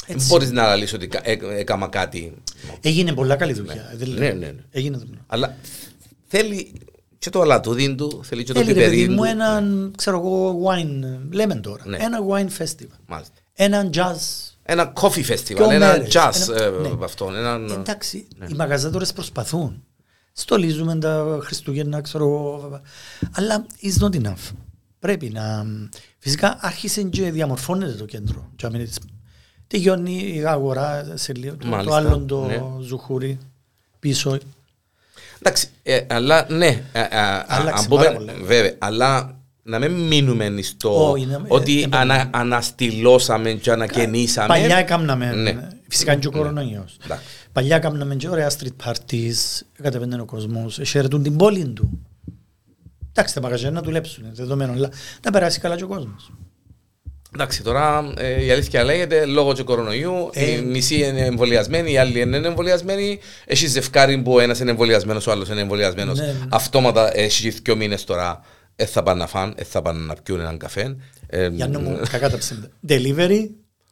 [SPEAKER 2] Έτσι.
[SPEAKER 1] Μπορείς να αναλύσει ότι κα- έ- έκαμα κάτι.
[SPEAKER 2] Έγινε πολλά καλή δουλειά. δεν λέω.
[SPEAKER 1] Ναι, ναι, ναι.
[SPEAKER 2] Έγινε δουλειά.
[SPEAKER 1] Αλλά θέλει και το αλατούδι του, θέλει και το
[SPEAKER 2] Θέλει, ρε παιδί
[SPEAKER 1] πιπερί του.
[SPEAKER 2] μου, έναν, ξέρω εγώ, wine, λέμε τώρα,
[SPEAKER 1] Ναι.
[SPEAKER 2] ένα wine festival,
[SPEAKER 1] Μάλιστα.
[SPEAKER 2] ένα jazz
[SPEAKER 1] Ένα coffee festival,
[SPEAKER 2] Πιο
[SPEAKER 1] ένα
[SPEAKER 2] μέρες,
[SPEAKER 1] jazz
[SPEAKER 2] ένα-
[SPEAKER 1] ε,
[SPEAKER 2] ναι.
[SPEAKER 1] από αυτόν. Έναν...
[SPEAKER 2] Εντάξει,
[SPEAKER 1] Ναι.
[SPEAKER 2] οι μαγαζάτορες προσπαθούν. Στολίζουμε τα Χριστούγεννα, ξέρω εγώ. Αλλά it's not enough. Πρέπει να... Φυσικά άρχισε και διαμορφώνεται το κέντρο. Και αμήν της- Τελειώνει η αγορά σε λίγο. Το, το
[SPEAKER 1] Μάλιστα,
[SPEAKER 2] άλλο το
[SPEAKER 1] ναι.
[SPEAKER 2] ζουχούρι πίσω.
[SPEAKER 1] Εντάξει, ε, αλλά ναι, ε, ε, α-
[SPEAKER 2] Άλλαξε
[SPEAKER 1] αν πούμε-
[SPEAKER 2] πάρα πολλά.
[SPEAKER 1] βέβαια, αλλά να μην μείνουμε στο
[SPEAKER 2] Ω, είναι-
[SPEAKER 1] ότι
[SPEAKER 2] ε, ε,
[SPEAKER 1] ανα, αναστηλώσαμε και ανακαινήσαμε.
[SPEAKER 2] Παλιά έκαναμε. ε,
[SPEAKER 1] Ναι.
[SPEAKER 2] Φυσικά είναι και ο κορονοϊός.
[SPEAKER 1] Εντάξει.
[SPEAKER 2] Παλιά έκαναμε και ωραία street parties. Κατεβαίνουν ο κόσμος. Χαιρετούν την πόλη του. Εντάξει, τα μαγαζιά να δουλέψουν, είναι δεδομένο. Αλλά να περάσει καλά και ο κόσμος.
[SPEAKER 1] Εντάξει, τώρα ε, η αλήθεια λέγεται λόγω του κορονοϊού.
[SPEAKER 2] Ε.
[SPEAKER 1] οι μισοί είναι εμβολιασμένοι, οι άλλοι είναι εμβολιασμένοι. Έχει ζευκάρι που ένας είναι εμβολιασμένος, ο άλλος είναι εμβολιασμένος.
[SPEAKER 2] Ναι, ναι.
[SPEAKER 1] Αυτόματα έχει δύο μήνες τώρα. Ε, θα πάνε να φάνε, ε, θα πάνε να πιούν έναν καφέ. Ε,
[SPEAKER 2] Γιάννο μου, κακά τα ψέματα. Delivery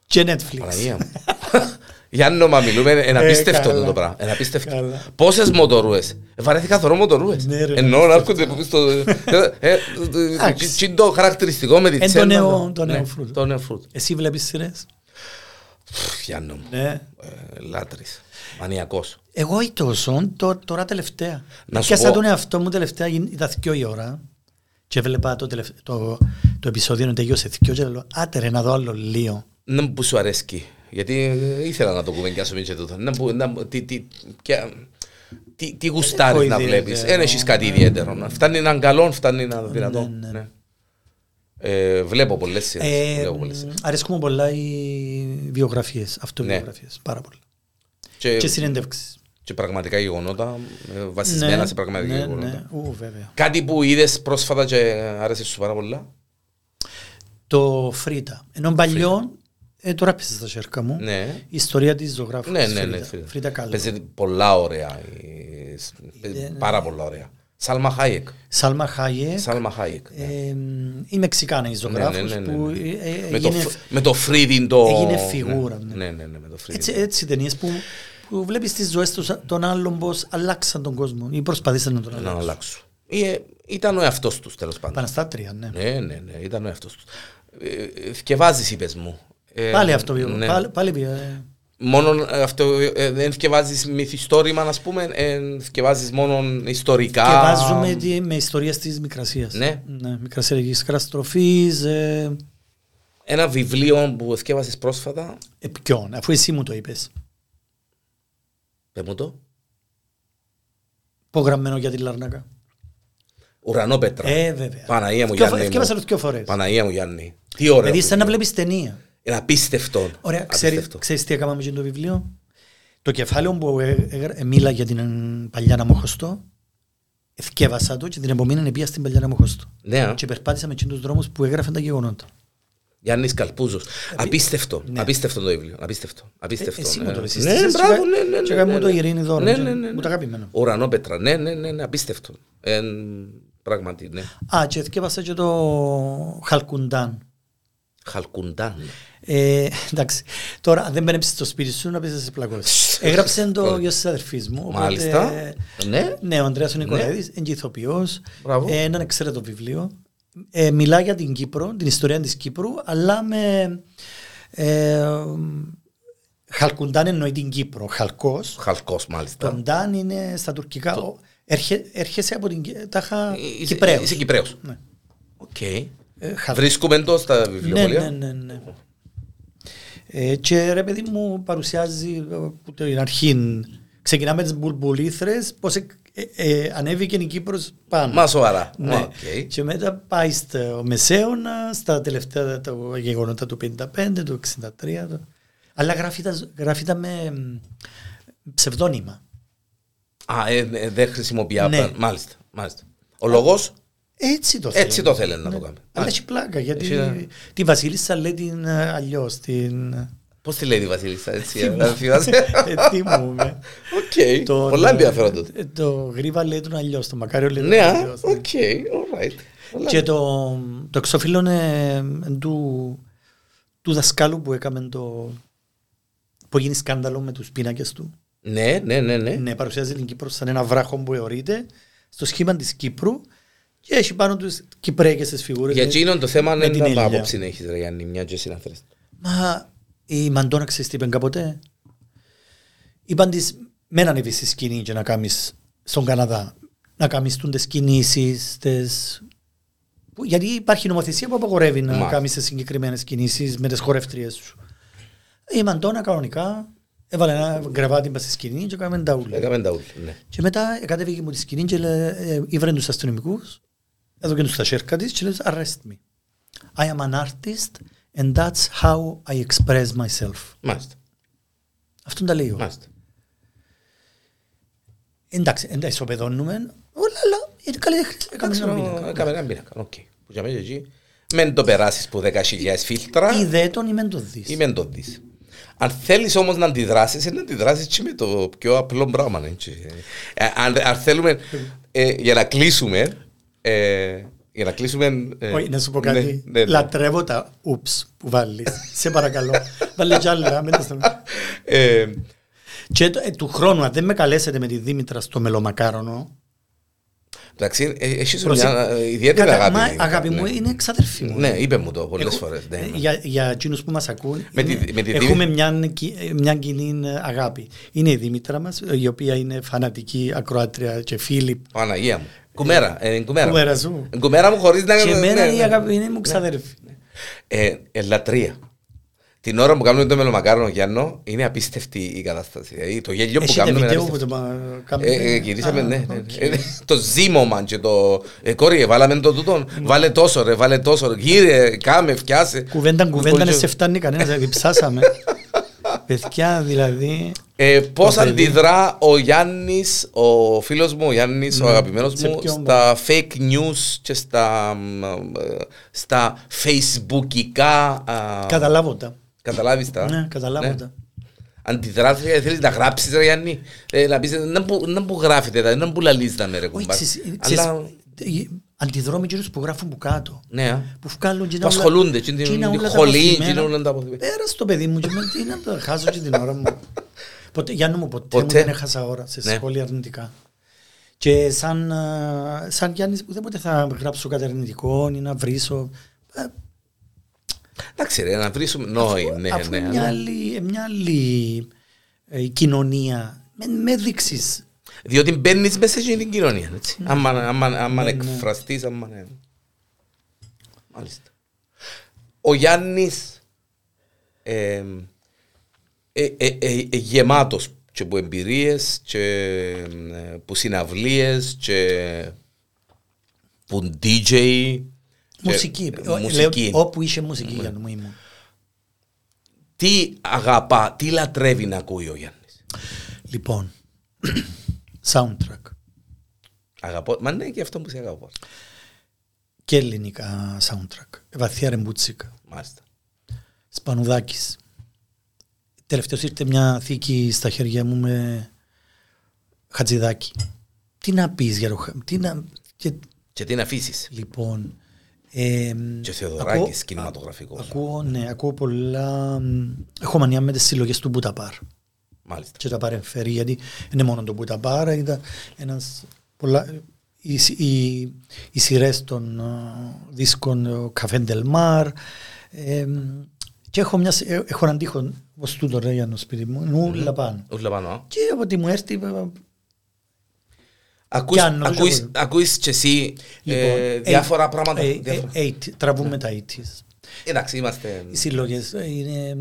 [SPEAKER 2] και Netflix.
[SPEAKER 1] Παναγία μου. Γιάννο, μα μιλούμε, είναι απίστευτο
[SPEAKER 2] Ε, καλά.
[SPEAKER 1] το πράγμα. Είναι απίστευτο.
[SPEAKER 2] Καλά.
[SPEAKER 1] Πόσες μοτορούες. Ε, Βαρέθηκα θωρώ μοτορούες.
[SPEAKER 2] Ναι, ρε,
[SPEAKER 1] Ενώ να έρχονται στο... ε, ε,
[SPEAKER 2] Εντάξει.
[SPEAKER 1] τσι- τσι το χαρακτηριστικό με τη
[SPEAKER 2] Εν το
[SPEAKER 1] τσέλα.
[SPEAKER 2] νέο- το
[SPEAKER 1] Ναι,
[SPEAKER 2] νέο φρούτο.
[SPEAKER 1] Το νέο φρούτο.
[SPEAKER 2] Εσύ βλέπεις σειρές.
[SPEAKER 1] Πφ, Γιάννο μου,
[SPEAKER 2] Ναι.
[SPEAKER 1] ε, λάτρης, μανιακός.
[SPEAKER 2] Εγώ ή τόσο, τω- τώρα τελευταία.
[SPEAKER 1] Να σου
[SPEAKER 2] Πιάσα
[SPEAKER 1] πω-
[SPEAKER 2] τον εαυτό μου τελευταία, γι- ήταν δυο η ώρα. Και έβλεπα το, τελευ- το, το επεισόδιο να τελειώσει δυο και λέω, άτε ρε να δω άλλο λίγο.
[SPEAKER 1] Να που σου αρέσκει. Γιατί ε, ήθελα να το κουβεντιάσουμε και τούτο. Να που- να μου- τι- τι- ποια- Τι, τι γουστάρεις
[SPEAKER 2] Έχω
[SPEAKER 1] να
[SPEAKER 2] ιδιαίτερο,
[SPEAKER 1] βλέπεις. Δεν έχεις κάτι
[SPEAKER 2] ναι.
[SPEAKER 1] ιδιαίτερο. Να Φτάνει έναν καλό, φτάνει έναν δυνατό.
[SPEAKER 2] ναι.
[SPEAKER 1] Ναι. Ε, βλέπω πολλές σειρές.
[SPEAKER 2] Ε,
[SPEAKER 1] βλέπω πολλές σειρές.
[SPEAKER 2] αρέσκουν μου πολλά οι βιογραφίες,
[SPEAKER 1] Ναι.
[SPEAKER 2] αυτοβιογραφίες, πάρα πολλά.
[SPEAKER 1] Και,
[SPEAKER 2] Και συνέντευξεις.
[SPEAKER 1] και πραγματικά γεγονότα, ε, βασισμένα σε πραγματικά
[SPEAKER 2] ναι,
[SPEAKER 1] γεγονότα.
[SPEAKER 2] ναι. Ου, βέβαια.
[SPEAKER 1] Κάτι που είδες πρόσφατα και άρεσε σου πάρα πολλά.
[SPEAKER 2] Το Φρίτα. Ενώ παλιό, ε, τώρα πέσε στα χέρια μου.
[SPEAKER 1] Ναι.
[SPEAKER 2] Η ιστορία της ζωγράφου.
[SPEAKER 1] Ναι,
[SPEAKER 2] της
[SPEAKER 1] ναι, ναι.
[SPEAKER 2] Φρίτα. Φρίτα Κάλλο.
[SPEAKER 1] Παίζει πολλά ωραία. ε, σ-
[SPEAKER 2] Ναι, ναι.
[SPEAKER 1] Πάρα πολλά ωραία. Σάλμα Χάιεκ.
[SPEAKER 2] Σάλμα Χάιε.
[SPEAKER 1] Σάλμα Χάιεκ. ναι.
[SPEAKER 2] Ε, η Μεξικάνα η ζωγράφος
[SPEAKER 1] Ναι, ναι, ναι, ναι,
[SPEAKER 2] που
[SPEAKER 1] ναι.
[SPEAKER 2] ε, ε,
[SPEAKER 1] με, το,
[SPEAKER 2] έγινε-
[SPEAKER 1] φ- με το φρύδιν το...
[SPEAKER 2] έγινε φιγούρα,
[SPEAKER 1] Ναι,
[SPEAKER 2] ναι.
[SPEAKER 1] ναι, ναι, ναι, με το φρύδιν.
[SPEAKER 2] έτσι, έτσι ταινίες που, που βλέπεις τις ζωές τους, των άλλων πως αλλάξαν τον κόσμο ή προσπαθήσαν να τον
[SPEAKER 1] Να
[SPEAKER 2] αλλάξουν.
[SPEAKER 1] αλλάξω. Ή, ε, ήταν ο εαυτός τους τέλος πάντων.
[SPEAKER 2] Παναστάτρια, ναι.
[SPEAKER 1] Ναι, ναι, ναι, ήταν ο εαυτός τους. Ε, ε, Θκευάζεις είπες μου. Ε,
[SPEAKER 2] Πάλι αυτό
[SPEAKER 1] ναι.
[SPEAKER 2] Πάλι, πάλι βιο- ε,
[SPEAKER 1] Μόνο αυτό, ε, δεν θκευάζεις μυθιστόρημα, να πούμε, ε, θκευάζεις μόνο ιστορικά.
[SPEAKER 2] και βάζουμε τη- με ιστορίες της Μικρασίας.
[SPEAKER 1] Ναι.
[SPEAKER 2] ναι Μικρασιακής καταστροφής, ε,
[SPEAKER 1] Ένα βιβλίο που θκευάζεις πρόσφατα,
[SPEAKER 2] ε, ποιον, αφού εσύ μου το είπες.
[SPEAKER 1] πες μου το,
[SPEAKER 2] Υπογραμμένο για τη Λαρνάκα.
[SPEAKER 1] Ουρανόπετρα.
[SPEAKER 2] Ε, βέβαια.
[SPEAKER 1] Παναγία μου,
[SPEAKER 2] Δυο φο-
[SPEAKER 1] Γιάννη μου.
[SPEAKER 2] Εύκαιβασα το δυο φορές.
[SPEAKER 1] Παναγία μου Γιάννη, τι ωραίο.
[SPEAKER 2] Δηλαδή, σαν
[SPEAKER 1] βιβλίο.
[SPEAKER 2] να βλέπεις ταινία.
[SPEAKER 1] Είναι απίστευτο.
[SPEAKER 2] Ωραία, ξέρεις,
[SPEAKER 1] Απίστευτο.
[SPEAKER 2] ξέρεις τι έκαναμε με το βιβλίο. Το κεφάλαιο που ε, ε, ε, μίλα για την ε, παλιά να μοχωστώ, ευκέβασα το και την επόμενη πήγα στην παλιά να μοχωστώ.
[SPEAKER 1] Ναι, α.
[SPEAKER 2] Και περπάτησα με τους δρόμους που έγραφαν τα γεγονότα.
[SPEAKER 1] Γιάννης Καλπούζος. Απίστευτο. Απίστευτο το βιβλίο. Απίστευτο. απίστευτο.
[SPEAKER 2] Δηλαδή- Ναι. εσύ μου το
[SPEAKER 1] Ε,
[SPEAKER 2] εσείς
[SPEAKER 1] Ναι,
[SPEAKER 2] τις
[SPEAKER 1] μπράβο,
[SPEAKER 2] έσυγα-
[SPEAKER 1] ναι, ναι.
[SPEAKER 2] και
[SPEAKER 1] ναι,
[SPEAKER 2] έκαμε
[SPEAKER 1] ναι,
[SPEAKER 2] μου το
[SPEAKER 1] ναι.
[SPEAKER 2] Ειρήνη δώρο,
[SPEAKER 1] Ναι,
[SPEAKER 2] και
[SPEAKER 1] ναι, ναι.
[SPEAKER 2] μου το αγαπημένο.
[SPEAKER 1] Ουρανόπετρα. Ναι, ναι, ναι, ναι, απίστευτο. Ε, Πράγματι, ναι.
[SPEAKER 2] Α, και ευκέβασα και το Χαλκουντάν.
[SPEAKER 1] Χαλκουντάν.
[SPEAKER 2] Ε, εντάξει, τώρα αν δεν μπαίνεψες στο σπίτι σου να πεις να σε πλακώσεις. Έγραψε το
[SPEAKER 1] Ωραία.
[SPEAKER 2] γιος της αδερφής μου. οπότε-
[SPEAKER 1] Μάλιστα. Ναι.
[SPEAKER 2] Ναι, ο Ανδρέας ο Νικολαίδης, είναι και ηθοποιός,
[SPEAKER 1] Μπράβο.
[SPEAKER 2] ε, έναν εξαιρετό βιβλίο. Ε, μιλά για την Κύπρο, την ιστορία της Κύπρου, αλλά με... Ε, χαλκουντάν εννοεί την Κύπρο, χαλκός.
[SPEAKER 1] Χαλκός, μάλιστα.
[SPEAKER 2] Κοντάν είναι στα τουρκικά. ο- έρχε- έρχεσαι από την Κύ- τάχα
[SPEAKER 1] Ε, Είσαι-
[SPEAKER 2] Κυπρέος.
[SPEAKER 1] Είσαι Κυπρέος.
[SPEAKER 2] Ναι.
[SPEAKER 1] Οκ.
[SPEAKER 2] Ε, χαλ-
[SPEAKER 1] Βρίσκουμε το στα
[SPEAKER 2] ναι, ναι,
[SPEAKER 1] βιβλιοπολία.
[SPEAKER 2] ναι, ναι. Ε, και ρε παιδί μου παρουσιάζει ε, που την αρχή. Ξεκινάμε τις μπουλμπουλήθρες, πώς ε, ε, ε, ανέβηκε η Κύπρος πάνω.
[SPEAKER 1] Μα σοβαρά.
[SPEAKER 2] Ναι.
[SPEAKER 1] Οκ.
[SPEAKER 2] Και μετά πάει στο μεσαίωνα, στα τελευταία τα γεγονότα του 55, του 63. Το... Αλλά γράφει τα, γράφει τα με μ, ψευδόνυμα.
[SPEAKER 1] Α, ε, ε, δεν χρησιμοποιεί.
[SPEAKER 2] Ναι.
[SPEAKER 1] Μάλιστα. μάλιστα. Ο λόγος.
[SPEAKER 2] Έτσι το
[SPEAKER 1] Έτσι
[SPEAKER 2] θέλει.
[SPEAKER 1] το θέλει να το κάνει.
[SPEAKER 2] Ναι. Αλλά έχει πλάκα γιατί
[SPEAKER 1] Έχει ένα-
[SPEAKER 2] τη Βασίλισσα λέει την αλλιώς. Την...
[SPEAKER 1] Πώς τη λέει η Βασίλισσα, έτσι. να θυμάσαι.
[SPEAKER 2] Ε, τι μου, ε.
[SPEAKER 1] Οκ.
[SPEAKER 2] Τον,
[SPEAKER 1] Πολλά
[SPEAKER 2] ε,
[SPEAKER 1] ενδιαφέροντα.
[SPEAKER 2] ε, Το γρήβα λέει τον αλλιώς, το μακάριο λέει
[SPEAKER 1] Ναι,
[SPEAKER 2] τον
[SPEAKER 1] α,
[SPEAKER 2] αλλιώς.
[SPEAKER 1] οκ, alright. Πολλά.
[SPEAKER 2] Και το, το εξωφύλλο είναι ε, του, του δασκάλου που έκαμε το. που έγινε σκάνδαλο με τους πίνακες του.
[SPEAKER 1] Ναι, ναι, ναι, ναι.
[SPEAKER 2] Ναι, παρουσιάζει την Κύπρο σαν ένα βράχο που αιωρείται στο σχήμα της Κύπρου και έχει πάνω τους κυπρέκες τι φιγούρες.
[SPEAKER 1] Για εκείνον το θέμα είναι
[SPEAKER 2] την
[SPEAKER 1] να
[SPEAKER 2] ήλια.
[SPEAKER 1] άποψη να έχεις ρε Γιάννη, μια και συναθρές.
[SPEAKER 2] Μα η Μαντόνα ξέρεις τι είπαν κάποτε. Είπαν της με να ανεβείς στη σκηνή και να κάνεις στον Καναδά. Να κάνεις τούν τις κινήσεις, τις... που- Γιατί υπάρχει νομοθεσία που απαγορεύει να
[SPEAKER 1] Μάλιστα.
[SPEAKER 2] κάνεις τις συγκεκριμένες κινήσεις με τις χορευτρίες σου. Η Μαντόνα κανονικά έβαλε ένα γκραβάτι μες στη σκηνή και κάναμε τα ούλα.
[SPEAKER 1] Έκαμε τα ούλα, ναι.
[SPEAKER 2] Και μετά κατέβηκε μου τη σκηνή και λέ- ε, ήβρε τους αστυνομικούς, έδωκε τους τα σέρκα της και λέει «Arrest me. I am an artist and that's how I express myself».
[SPEAKER 1] Μάλιστα,
[SPEAKER 2] Αυτόν τα λέει εγώ.
[SPEAKER 1] μάλιστα.
[SPEAKER 2] Εντάξει, δεν τα ισοπεδώνουμε, όλα, αλλά είναι καλλιτέχνης. Έκαμε ένα μήνα.
[SPEAKER 1] Έκαμε έναν πίνακα, οκ. Που για μένα εκεί, μεν το περάσεις που 10.000 φίλτρα
[SPEAKER 2] Είδε τον ή μεν το δεις.
[SPEAKER 1] ή μεν το δεις. Αν θέλεις όμως να αντιδράσεις, είναι να αντιδράσεις και με το πιο απλό πράγμα. ναι, έτσι. Ε, Αν, αν θέλουμε, ε, για να κλείσουμε, ε, για να κλείσουμε... ε,
[SPEAKER 2] Όχι, να σου πω
[SPEAKER 1] ναι,
[SPEAKER 2] κάτι.
[SPEAKER 1] ναι, ναι.
[SPEAKER 2] Λατρεύω τα ούψ που βάλεις. Σε παρακαλώ. Βάλε κι άλλα. μην τα στέλνεις.
[SPEAKER 1] Ε,
[SPEAKER 2] Και το- ε, του χρόνου, αν δεν με καλέσετε με τη Δήμητρα στο μελομακάρονο,
[SPEAKER 1] Εντάξει, ε, έχεις
[SPEAKER 2] Προσέ-
[SPEAKER 1] μια ε, ιδιαίτερη
[SPEAKER 2] Κατά-
[SPEAKER 1] αγάπη.
[SPEAKER 2] μα-
[SPEAKER 1] Δήμητρα,
[SPEAKER 2] αγάπη
[SPEAKER 1] ναι.
[SPEAKER 2] μου είναι εξαδερφή μου.
[SPEAKER 1] Ναι, είπε μου το πολλές
[SPEAKER 2] Εγώ-
[SPEAKER 1] φορές. ναι,
[SPEAKER 2] ε,
[SPEAKER 1] ναι.
[SPEAKER 2] Για, για εκείνους που μας ακούν,
[SPEAKER 1] Με τη-
[SPEAKER 2] είναι-
[SPEAKER 1] με τη Δήμη-
[SPEAKER 2] έχουμε μια, κι- ε, μια κοινή ε, αγάπη. Είναι η Δήμητρα μας, ε, η οποία είναι φανατική ακροάτρια και φίλη.
[SPEAKER 1] Παναγία μου. Κουμέρα. ε, κουμέρα.
[SPEAKER 2] Κουμέρα σου.
[SPEAKER 1] Ε, Κουμέρα μου χωρίς να...
[SPEAKER 2] Και εμένα
[SPEAKER 1] ναι, ναι.
[SPEAKER 2] η αγάπη είναι μου ξαδερφή.
[SPEAKER 1] Ε, ε, λατρεία. Την ώρα που κάνουμε το μελομακάρονο Γιάννο, είναι απίστευτη η κατάσταση. Δηλαδή, το γέλιο που
[SPEAKER 2] Έχετε
[SPEAKER 1] κάνουμε είναι
[SPEAKER 2] βίντεο που
[SPEAKER 1] απίστευτο.
[SPEAKER 2] το μα-
[SPEAKER 1] Ε,
[SPEAKER 2] κάνετε.
[SPEAKER 1] ε, γυρίσαμε,
[SPEAKER 2] Α,
[SPEAKER 1] ναι, ναι, ναι.
[SPEAKER 2] οκ.
[SPEAKER 1] Ε, Το ζήμωμα και το. Ε, κόρη, βάλαμε το τούτον.
[SPEAKER 2] Ναι.
[SPEAKER 1] Βάλε τόσο, ρε, βάλε τόσο. ρε. Γύρε, κάμε, φτιάσε.
[SPEAKER 2] Κουβέντα, κουβέντα,
[SPEAKER 1] Πολύ-
[SPEAKER 2] δεν σε φτάνει κανένας, δηλαδή ψάσαμε. Παιδιά, δηλαδή...
[SPEAKER 1] Ε, Πώς
[SPEAKER 2] Το παιδί.
[SPEAKER 1] αντιδρά ο Γιάννης, ο φίλος μου, ο Γιάννης, ο αγαπημένο
[SPEAKER 2] Ναι. σε
[SPEAKER 1] μου,
[SPEAKER 2] ποιον
[SPEAKER 1] στα fake news και στα, μ, ε, στα facebookικά.
[SPEAKER 2] Καταλάβω τα.
[SPEAKER 1] Καταλάβεις τα.
[SPEAKER 2] Ναι, καταλάβω τα.
[SPEAKER 1] Αντιδρά, θέλεις να γράψεις, ρε Γιάννη. Ε, να πεις, να που, να που γράφετε, δηλαδή, να που λαλίζετε, ναι, ρε
[SPEAKER 2] Όχι,
[SPEAKER 1] κουμπάρ.
[SPEAKER 2] ξέρεις, ε, ξέρεις,
[SPEAKER 1] Αλλά.
[SPEAKER 2] ε, Αντιδρώ με εκείνους που γράφουν που κάτω.
[SPEAKER 1] Ναι, α.
[SPEAKER 2] που βγάλουν και
[SPEAKER 1] Που ασχολούνται, και την- την χολή, και όλα τα αποθυμένα.
[SPEAKER 2] Πέρα στο παιδί μου και με τι να τα χάσω και την ώρα μου. Ποτέ, Γιάννη μου, ποτέ,
[SPEAKER 1] Ποτέ.
[SPEAKER 2] μου δεν έχασα ώρα σε
[SPEAKER 1] Ναι.
[SPEAKER 2] σχόλια αρνητικά. Και σαν, α, σαν Γιάννης ουδέποτε θα γράψω κάτι αρνητικό ή να βρίσω. Ε,
[SPEAKER 1] εντάξει, ρε, να βρίσουμε. Νόη, ναι,
[SPEAKER 2] αφού
[SPEAKER 1] ναι.
[SPEAKER 2] μια,
[SPEAKER 1] αλλά-
[SPEAKER 2] άλλη, μια άλλη ε, κοινωνία με, με δείξεις.
[SPEAKER 1] Διότι μπαίνεις μέσα σε την κοινωνία. Έτσι.
[SPEAKER 2] Ναι.
[SPEAKER 1] Άμα, άμα, άμα εκφραστείς, άμα. ναι. Μάλιστα. Ο Γιάννης. Ε, ε, ε, ε, ε, γεμάτος και από εμπειρίες, και ε, που συναυλίες, και που DJ. και-
[SPEAKER 2] Μουσική.
[SPEAKER 1] ε,
[SPEAKER 2] Ο-
[SPEAKER 1] μουσική. Ναι.
[SPEAKER 2] Λέω, όπου είχε μουσική, Γιάννη μου ήμουν.
[SPEAKER 1] Τι αγαπά, τι λατρεύει να ακούει ο Γιάννης.
[SPEAKER 2] Λοιπόν, soundtrack.
[SPEAKER 1] Αγαπώ. Μα ναι, και αυτό που σε αγαπώ.
[SPEAKER 2] και ελληνικά soundtrack. Βαθιά ρεμπούτσικα.
[SPEAKER 1] Μάλιστα.
[SPEAKER 2] Σπανουδάκης. Τελευταίω ήρθε μια θήκη στα χέρια μου με χατζηδάκι. Τι να πεις για το χα- τι να... και...
[SPEAKER 1] Και τι να αφήσεις.
[SPEAKER 2] Λοιπόν. εμ,
[SPEAKER 1] Και ο Θεοδωράκης,
[SPEAKER 2] ακούω-
[SPEAKER 1] κινηματογραφικός.
[SPEAKER 2] Ακούω, ναι, ακούω πολλά. μ, Έχω μανία με τις συλλογές του Μπουταπάρ
[SPEAKER 1] Μάλιστα.
[SPEAKER 2] και τα παρεμφερεί, γιατί είναι μόνο το που τα πάρα, ήταν ένας πολλά, οι, συ- οι, οι σειρές των ε, δίσκων Καφέ Ντελμάρ ehm, και έχω, μια, σ- ε, έχω έναν τείχο ως τούτο ρε για το σπίτι μου, είναι
[SPEAKER 1] Mm-hmm.
[SPEAKER 2] όλα πάνω.
[SPEAKER 1] Ούλα πάνω. α.
[SPEAKER 2] Και από ό,τι μου έρθει, ε,
[SPEAKER 1] Ακούς,
[SPEAKER 2] Κι αν, όχι
[SPEAKER 1] ακούς,
[SPEAKER 2] εγώ.
[SPEAKER 1] ακούς και εσύ
[SPEAKER 2] λοιπόν,
[SPEAKER 1] ε,
[SPEAKER 2] eight-
[SPEAKER 1] διάφορα πράγματα.
[SPEAKER 2] ε, ε,
[SPEAKER 1] διάφορα.
[SPEAKER 2] eight, τραβούμε τα 80s.
[SPEAKER 1] Εντάξει, είμαστε...
[SPEAKER 2] Οι συλλογές ε, είναι, ε,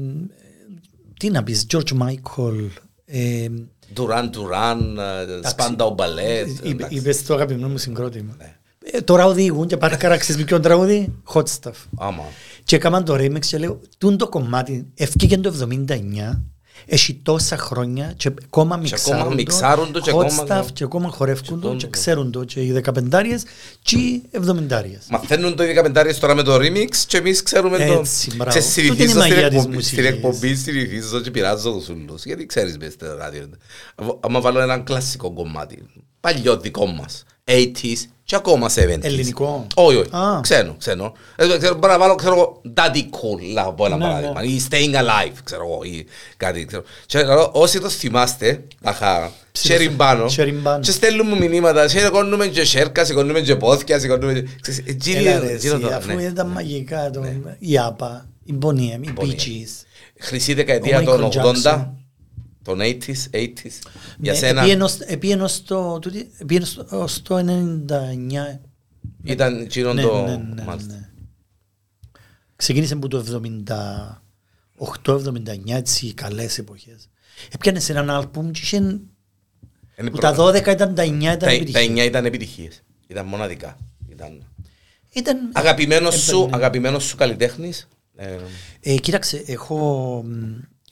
[SPEAKER 2] τι να πεις, George Michael, ε,
[SPEAKER 1] Duran Duran, ε, Spandau Ballet.
[SPEAKER 2] Είπε-
[SPEAKER 1] εντάξει.
[SPEAKER 2] Ε, Είπες το αγαπημένο μου συγκρότημα.
[SPEAKER 1] Ναι.
[SPEAKER 2] Ε, Τώρα οδηγούν και πάρει καράξεις με ποιον τραγούδι, hot stuff.
[SPEAKER 1] Άμα.
[SPEAKER 2] Και έκαναν το remix και λέω, τούν το κομμάτι, ευκήκε το 79 έχει τόσα χρόνια και ακόμα
[SPEAKER 1] ακόμα μιξάρουν
[SPEAKER 2] μιξάρουν
[SPEAKER 1] το
[SPEAKER 2] το
[SPEAKER 1] και
[SPEAKER 2] και
[SPEAKER 1] ακόμα-
[SPEAKER 2] και ακόμα χορεύκουν το και
[SPEAKER 1] Σωστό.
[SPEAKER 2] ξέρουν το και οι δεκαπεντάριες και οι εβδομεντάριες.
[SPEAKER 1] Μαθαίνουν το 15 τώρα με το remix και εμείς ξέρουμε το...
[SPEAKER 2] Έτσι, μπράβο.
[SPEAKER 1] Ξέρεις,
[SPEAKER 2] Τούτη είναι η
[SPEAKER 1] συνηθίζω στην
[SPEAKER 2] μαγεία της
[SPEAKER 1] εκπομπή, στην
[SPEAKER 2] μουσικής.
[SPEAKER 1] εκπομπή συνηθίζω και πειράζω τους ούλους. Γιατί ξέρεις μες στο ράδιο. Άμα βάλω ένα κλασικό κομμάτι, παλιό δικό μας, 80s και ακόμα 70s.
[SPEAKER 2] Ελληνικό.
[SPEAKER 1] Όχι, όχι.
[SPEAKER 2] Α.
[SPEAKER 1] Ξένο, ξένο. Ε, ξέρω, Μπορώ να βάλω, ξέρω εγώ, Daddy Cool, να πω ένα
[SPEAKER 2] Ναι, ναι.
[SPEAKER 1] παράδειγμα. Ή Staying Alive, ξέρω εγώ, ή κάτι. Ξέρω. Και, λέω, όσοι το θυμάστε, αχα,
[SPEAKER 2] Ψήφισε.
[SPEAKER 1] Τσεριμπάνο.
[SPEAKER 2] Τσεριμπάνο.
[SPEAKER 1] Και στέλνουν μου μηνύματα, σηκώνουμε και σέρκας, σηκώνουμε και πόθηκια, σηκώνουμε και... Ξέρεις, ε, Τζίνι,
[SPEAKER 2] Έλα ρε,
[SPEAKER 1] τζίνο
[SPEAKER 2] εσύ,
[SPEAKER 1] το-
[SPEAKER 2] αφού
[SPEAKER 1] ναι.
[SPEAKER 2] ήταν μαγικά το, η ΑΠΑ, η Bonnie M, η Bee
[SPEAKER 1] Bonnie M.
[SPEAKER 2] Gees.
[SPEAKER 1] Χρυσή δεκαετία
[SPEAKER 2] Ο
[SPEAKER 1] των 80,
[SPEAKER 2] Michael Jackson.
[SPEAKER 1] των 80s, 80s. Για
[SPEAKER 2] Ναι,
[SPEAKER 1] σένα
[SPEAKER 2] επήγαινε ως- επήγαινε ως το- τούτη- επήγαινε στο- ως το 99.
[SPEAKER 1] ήταν τζίνο
[SPEAKER 2] Ναι,
[SPEAKER 1] το...
[SPEAKER 2] ναι, ναι,
[SPEAKER 1] μάλιστα.
[SPEAKER 2] ναι. Ξεκίνησε από το 78-79, έτσι, οι καλές εποχές. Έπιανες έναν άλμπουμ και είχε...
[SPEAKER 1] Είναι
[SPEAKER 2] Που
[SPEAKER 1] προ-
[SPEAKER 2] τα 12 ήταν τα 9 ήταν
[SPEAKER 1] Λοιπόν, τα- Τα
[SPEAKER 2] επιτυχία.
[SPEAKER 1] 9 ήταν επιτυχίες. Ήταν μοναδικά. Ήταν...
[SPEAKER 2] Ήταν... Ε,
[SPEAKER 1] Αγαπημένος σου,
[SPEAKER 2] Έπαιρνε.
[SPEAKER 1] αγαπημένος σου καλλιτέχνης. ε,
[SPEAKER 2] Ε, κοίταξε, έχω... μ,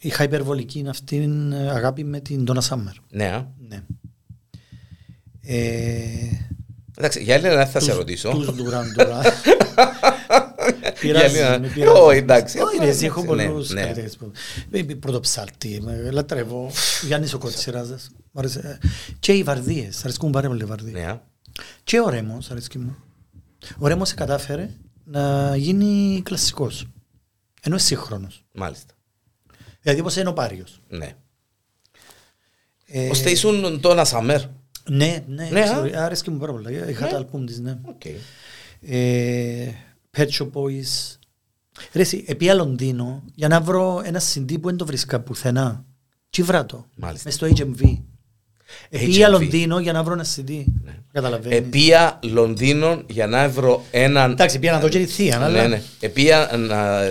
[SPEAKER 2] Είχα υπερβολική αυτήν ε, αγάπη με την Donna Summer.
[SPEAKER 1] Ναι. α.
[SPEAKER 2] Ναι. Ε,
[SPEAKER 1] Εντάξει, για άλλη ένα θα σε
[SPEAKER 2] τους-
[SPEAKER 1] ρωτήσω.
[SPEAKER 2] Τους Duran Duran.
[SPEAKER 1] Για άλλη
[SPEAKER 2] Πειράζει,
[SPEAKER 1] ένα-
[SPEAKER 2] με πειράζει.
[SPEAKER 1] Όχι, εντάξει.
[SPEAKER 2] Όχι, ρε, εσύ, έχω
[SPEAKER 1] Ναι,
[SPEAKER 2] πολλούς
[SPEAKER 1] ναι.
[SPEAKER 2] καλλιτέχνες που... Ε, Πρωτοψάλτη, με λατρεύω. Γιάννης ο Κοτσιράζας. Μ' άρεσε. Και οι Βαρδίες, αρέσκουν πάρα πολύ οι Βαρδίες.
[SPEAKER 1] Ναι, α.
[SPEAKER 2] Και ο Ρέμος, αρέσκει μου. Ο Ρέμος κατάφερε να γίνει κλασικός. Ενώ σύγχρονος.
[SPEAKER 1] μάλιστα.
[SPEAKER 2] Δηλαδή όπως είναι ο Πάριος.
[SPEAKER 1] Ναι.
[SPEAKER 2] Ε,
[SPEAKER 1] Ωστε ήσουν τον Ασαμέρ.
[SPEAKER 2] Ναι, ναι,
[SPEAKER 1] Ναι, α.
[SPEAKER 2] ξέρω, άρεσκε μου πάρα πολύ. Είχα
[SPEAKER 1] Ναι.
[SPEAKER 2] τα αλπούμ της, ναι.
[SPEAKER 1] Οκ.
[SPEAKER 2] Ε, Pet Shop Boys. Ρε εσύ, επία Λονδίνο για να βρω ένα CD που δεν το βρίσκα πουθενά. Τι βράτο.
[SPEAKER 1] Μάλιστα.
[SPEAKER 2] Μες στο HMV. Επία
[SPEAKER 1] HMV.
[SPEAKER 2] Λονδίνο για να βρω ένα CD.
[SPEAKER 1] Ναι.
[SPEAKER 2] Καταλαβαίνεις.
[SPEAKER 1] Επία Λονδίνων για να βρω έναν...
[SPEAKER 2] Εντάξει, πήγα να δω και τη θεία,
[SPEAKER 1] Ναι,
[SPEAKER 2] αλλά...
[SPEAKER 1] ναι. Επία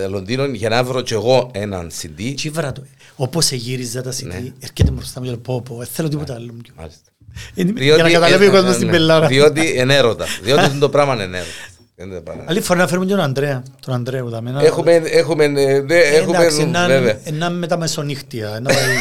[SPEAKER 1] ε, Λονδίνων για να βρω κι εγώ έναν CD.
[SPEAKER 2] Τι βράτο. Όπως εγύριζα τα CD,
[SPEAKER 1] Ναι.
[SPEAKER 2] έρχεται μπροστά μου και λέω πω πω, δεν θέλω τίποτα άλλο.
[SPEAKER 1] Μάλιστα.
[SPEAKER 2] Ε, Για να καταλάβει ο
[SPEAKER 1] ε,
[SPEAKER 2] κόσμος
[SPEAKER 1] ε,
[SPEAKER 2] την
[SPEAKER 1] ναι.
[SPEAKER 2] πελάρα.
[SPEAKER 1] Διότι είναι έρωτα. Διότι το πράγμα είναι έρωτα. Είναι το πράγμα.
[SPEAKER 2] Άλλη φορά να φέρουμε και τον Ανδρέα. Τον Ανδρέα που τα μένα.
[SPEAKER 1] Έχουμε, έχουμε, ε, ναι,
[SPEAKER 2] Ε,
[SPEAKER 1] έχουμε,
[SPEAKER 2] Εντάξει,
[SPEAKER 1] βέβαια.
[SPEAKER 2] να- να με τα μεσονύχτια. να πάει-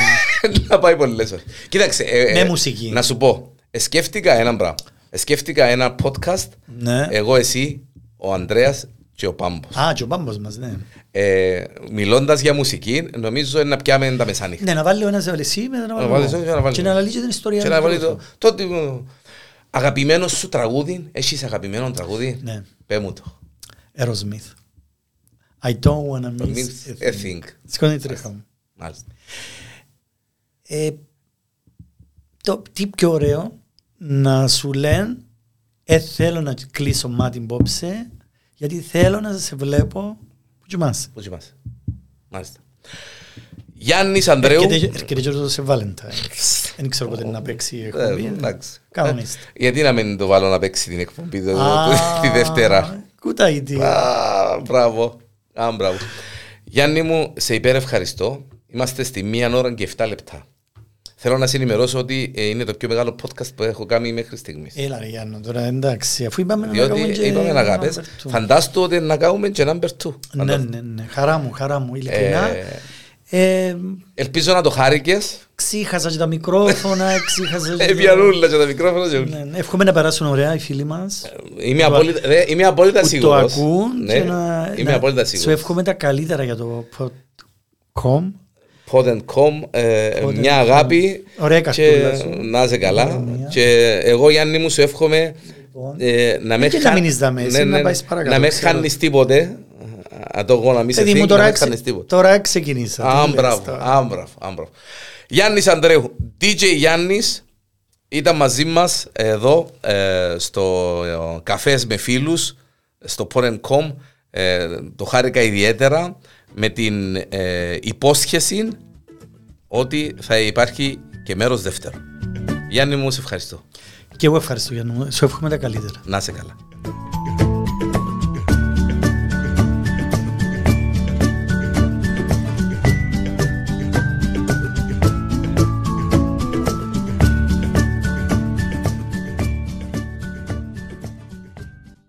[SPEAKER 1] να πάει πολύ λες. Κοίταξε. ε,
[SPEAKER 2] Με
[SPEAKER 1] ε,
[SPEAKER 2] μουσική.
[SPEAKER 1] Να σου πω. ε, Σκέφτηκα ένα πράγμα. Ε, Σκέφτηκα ένα podcast.
[SPEAKER 2] Ναι.
[SPEAKER 1] Εγώ, εσύ, ο Ανδρέας και ο Πάμπος.
[SPEAKER 2] Α, και ο πάμπος μας, ναι.
[SPEAKER 1] Ε, μιλώντας για μουσική, νομίζω να πιάμε τα μεσάνυχτα.
[SPEAKER 2] Ναι, να βάλει ο ένας αλυσί, μετά να
[SPEAKER 1] βάλεις
[SPEAKER 2] βάλει
[SPEAKER 1] εσύ
[SPEAKER 2] εγώ.
[SPEAKER 1] και να βάλεις
[SPEAKER 2] Και
[SPEAKER 1] εγώ.
[SPEAKER 2] να λαλεί και την ιστορία.
[SPEAKER 1] Και
[SPEAKER 2] του
[SPEAKER 1] να βάλει το.
[SPEAKER 2] κόσμου.
[SPEAKER 1] Τότε. Αγαπημένο σου τραγούδι, έχεις αγαπημένο τραγούδι.
[SPEAKER 2] Ναι.
[SPEAKER 1] Πε μου το.
[SPEAKER 2] Aerosmith. I don't wanna
[SPEAKER 1] Το
[SPEAKER 2] miss
[SPEAKER 1] Miss
[SPEAKER 2] a
[SPEAKER 1] a
[SPEAKER 2] thing.
[SPEAKER 1] Thing.
[SPEAKER 2] Σηκώνει τρίχα μου.
[SPEAKER 1] Μάλιστα.
[SPEAKER 2] Ε, Το τι πιο ωραίο να σου λένε ε, θέλω να κλείσω μάτι απόψε γιατί θέλω να σε βλέπω που κοιμάσαι.
[SPEAKER 1] Πού θυμάσαι. Μάλιστα. Γιάννης Ανδρέου.
[SPEAKER 2] Έρχεται- Έρχεται και το σε Valentine. Δεν ξέρω πότε να παίξει η
[SPEAKER 1] Ε,
[SPEAKER 2] εκπομπή.
[SPEAKER 1] Εντάξει.
[SPEAKER 2] Κανονίστε.
[SPEAKER 1] Ε, Γιατί να μην το βάλω να παίξει την εκπομπή το-
[SPEAKER 2] Α,
[SPEAKER 1] τη Δευτέρα.
[SPEAKER 2] Κούτα η τι.
[SPEAKER 1] Α, Μπράβο. Α, μπράβο. Γιάννη μου, σε υπερευχαριστώ. Είμαστε στη μία ώρα και 7 λεπτά. Θέλω να σε ενημερώσω ότι ε, είναι το πιο μεγάλο podcast που έχω κάνει μέχρι στιγμής.
[SPEAKER 2] Έλα ρε Γιάννο τώρα εντάξει αφού είπαμε να
[SPEAKER 1] Διότι
[SPEAKER 2] κάνουμε και
[SPEAKER 1] είπαμε να αγαπές,
[SPEAKER 2] number two.
[SPEAKER 1] φαντάστο ότι να κάνουμε και number two.
[SPEAKER 2] Ναι,
[SPEAKER 1] Φαντάσου.
[SPEAKER 2] ναι, ναι. Χαρά μου, χαρά μου, ειλικρινά.
[SPEAKER 1] Ε,
[SPEAKER 2] Ε,
[SPEAKER 1] Ελπίζω να το χάρηκες.
[SPEAKER 2] ξύχαζα και τα μικρόφωνα, ξύχαζα
[SPEAKER 1] Ε,
[SPEAKER 2] και...
[SPEAKER 1] Επιανούλα και τα μικρόφωνα. και-
[SPEAKER 2] Ναι, ναι. Εύχομαι να περάσουν ωραία οι φίλοι μας.
[SPEAKER 1] Είμαι απόλυτα, ρε, είμαι απόλυτα
[SPEAKER 2] Που το
[SPEAKER 1] σίγουρος.
[SPEAKER 2] ακούν
[SPEAKER 1] Ναι,
[SPEAKER 2] και να...
[SPEAKER 1] Είμαι
[SPEAKER 2] να-
[SPEAKER 1] απόλυτα
[SPEAKER 2] Σου
[SPEAKER 1] σίγουρος.
[SPEAKER 2] εύχομαι τα καλύτερα για το pod.com.
[SPEAKER 1] Pod&com, ε,
[SPEAKER 2] Pod&com.
[SPEAKER 1] μια αγάπη.
[SPEAKER 2] Ωραία
[SPEAKER 1] και
[SPEAKER 2] καρτούλα σου.
[SPEAKER 1] να είσαι καλά.
[SPEAKER 2] Ωραία.
[SPEAKER 1] Και εγώ Γιάννη μου σου εύχομαι
[SPEAKER 2] Λοιπόν.
[SPEAKER 1] ε, να με
[SPEAKER 2] και να
[SPEAKER 1] χα- Ναι,
[SPEAKER 2] μείνεις δαμέ, εσύ, να πάεις παρακάτω,
[SPEAKER 1] να με
[SPEAKER 2] ξέρω.
[SPEAKER 1] χάνεις τίποτε. Αν το εγώ να μην σε
[SPEAKER 2] Παιδί μου,
[SPEAKER 1] θίγει, να
[SPEAKER 2] τώρα,
[SPEAKER 1] με
[SPEAKER 2] εξε-
[SPEAKER 1] χάνεις τίποτε.
[SPEAKER 2] τώρα ξεκινήσα. Τι λες
[SPEAKER 1] Άμπραβο,
[SPEAKER 2] τώρα.
[SPEAKER 1] άμπραβο, άμπραβο. Γιάννης Ανδρέου, DJ Γιάννης, ήταν μαζί μας εδώ ε, στο ε, καφές με φίλους, στο Porn.com. Ε, το χάρηκα ιδιαίτερα με την ε, υπόσχεση ότι θα υπάρχει και μέρος δεύτερο. Γιάννη μου, σε ευχαριστώ.
[SPEAKER 2] Και εγώ ευχαριστώ Γιάννο. μου. Σου εύχομαι τα καλύτερα.
[SPEAKER 1] Να είσαι καλά.